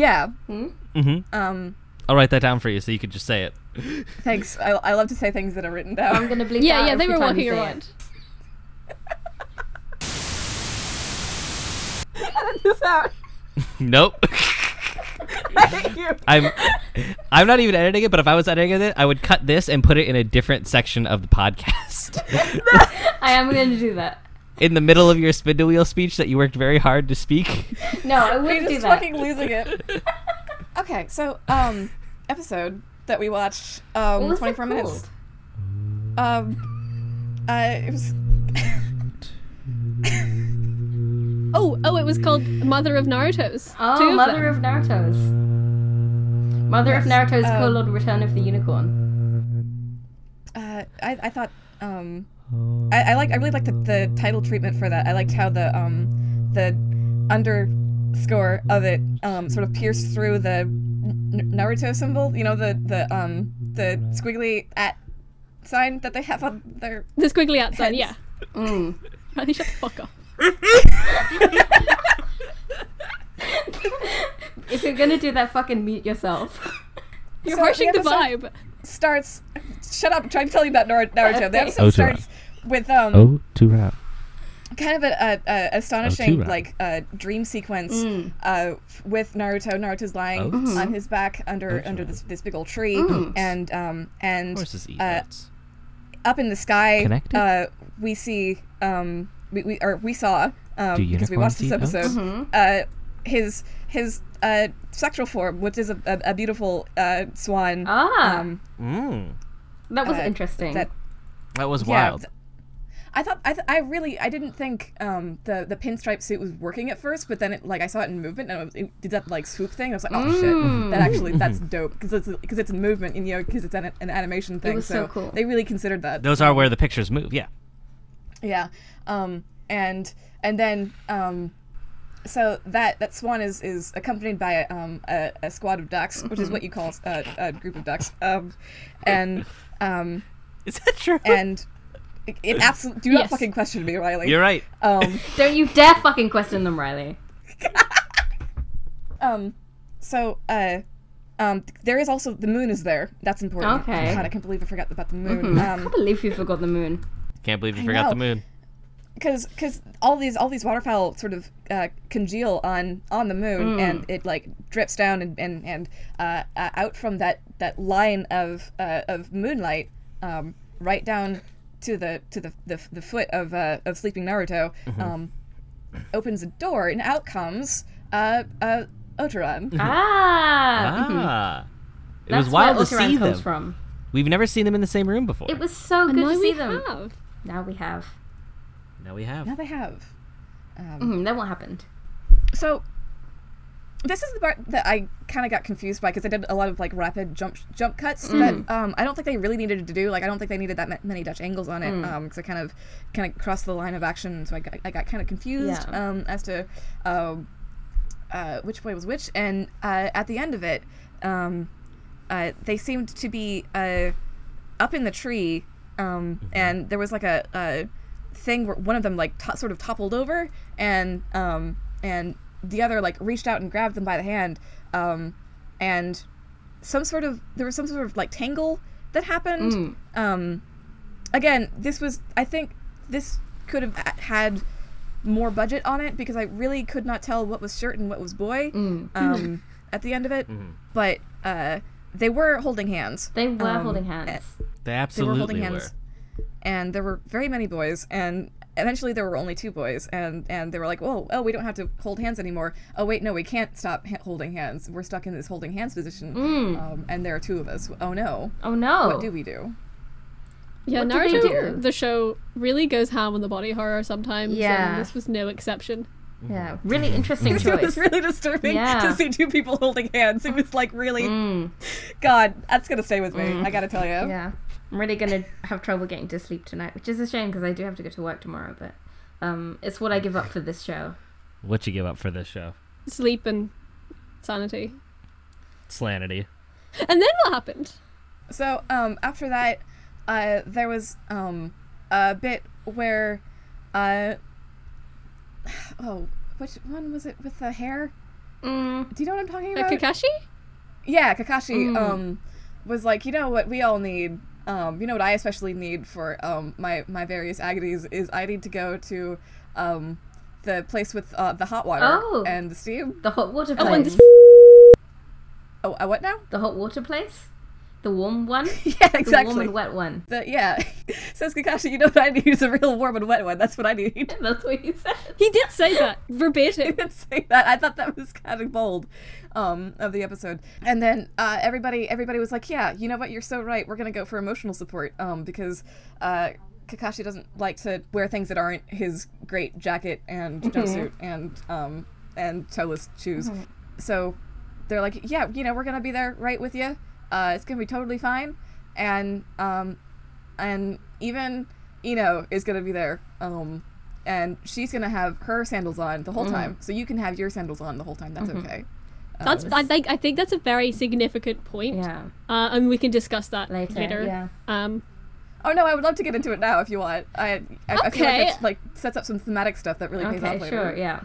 [SPEAKER 9] yeah
[SPEAKER 11] Hmm?
[SPEAKER 13] mhm.
[SPEAKER 9] um
[SPEAKER 13] I'll write that down for you so you could just say it.
[SPEAKER 9] thanks. I, I love to say things that are written down.
[SPEAKER 11] I'm gonna bleep
[SPEAKER 8] Yeah,
[SPEAKER 11] out
[SPEAKER 8] yeah, they
[SPEAKER 11] every
[SPEAKER 8] were
[SPEAKER 11] time
[SPEAKER 8] walking
[SPEAKER 11] you say
[SPEAKER 8] around.
[SPEAKER 11] it.
[SPEAKER 9] this out.
[SPEAKER 13] Nope. I'm I'm not even editing it, but if I was editing it, I would cut this and put it in a different section of the podcast.
[SPEAKER 11] I am gonna do that.
[SPEAKER 13] in the middle of your spindle wheel speech that you worked very hard to speak.
[SPEAKER 11] No, I wouldn't
[SPEAKER 9] You're
[SPEAKER 11] do
[SPEAKER 9] just
[SPEAKER 11] that.
[SPEAKER 9] fucking losing it. okay, so um, episode that we watched um,
[SPEAKER 11] What was it
[SPEAKER 9] 24 minutes.
[SPEAKER 11] called?
[SPEAKER 9] Um, uh, it was
[SPEAKER 8] Oh, oh, it was called Mother of Naruto's. Two
[SPEAKER 11] Oh,
[SPEAKER 8] of
[SPEAKER 11] Mother
[SPEAKER 8] them.
[SPEAKER 11] of Naruto's. Mother of Naruto's
[SPEAKER 9] um,
[SPEAKER 11] co-lord Return of the Unicorn.
[SPEAKER 9] uh, I, I thought um, I, I like I really liked the, the title treatment for that. I liked how the um, the underscore of it um, sort of pierced through the N- Naruto symbol. You know the the um, the squiggly at sign that they have on their
[SPEAKER 8] the squiggly outside. Yeah.
[SPEAKER 9] Heads.
[SPEAKER 11] Mm.
[SPEAKER 8] Riley, shut the fuck up.
[SPEAKER 11] if you're gonna do that, fucking mute yourself.
[SPEAKER 8] You're
[SPEAKER 9] So the
[SPEAKER 8] harshing the vibe.
[SPEAKER 9] episode- starts shut up. I'm trying to tell you about Nar- Naruto. The episode
[SPEAKER 13] Otura.
[SPEAKER 9] starts with um
[SPEAKER 13] oh, two round.
[SPEAKER 9] kind of a, a, a astonishing
[SPEAKER 13] Otura.
[SPEAKER 9] like uh, dream sequence
[SPEAKER 13] Mm.
[SPEAKER 9] uh, f- with Naruto. Naruto's lying
[SPEAKER 13] Oats.
[SPEAKER 9] on his back under under this, this big old tree,
[SPEAKER 3] Mm.
[SPEAKER 13] Oats.
[SPEAKER 9] and um and
[SPEAKER 13] Horses eat
[SPEAKER 9] uh, up in the sky.
[SPEAKER 13] E Connected?
[SPEAKER 9] Uh, we see um we, we or we saw um,
[SPEAKER 13] Do
[SPEAKER 9] because we watched this
[SPEAKER 13] unicorns eat
[SPEAKER 9] episode
[SPEAKER 3] Mm-hmm.
[SPEAKER 13] oats?
[SPEAKER 9] uh, his his uh, sexual form, which is a, a, a beautiful uh, swan.
[SPEAKER 3] Ah.
[SPEAKER 9] um,
[SPEAKER 10] Mm.
[SPEAKER 3] That was
[SPEAKER 9] uh,
[SPEAKER 3] interesting.
[SPEAKER 9] that-
[SPEAKER 10] That was
[SPEAKER 9] Yeah,
[SPEAKER 10] wild.
[SPEAKER 9] th- I thought I, th- I really I didn't think um, the the pinstripe suit was working at first, but then it, like I saw it in movement and it, was- it did that like swoop thing. And I was like, oh shit,
[SPEAKER 3] Mm.
[SPEAKER 9] that actually that's dope because it's because it's in movement and you know because it's an, an animation thing.
[SPEAKER 3] was so cool.
[SPEAKER 9] They really considered that.
[SPEAKER 13] Those are where the pictures move. Yeah.
[SPEAKER 9] Yeah. Um, and and then um, so that that swan is is accompanied by a, um, a, a squad of ducks, which is what you call a, a group of ducks. Um, and um,
[SPEAKER 10] is that true?
[SPEAKER 9] And it, it absolutely do not
[SPEAKER 3] Yes.
[SPEAKER 9] fucking question me, Riley.
[SPEAKER 10] You're right.
[SPEAKER 9] Um,
[SPEAKER 3] Don't you dare fucking question them, Riley.
[SPEAKER 9] um, so uh, um, there is also the moon is there. That's important.
[SPEAKER 3] Okay.
[SPEAKER 9] God, I can't believe I forgot about the moon.
[SPEAKER 3] Mhm. I
[SPEAKER 9] Um,
[SPEAKER 3] can't believe you forgot the moon.
[SPEAKER 10] Can't believe you
[SPEAKER 9] I
[SPEAKER 10] forgot the
[SPEAKER 9] know.
[SPEAKER 10] moon.
[SPEAKER 9] because because all these all these waterfowl sort of uh, congeal on on the moon
[SPEAKER 3] Mm.
[SPEAKER 9] and it like drips down and and, and uh, uh, out from that that line of uh, of moonlight um, right down to the to the the, the foot of uh, of sleeping Naruto
[SPEAKER 3] Mhm.
[SPEAKER 9] um, opens a door and out comes uh, uh, Otoran.
[SPEAKER 3] Ah.
[SPEAKER 13] mm-hmm.
[SPEAKER 3] mhm.
[SPEAKER 10] Ah. It
[SPEAKER 3] That's
[SPEAKER 10] was wild
[SPEAKER 3] where
[SPEAKER 10] to
[SPEAKER 3] Ocaran
[SPEAKER 10] see them.
[SPEAKER 3] comes from.
[SPEAKER 10] We've never seen them in the same room before.
[SPEAKER 3] It was so
[SPEAKER 8] And
[SPEAKER 3] good
[SPEAKER 8] now
[SPEAKER 3] to
[SPEAKER 8] we
[SPEAKER 3] see them.
[SPEAKER 8] have.
[SPEAKER 3] Now we have.
[SPEAKER 10] now we have.
[SPEAKER 9] Now they have. Um,
[SPEAKER 3] Mhm,
[SPEAKER 1] Mm-hmm.
[SPEAKER 3] then what happened?
[SPEAKER 9] So this is the part that I kind of got confused by because I did a lot of like rapid jump jump cuts
[SPEAKER 3] Mm.
[SPEAKER 9] that um, I don't think they really needed to do. Like I don't think they needed that ma- many Dutch angles on it because
[SPEAKER 3] Mm.
[SPEAKER 9] I kind of kind of crossed the line of action. So I got, I got kind of confused
[SPEAKER 3] Yeah.
[SPEAKER 9] um, as to um uh, which way was which. And uh, at the end of it, um, uh, they seemed to be uh, up in the tree, um, and there was like a, a thing where one of them like to- sort of toppled over, and um, and the other like reached out and grabbed them by the hand, um, and some sort of there was some sort of like tangle that happened.
[SPEAKER 3] Mm.
[SPEAKER 9] Um, again, this was I think this could have a- had more budget on it because I really could not tell what was shirt and what was boy
[SPEAKER 3] Mm.
[SPEAKER 9] um, at the end of it. But uh, they were holding hands.
[SPEAKER 3] They were
[SPEAKER 9] Um,
[SPEAKER 3] holding
[SPEAKER 9] eh,
[SPEAKER 3] hands.
[SPEAKER 10] They
[SPEAKER 9] They were
[SPEAKER 10] absolutely
[SPEAKER 9] holding hands, and there were very many boys, and eventually there were only two boys, and and they were like, "Whoa, oh, we don't have to hold hands anymore. Oh wait, no, we can't stop ha- holding hands. We're stuck in this holding hands position,
[SPEAKER 3] Mm.
[SPEAKER 9] um, and there are two of us. Oh no,
[SPEAKER 3] Oh no.
[SPEAKER 9] what do we do?"
[SPEAKER 1] Yeah,
[SPEAKER 3] What do they do?
[SPEAKER 1] Naruto, the show, really goes ham on the body horror sometimes.
[SPEAKER 3] Yeah.
[SPEAKER 1] And this was no exception.
[SPEAKER 3] Yeah,
[SPEAKER 9] Mm-hmm.
[SPEAKER 3] really interesting
[SPEAKER 9] It was
[SPEAKER 3] choice.
[SPEAKER 9] really disturbing
[SPEAKER 3] Yeah.
[SPEAKER 9] to see two people holding hands. It was like really,
[SPEAKER 3] Mm,
[SPEAKER 9] God, that's gonna stay with me.
[SPEAKER 1] Mm.
[SPEAKER 9] I gotta tell you.
[SPEAKER 3] yeah, I'm really gonna have trouble getting to sleep tonight, which is a shame because I do have to go to work tomorrow. But um, it's what I give up for this show.
[SPEAKER 13] What you give up for this show?
[SPEAKER 1] Sleep and sanity.
[SPEAKER 13] Slanity.
[SPEAKER 1] And then what happened?
[SPEAKER 9] So um, after that, uh, there was um, a bit where, uh, oh, which one was it with the hair?
[SPEAKER 3] Mm, Oh,
[SPEAKER 9] Do you know what I'm talking
[SPEAKER 1] Uh,
[SPEAKER 9] about?
[SPEAKER 1] Kakashi?
[SPEAKER 9] yeah, Kakashi
[SPEAKER 3] Mm.
[SPEAKER 9] um, was like, you know what we all need. Um, you know what I especially need for um, my my various agonies is I need to go to um, the place with uh, the hot water
[SPEAKER 3] Oh.
[SPEAKER 9] and the steam.
[SPEAKER 3] the hot water
[SPEAKER 1] Oh, and
[SPEAKER 3] place.
[SPEAKER 9] Oh, uh, what now?
[SPEAKER 3] the hot water place. The warm one.
[SPEAKER 9] Yeah,
[SPEAKER 3] The warm
[SPEAKER 9] exactly.
[SPEAKER 3] and wet one.
[SPEAKER 9] The- yeah, says Kakashi. You know what I need is a real warm and wet one. That's what I need.
[SPEAKER 3] That's what he said.
[SPEAKER 1] He did say that
[SPEAKER 9] I
[SPEAKER 1] verbatim.
[SPEAKER 9] didn't say that. I thought that was kind of bold um, of the episode. And then uh, everybody, everybody was like, "Yeah, you know what? You're so right. We're gonna go for emotional support um, because uh, Kakashi doesn't like to wear things that aren't his great jacket and jumpsuit and um, and toeless shoes." So they're like, "Yeah, you know, we're gonna be there right with you. Uh, it's gonna be totally fine." And um, and even Eno is gonna be there. Um, and she's gonna have her sandals on the whole time, so you can have your sandals on the whole time. That's okay. Um,
[SPEAKER 1] That's I think I think that's a very significant point.
[SPEAKER 3] Yeah.
[SPEAKER 1] Uh, and we can discuss that later.
[SPEAKER 3] Later. Yeah.
[SPEAKER 1] Um,
[SPEAKER 9] Oh no, I would love to get into it now if you want. I I, I feel like
[SPEAKER 1] Okay.
[SPEAKER 9] it like sets up some thematic stuff that really pays
[SPEAKER 3] okay.
[SPEAKER 9] off later.
[SPEAKER 3] Sure. Yeah.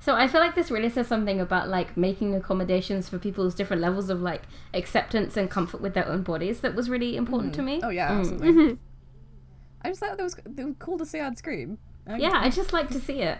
[SPEAKER 11] So I feel like this really says something about like making accommodations for people's different levels of like acceptance and comfort with their own bodies. That was really important to
[SPEAKER 9] Mm.
[SPEAKER 11] me.
[SPEAKER 9] Oh, yeah,
[SPEAKER 11] Mm.
[SPEAKER 9] absolutely. I just thought that was, that was cool to see on screen.
[SPEAKER 11] Yeah, I just like to see it.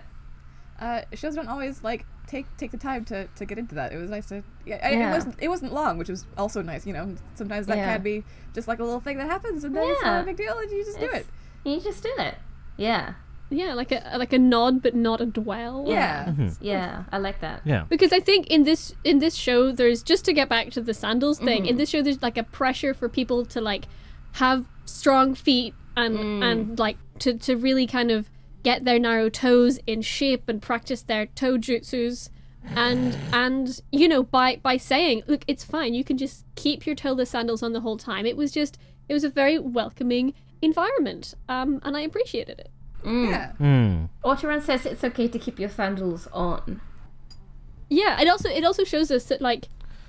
[SPEAKER 9] Uh, shows don't always like take take the time to, to get into that. It was nice to yeah. and
[SPEAKER 11] Yeah.
[SPEAKER 9] It wasn't it wasn't long, which was also nice. You know, sometimes that
[SPEAKER 11] Yeah.
[SPEAKER 9] can be just like a little thing that happens, and then it's not
[SPEAKER 11] Yeah.
[SPEAKER 9] a big deal, and you just do
[SPEAKER 11] It's-
[SPEAKER 9] it.
[SPEAKER 11] You just do it. Yeah.
[SPEAKER 8] Yeah, like a like a nod, but not a dwell.
[SPEAKER 11] Yeah.
[SPEAKER 16] Mhm.
[SPEAKER 11] Yeah. I like that.
[SPEAKER 16] Yeah.
[SPEAKER 8] Because I think in this in this show there's just to get back to the sandals thing.
[SPEAKER 11] Mhm.
[SPEAKER 8] In this show there's like a pressure for people to like have strong feet and
[SPEAKER 11] Mm.
[SPEAKER 8] and like to to really kind of get their narrow toes in shape and practice their toe jutsus and and you know by by saying look it's fine you can just keep your toeless sandals on the whole time it was just it was a very welcoming environment um and i appreciated it
[SPEAKER 11] Yeah. Autoran says it's okay to keep your sandals on.
[SPEAKER 8] Yeah, it also it also shows us that like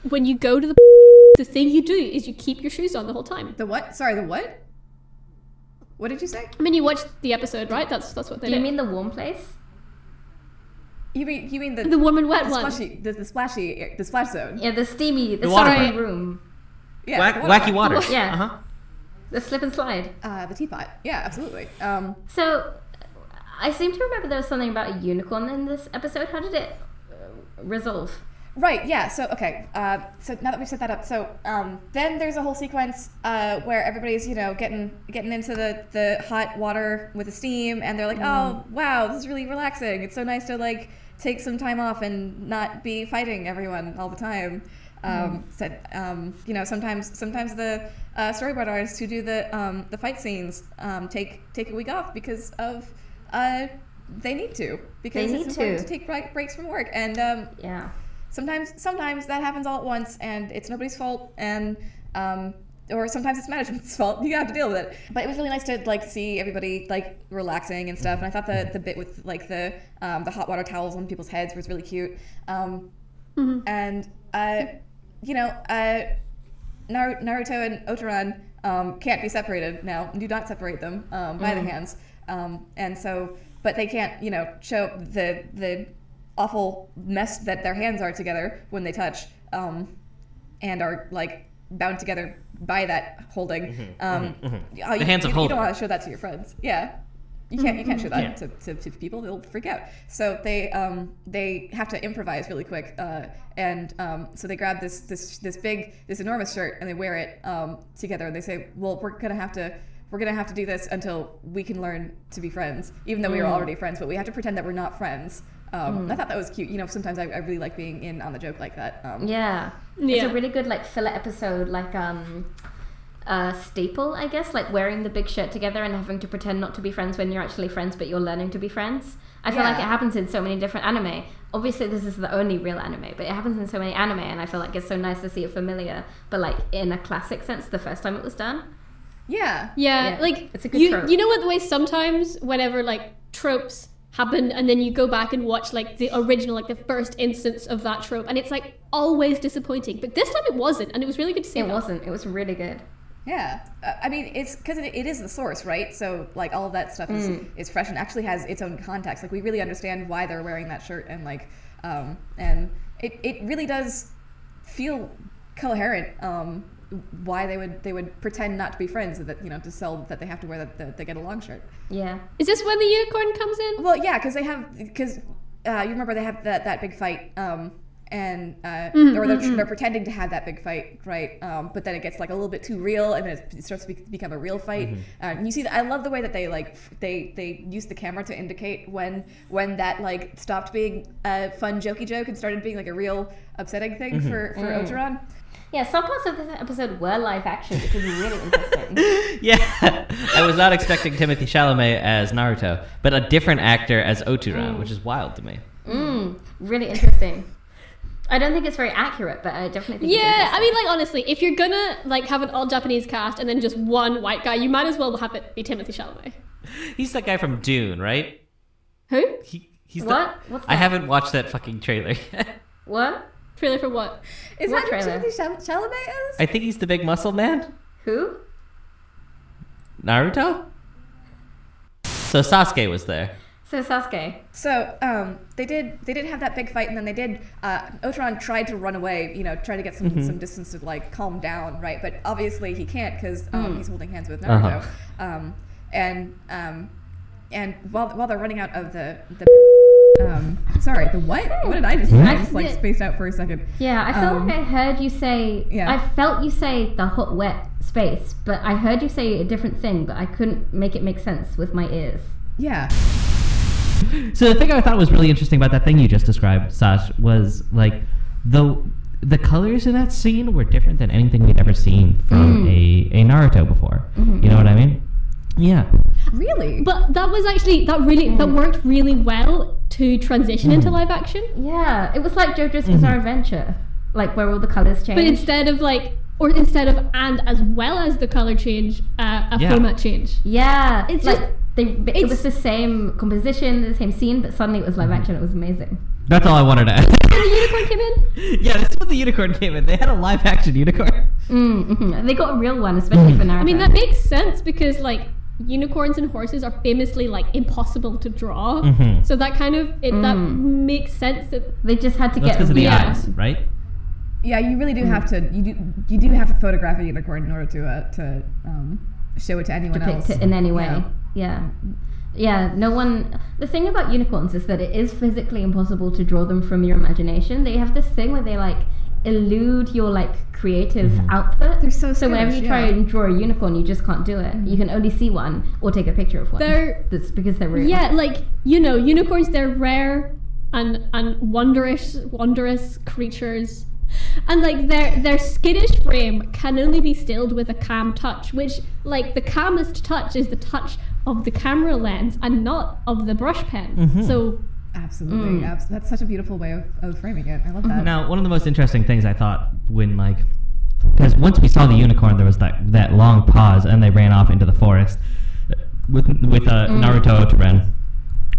[SPEAKER 8] when you go to the the thing you do is you keep your shoes on the whole time.
[SPEAKER 9] The what? Sorry, the what? What did you say?
[SPEAKER 8] I mean, you watched the episode, right? That's that's what they.
[SPEAKER 9] Do you
[SPEAKER 8] do.
[SPEAKER 9] mean
[SPEAKER 11] the warm place?
[SPEAKER 9] You mean you mean the
[SPEAKER 8] The warm and wet
[SPEAKER 9] the
[SPEAKER 8] one.
[SPEAKER 9] Splashy, the, the splashy the splash zone.
[SPEAKER 11] Yeah, the steamy, the,
[SPEAKER 9] The water
[SPEAKER 11] steamy
[SPEAKER 9] park.
[SPEAKER 11] room.
[SPEAKER 9] Yeah,
[SPEAKER 13] Wack-
[SPEAKER 9] the
[SPEAKER 13] wacky waters.
[SPEAKER 11] Yeah.
[SPEAKER 13] Uh-huh.
[SPEAKER 11] The slip and slide.
[SPEAKER 9] Uh, the teapot. Yeah, absolutely. Um,
[SPEAKER 11] so, I seem to remember there was something about a unicorn in this episode. How did it uh, resolve?
[SPEAKER 9] Right. Yeah. So okay. Uh, so now that we've set that up, so um, then there's a whole sequence uh, where everybody's you know getting getting into the the hot water with the steam, and they're like, oh wow, this is really relaxing. It's so nice to like take some time off and not be fighting everyone all the time. Um, Said um, you know sometimes sometimes the uh, storyboard artists who do the um, the fight scenes um, take take a week off because of uh, they need to because
[SPEAKER 11] need
[SPEAKER 9] it's important
[SPEAKER 11] to.
[SPEAKER 9] to. take break- breaks from work and um,
[SPEAKER 11] Yeah.
[SPEAKER 9] sometimes sometimes that happens all at once and it's nobody's fault and um, or sometimes it's management's fault you have to deal with it but it was really nice to like see everybody like relaxing and stuff and i thought the, the bit with like the um, the hot water towels on people's heads was really cute um,
[SPEAKER 11] Mm-hmm.
[SPEAKER 9] and uh, you know uh, Nar- naruto and otoran um, can't be separated now do not separate them um, by
[SPEAKER 13] Mm-hmm.
[SPEAKER 11] Mhm.
[SPEAKER 9] the hands um, and so but they can't you know show the the awful mess that their hands are together when they touch um, and are like bound together by that holding
[SPEAKER 13] Mhm,
[SPEAKER 9] um,
[SPEAKER 13] mhm, mhm.
[SPEAKER 9] oh, you,
[SPEAKER 13] The hands are
[SPEAKER 9] you, you don't
[SPEAKER 13] holding.
[SPEAKER 9] want to show that to your friends yeah you can't you can't show that
[SPEAKER 13] Yeah.
[SPEAKER 11] Mm-hmm.
[SPEAKER 9] to, to, to people they'll freak out so they um, they have to improvise really quick uh, and um, so they grab this this this big this enormous shirt and they wear it um, together and they say well we're gonna have to we're gonna have to do this until we can learn to be friends even though we were
[SPEAKER 11] Mm.
[SPEAKER 9] already friends but we have to pretend that we're not friends um,
[SPEAKER 11] Mm.
[SPEAKER 9] I thought that was cute you know sometimes I, I really like being in on the joke like that um,
[SPEAKER 11] Yeah. It's
[SPEAKER 9] Yeah.
[SPEAKER 11] a really good like filler episode, like um uh staple, I guess, like wearing the big shirt together and having to pretend not to be friends when you're actually friends but you're learning to be friends. I feel like it
[SPEAKER 9] Yeah.
[SPEAKER 11] happens in so many different anime. Obviously this is the only real anime, but it happens in so many anime and I feel like it's so nice to see it familiar, but like in a classic sense the first time it was done.
[SPEAKER 9] yeah
[SPEAKER 8] Yeah,
[SPEAKER 11] Yeah,
[SPEAKER 8] like
[SPEAKER 11] it's a good
[SPEAKER 8] you,
[SPEAKER 11] trope.
[SPEAKER 8] you know what the way sometimes whenever like tropes happen and then you go back and watch like the original like the first instance of that trope and it's like always disappointing but this time it wasn't and it was really good to see
[SPEAKER 11] It wasn't. It was really good.
[SPEAKER 9] Yeah, uh, I mean, it's because it, it is the source, right? So like all of that stuff is,
[SPEAKER 11] Mm.
[SPEAKER 9] is fresh and actually has its own context. Like we really understand why they're wearing that shirt and like, um, and it, it really does feel coherent. Um, why they would they would pretend not to be friends so that you know to sell that they have to wear that the, they get along shirt.
[SPEAKER 11] Yeah.
[SPEAKER 8] is this when the unicorn comes in
[SPEAKER 9] Well, yeah, because they have because uh, you remember they have that that big fight, um, and uh,
[SPEAKER 8] Mm,
[SPEAKER 9] or they're,
[SPEAKER 8] mm, mm.
[SPEAKER 9] they're pretending to have that big fight, right? Um, but then it gets like a little bit too real, and then it starts to be- become a real fight.
[SPEAKER 11] Mhm.
[SPEAKER 9] Uh, and you see, that I love the way that they like f- they they use the camera to indicate when when that like stopped being a fun jokey joke and started being like a real upsetting
[SPEAKER 11] Mhm.
[SPEAKER 9] thing for for
[SPEAKER 11] Mm.
[SPEAKER 9] Oteron.
[SPEAKER 11] Yeah, some parts of this episode were live action, which was really interesting.
[SPEAKER 13] I was not expecting Timothy Chalamet as Naruto, but a different actor as Oturan, which is wild to me.
[SPEAKER 11] Mm, really interesting. I don't think it's very accurate, but I definitely think
[SPEAKER 8] yeah
[SPEAKER 11] it's
[SPEAKER 8] i mean like honestly if you're gonna like have an all japanese cast and then just one white guy you might as well have it be timothy chalamet
[SPEAKER 13] He's that guy from Dune, right?
[SPEAKER 8] who
[SPEAKER 13] he, he's
[SPEAKER 8] what
[SPEAKER 11] What's
[SPEAKER 13] I haven't watched that fucking trailer. yet.
[SPEAKER 11] What?
[SPEAKER 8] Trailer for what?
[SPEAKER 9] Is
[SPEAKER 11] What
[SPEAKER 9] that who
[SPEAKER 11] trailer?
[SPEAKER 9] Timothy Chal- Chalamet is?
[SPEAKER 13] I think he's the big muscle man,
[SPEAKER 11] Who?
[SPEAKER 13] Naruto. So Sasuke was there.
[SPEAKER 11] So Sasuke.
[SPEAKER 9] So um, they did. They did have that big fight, and then they did. Uh, Oteron tried to run away. You know, try to get some
[SPEAKER 11] Mhm.
[SPEAKER 9] some distance to like calm down, right? But obviously he can't because um,
[SPEAKER 11] Mm.
[SPEAKER 9] he's holding hands with
[SPEAKER 13] Uh-huh.
[SPEAKER 9] Naruto. Um, and um, and while while they're running out of the the um, sorry, the what? What did I just? say? I just like spaced out for a second.
[SPEAKER 11] Hmm. Yeah, I felt
[SPEAKER 9] Um,
[SPEAKER 11] like I heard you say.
[SPEAKER 9] yeah.
[SPEAKER 11] I felt you say the hot wet space, but I heard you say a different thing, but I couldn't make it make sense with my ears.
[SPEAKER 9] Yeah.
[SPEAKER 13] So the thing I thought was really interesting about that thing you just described, Sash, was like the the colors in that scene were different than anything we'd ever seen from a, a Naruto before.
[SPEAKER 11] Mhm.
[SPEAKER 13] You know what I mean? Yeah.
[SPEAKER 9] Really?
[SPEAKER 8] But that was actually that really
[SPEAKER 11] Oh.
[SPEAKER 8] that worked really well to transition into
[SPEAKER 11] Mm.
[SPEAKER 8] live action. Mm-hmm.
[SPEAKER 11] Yeah, it was like JoJo's Bizarre Adventure, like where all the colors change.
[SPEAKER 8] But instead of like, or instead of and as well as the color change, uh, a
[SPEAKER 11] Yeah.
[SPEAKER 8] format change.
[SPEAKER 11] yeah,
[SPEAKER 8] It's
[SPEAKER 11] it's
[SPEAKER 8] just-
[SPEAKER 11] like they, it was the same composition, the same scene, but suddenly it was live action. It was amazing.
[SPEAKER 13] That's all I wanted to add.
[SPEAKER 11] the unicorn came in.
[SPEAKER 13] yeah, that's when the unicorn came in. They had a live action unicorn.
[SPEAKER 11] Mm-hmm. They got a real one, especially
[SPEAKER 13] Mm.
[SPEAKER 11] for Naruto.
[SPEAKER 8] I mean, that makes sense because like unicorns and horses are famously like impossible to draw.
[SPEAKER 13] Mhm.
[SPEAKER 8] So that kind of it that
[SPEAKER 11] Mm.
[SPEAKER 8] makes sense that
[SPEAKER 11] they just had to
[SPEAKER 13] That's because of the
[SPEAKER 8] yeah.
[SPEAKER 13] eyes, right?
[SPEAKER 9] Yeah, you really do have to. You do. You do have to photograph a unicorn in order to uh, to um, show it to anyone
[SPEAKER 11] depict
[SPEAKER 9] else
[SPEAKER 11] it in any way.
[SPEAKER 9] Yeah.
[SPEAKER 11] Yeah. yeah. no one. The thing about unicorns is that it is physically impossible to draw them from your imagination. They have this thing where they like elude your like creative
[SPEAKER 13] Mm-hmm.
[SPEAKER 11] output. They're so so whenever
[SPEAKER 8] skittish,
[SPEAKER 11] you try
[SPEAKER 8] yeah. Mm-hmm.
[SPEAKER 11] and draw a unicorn, you just can't do it. You can only see one or take a picture of one.
[SPEAKER 8] They're-
[SPEAKER 11] That's because they're real.
[SPEAKER 8] Yeah, like you know, unicorns they're rare and and wondrous wondrous creatures. And like their their skittish frame can only be stilled with a calm touch, which like the calmest touch is the touch of the camera lens and not of the brush pen.
[SPEAKER 9] Mm-hmm.
[SPEAKER 13] Mhm.
[SPEAKER 8] So
[SPEAKER 9] Absolutely.
[SPEAKER 8] Mm.
[SPEAKER 9] Abs- that's such a beautiful way of, of framing it. I love that.
[SPEAKER 13] Now, one of the most interesting things I thought when like because once we saw the unicorn, there was that that long pause, and they ran off into the forest with with uh,
[SPEAKER 11] Mm.
[SPEAKER 13] Naruto Otoran,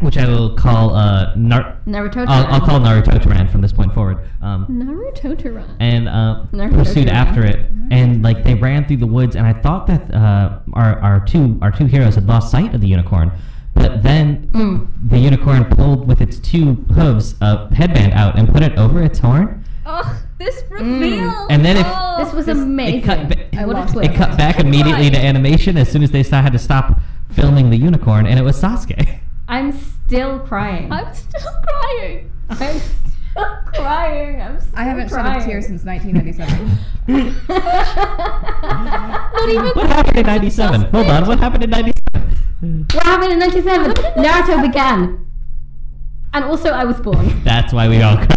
[SPEAKER 13] which I will call uh, Nar-
[SPEAKER 11] Naruto
[SPEAKER 13] I'll, I'll
[SPEAKER 11] Otoran.
[SPEAKER 13] call Naruto Otoran from this point forward. Um,
[SPEAKER 8] Naruto to run.
[SPEAKER 13] and uh,
[SPEAKER 11] Naruto
[SPEAKER 13] pursued
[SPEAKER 11] Otoran.
[SPEAKER 13] after it, and like they ran through the woods, and I thought that uh, our our two our two heroes had lost sight of the unicorn, but then
[SPEAKER 11] Mm.
[SPEAKER 13] the unicorn pulled with its two hooves a headband out and put it over its horn.
[SPEAKER 8] Oh, this
[SPEAKER 11] reveal!
[SPEAKER 13] And then if-
[SPEAKER 11] Mm. this was
[SPEAKER 13] It
[SPEAKER 11] amazing.
[SPEAKER 13] cut, ba-
[SPEAKER 11] I What a love twist.
[SPEAKER 13] it cut back immediately to animation as soon as they saw, had to stop filming the unicorn, and it was Sasuke.
[SPEAKER 11] I'm still crying.
[SPEAKER 8] I'm still crying.
[SPEAKER 11] I'm still crying. I'm still
[SPEAKER 9] I haven't
[SPEAKER 11] crying.
[SPEAKER 9] shed a tear since 1997.
[SPEAKER 11] Not even
[SPEAKER 13] What happened in 97? Hold on, what happened in 97?
[SPEAKER 11] What happened in 97? Naruto began. And also, I was born.
[SPEAKER 13] That's why we all cried.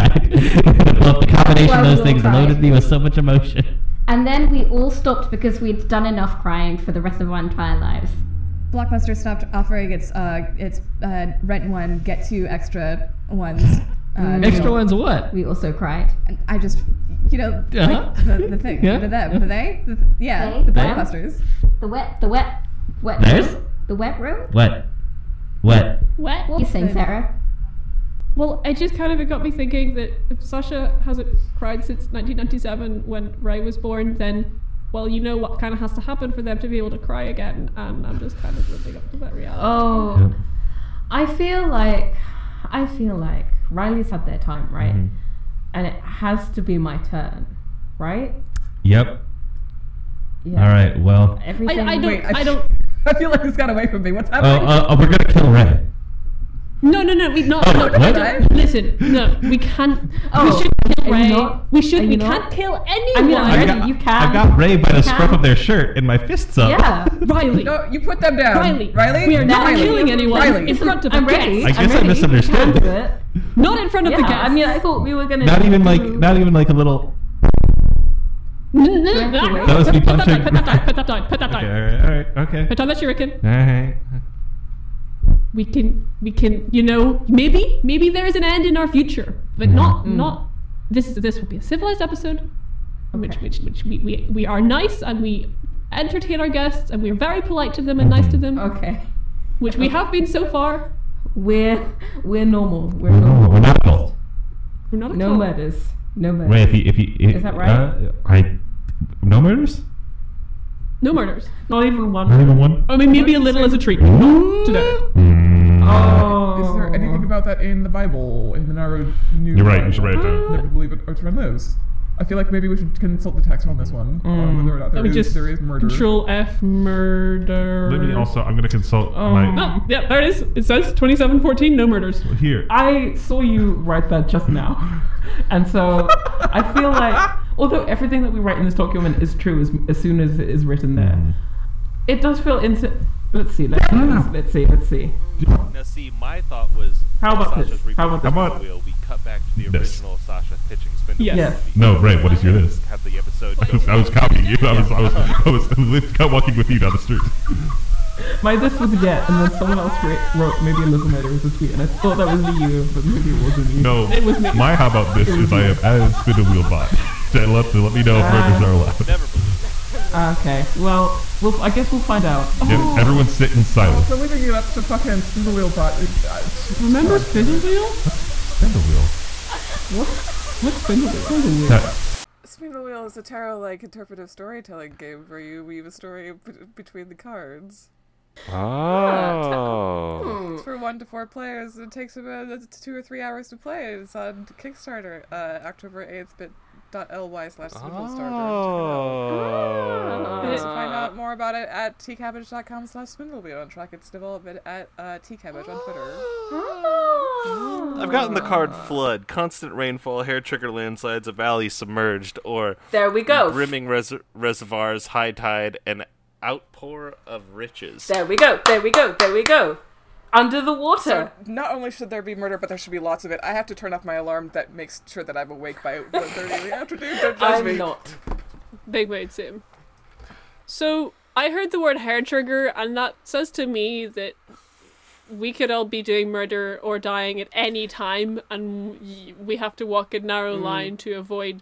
[SPEAKER 13] well, the combination
[SPEAKER 11] Why
[SPEAKER 13] of
[SPEAKER 11] we
[SPEAKER 13] those
[SPEAKER 11] all
[SPEAKER 13] things
[SPEAKER 11] cried.
[SPEAKER 13] loaded me with so much emotion.
[SPEAKER 11] And then we all stopped because we'd done enough crying for the rest of our entire lives.
[SPEAKER 9] Blockbuster stopped offering its uh, its uh, rent one get two extra ones. Uh,
[SPEAKER 11] Mm.
[SPEAKER 13] Extra
[SPEAKER 9] deal.
[SPEAKER 13] ones what?
[SPEAKER 11] We also cried.
[SPEAKER 9] And I just, you know, like,
[SPEAKER 13] Uh-huh.
[SPEAKER 9] the, the thing,
[SPEAKER 13] Yeah.
[SPEAKER 9] the them, the they, the, yeah,
[SPEAKER 11] They,
[SPEAKER 9] the
[SPEAKER 13] them.
[SPEAKER 9] blockbusters.
[SPEAKER 11] The wet, the wet, wet
[SPEAKER 13] Theirs?
[SPEAKER 11] room? The wet room?
[SPEAKER 13] What? What?
[SPEAKER 8] What?
[SPEAKER 11] What you saying, Sarah?
[SPEAKER 1] Well, it just kind of it got me thinking that if Sasha hasn't cried since 1997 when Ray was born, then well, you know what kind of has to happen for them to be able to cry again, and I'm just kind of living up to that reality.
[SPEAKER 3] Oh,
[SPEAKER 13] Yep.
[SPEAKER 3] I feel like I feel like Riley's had their time, right?
[SPEAKER 13] Mhm.
[SPEAKER 3] And it has to be my turn, right?
[SPEAKER 13] Yep.
[SPEAKER 3] Yeah.
[SPEAKER 13] right, well.
[SPEAKER 3] Everything.
[SPEAKER 1] I don't-
[SPEAKER 9] Wait,
[SPEAKER 1] I don't-
[SPEAKER 9] I feel like this got away from me. What's
[SPEAKER 17] Uh,
[SPEAKER 13] Oh,
[SPEAKER 9] happening?
[SPEAKER 13] oh, oh, we're gonna kill Ray.
[SPEAKER 1] No, no, no, we no,
[SPEAKER 13] Oh,
[SPEAKER 1] no,
[SPEAKER 13] what?
[SPEAKER 1] no, listen, no, we can't.
[SPEAKER 3] Oh,
[SPEAKER 1] we should
[SPEAKER 3] are
[SPEAKER 1] kill
[SPEAKER 3] you
[SPEAKER 1] Ray.
[SPEAKER 3] not-
[SPEAKER 1] we
[SPEAKER 3] are
[SPEAKER 1] should.
[SPEAKER 3] you
[SPEAKER 1] We
[SPEAKER 3] not?
[SPEAKER 1] can't kill
[SPEAKER 3] I mean,
[SPEAKER 1] anyone.
[SPEAKER 3] I read it. You can.
[SPEAKER 17] I've got Ray by
[SPEAKER 3] You
[SPEAKER 17] the scruff
[SPEAKER 3] can.
[SPEAKER 17] of their shirt and my fists up.
[SPEAKER 3] Yeah.
[SPEAKER 1] Riley,
[SPEAKER 4] No, you put them down.
[SPEAKER 1] Riley,
[SPEAKER 4] Riley,
[SPEAKER 1] we are not
[SPEAKER 4] Riley.
[SPEAKER 1] killing anyone
[SPEAKER 4] Riley.
[SPEAKER 1] in front of
[SPEAKER 3] I'm
[SPEAKER 1] the
[SPEAKER 3] ready.
[SPEAKER 1] guests.
[SPEAKER 17] I
[SPEAKER 3] I'm
[SPEAKER 17] guys, I
[SPEAKER 3] ready.
[SPEAKER 17] misunderstood.
[SPEAKER 3] You can do it.
[SPEAKER 1] Not in front of the
[SPEAKER 3] Yeah,
[SPEAKER 1] guests.
[SPEAKER 3] I mean, I thought we were gonna.
[SPEAKER 17] Not even like,
[SPEAKER 3] do-
[SPEAKER 17] not even like a little.
[SPEAKER 1] No, no,
[SPEAKER 3] Directly.
[SPEAKER 1] no, no.
[SPEAKER 17] That was me
[SPEAKER 1] Put that down,
[SPEAKER 17] punching-
[SPEAKER 1] Put that down. Put that down. Put that
[SPEAKER 17] Okay,
[SPEAKER 1] down.
[SPEAKER 17] all right, all right, okay,
[SPEAKER 1] Put down that shuriken.
[SPEAKER 17] all right.
[SPEAKER 1] we can we can you know maybe maybe there is an end in our future but
[SPEAKER 17] Mm-hmm.
[SPEAKER 1] not
[SPEAKER 3] Mm.
[SPEAKER 1] not this is this will be a civilized episode in which which which we, we we are nice and we entertain our guests and we're very polite to them and nice to
[SPEAKER 17] Mm-hmm.
[SPEAKER 1] them
[SPEAKER 3] Okay.
[SPEAKER 1] which we have been so far
[SPEAKER 3] We're we're normal. We're
[SPEAKER 17] We're
[SPEAKER 3] normal.
[SPEAKER 17] normal. We're not adults.
[SPEAKER 1] we're not a
[SPEAKER 3] No
[SPEAKER 1] cult.
[SPEAKER 3] murders. No murders.
[SPEAKER 17] Wait, if you, if you,
[SPEAKER 3] Is that right?
[SPEAKER 17] Uh, I, no murders. Mm.
[SPEAKER 1] no murders not even one
[SPEAKER 17] Not even one.
[SPEAKER 1] i mean maybe a little as a treat today
[SPEAKER 17] Mm,
[SPEAKER 3] Oh.
[SPEAKER 18] Is there anything about that in the Bible? In the Narrow New
[SPEAKER 17] You're right, you should write it
[SPEAKER 18] Bible?
[SPEAKER 17] down.
[SPEAKER 18] Never believe it. Oteran lives. I feel like maybe we should consult the text on this one.
[SPEAKER 17] Mm.
[SPEAKER 18] on whether or not Oh, there
[SPEAKER 5] Let me
[SPEAKER 18] is-
[SPEAKER 5] just
[SPEAKER 18] there is murder.
[SPEAKER 5] Control F murder.
[SPEAKER 17] Let me also. I'm gonna consult
[SPEAKER 5] Oh,
[SPEAKER 17] my.
[SPEAKER 5] no, yeah, there it is. It says 2714, no murders.
[SPEAKER 17] Here.
[SPEAKER 5] I saw you write that just now. And so I feel like, although everything that we write in this document is true as, as soon as it is written there,
[SPEAKER 17] Mm.
[SPEAKER 5] it does feel into. Let's see, let's, let's, let's see, let's see.
[SPEAKER 2] Now, see, my thought was
[SPEAKER 5] How about
[SPEAKER 2] Sasha's
[SPEAKER 5] this? How about this?
[SPEAKER 2] replacement
[SPEAKER 5] How about-
[SPEAKER 2] wheel. We cut back to the
[SPEAKER 17] This.
[SPEAKER 2] original Sasha pitching spindle.
[SPEAKER 17] Yes.
[SPEAKER 5] Yes.
[SPEAKER 2] movie.
[SPEAKER 17] No, right. What is your this?
[SPEAKER 2] Have the episode.
[SPEAKER 17] I was, I was copying you. I was. I was. I was, I was walking with you down the street.
[SPEAKER 5] My this was yet, and then someone else wrote, wrote maybe Elizabeth was a tweet, and I thought that was you, but maybe it wasn't you.
[SPEAKER 17] No.
[SPEAKER 5] it was me.
[SPEAKER 17] My how about this
[SPEAKER 5] It was
[SPEAKER 17] is I
[SPEAKER 5] you.
[SPEAKER 17] have added spindle wheel bot. That left to let me know if murders are allowed.
[SPEAKER 5] Okay. Well, we'll. I guess we'll find out. Oh.
[SPEAKER 17] Yeah, everyone sit in silence.
[SPEAKER 18] So leaving it up to fucking Spindle Wheel Bot.
[SPEAKER 5] uh, Remember Spindle Wheel?
[SPEAKER 17] Spindle Wheel.
[SPEAKER 5] What? What spindle wheel?
[SPEAKER 17] That-
[SPEAKER 4] Spindle Wheel is a tarot-like interpretive storytelling game where you weave a story b- between the cards.
[SPEAKER 10] Oh.
[SPEAKER 3] Hmm.
[SPEAKER 4] It's for one to four players. and It takes about uh, two or three hours to play. It's on Kickstarter, uh, October eighth, bit dot ly slash
[SPEAKER 10] Oh.
[SPEAKER 3] Ah.
[SPEAKER 4] So find out more about it at tcabbage.com slash spindlewheel and track its development at uh, tcabbage on Twitter.
[SPEAKER 2] I've gotten the card flood, constant rainfall, hair trigger landslides, a valley submerged, or
[SPEAKER 3] There we go.
[SPEAKER 2] brimming res- reservoirs, high tide, an outpour of riches.
[SPEAKER 3] There we go. There we go. There we go. Under the water.
[SPEAKER 4] So not only should there be murder, but there should be lots of it. I have to turn off my alarm that makes sure that I'm awake by 1.30 in the afternoon. Don't judge
[SPEAKER 3] I'm
[SPEAKER 4] me.
[SPEAKER 3] not.
[SPEAKER 1] Big made sim. So I heard the word hair trigger, and that says to me that we could all be doing murder or dying at any time, and y- we have to walk a narrow
[SPEAKER 3] Mm.
[SPEAKER 1] line to avoid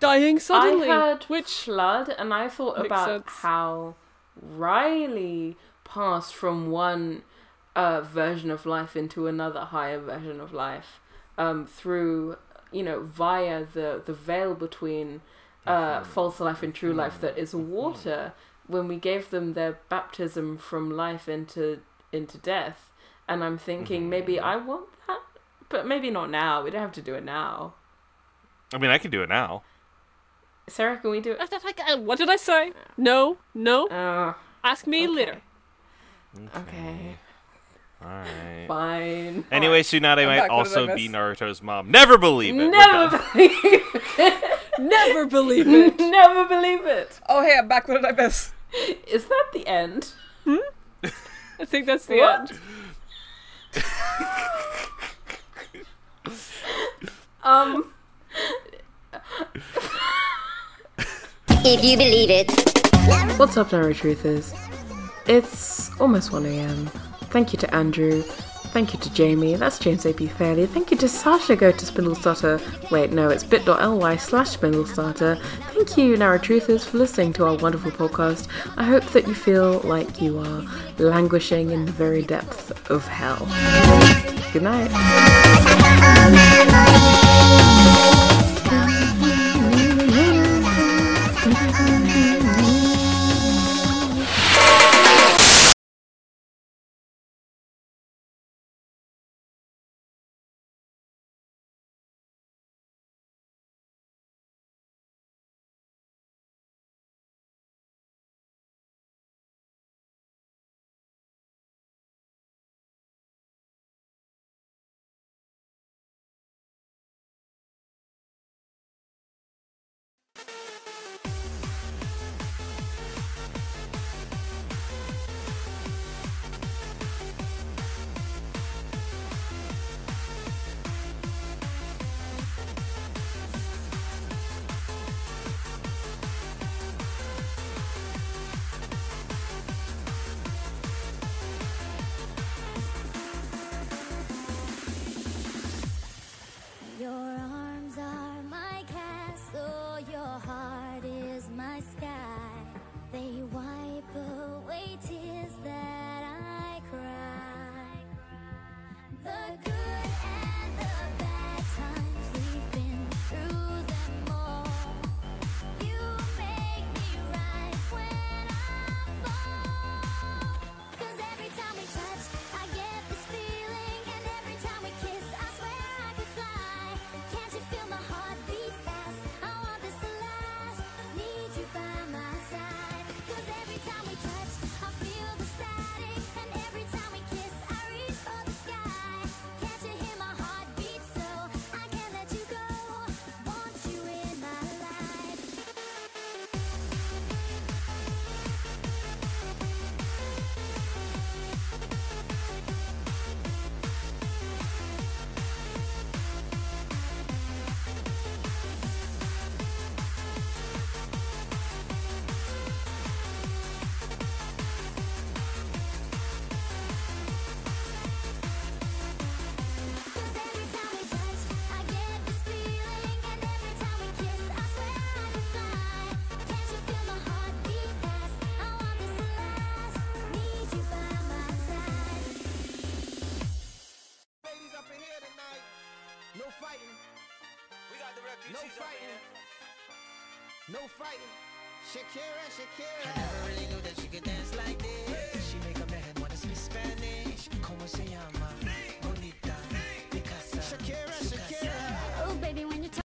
[SPEAKER 1] dying suddenly.
[SPEAKER 3] I heard which flood, and I thought
[SPEAKER 1] Makes
[SPEAKER 3] about
[SPEAKER 1] sense.
[SPEAKER 3] how Riley passed from one uh, version of life into another higher version of life um, through, you know, via the the veil between uh, false life and true life that is water. When we gave them their baptism from life into into death, and I'm thinking maybe I want that, but maybe not now. We don't have to do it now.
[SPEAKER 2] I mean, I can do it now.
[SPEAKER 3] Sarah, can we do it?
[SPEAKER 1] What did I say? No, no.
[SPEAKER 3] Ah.
[SPEAKER 1] Ask me later.
[SPEAKER 3] Okay.
[SPEAKER 2] All right.
[SPEAKER 3] Fine.
[SPEAKER 2] Anyway, Tsunade
[SPEAKER 3] I'm
[SPEAKER 2] might
[SPEAKER 3] back. What did I
[SPEAKER 2] also be
[SPEAKER 3] miss?
[SPEAKER 2] Naruto's mom. Never believe it. We're
[SPEAKER 3] Never
[SPEAKER 2] done.
[SPEAKER 3] believe it.
[SPEAKER 1] Never believe
[SPEAKER 3] it. Never believe it.
[SPEAKER 4] Oh, hey, I'm back. What did I miss?
[SPEAKER 3] Is that the end?
[SPEAKER 1] Hmm? I think that's the
[SPEAKER 3] What?
[SPEAKER 1] end.
[SPEAKER 3] Um.
[SPEAKER 12] If you believe it.
[SPEAKER 3] What's up, Narrow Truthers? It's almost 1 a.m. Thank you to Andrew. Thank you to Jamie. That's James A.P. Fairley. Thank you to Sasha. Go to Spindlestarter. Wait, no, it's bit.ly slash Spindlestarter. Thank you, Narrow Truthers, for listening to our wonderful podcast. I hope that you feel like you are languishing in the very depth of hell. Good night.
[SPEAKER 12] Your arms are my castle, your heart is my sky. They wipe away tears that I cry. The good and the bad times we've been through them all. You make me rise when I fall. 'Cause every time we touch, I get this feeling.
[SPEAKER 5] No fighting. No fighting. Shakira, Shakira. I never really knew that she could dance like this.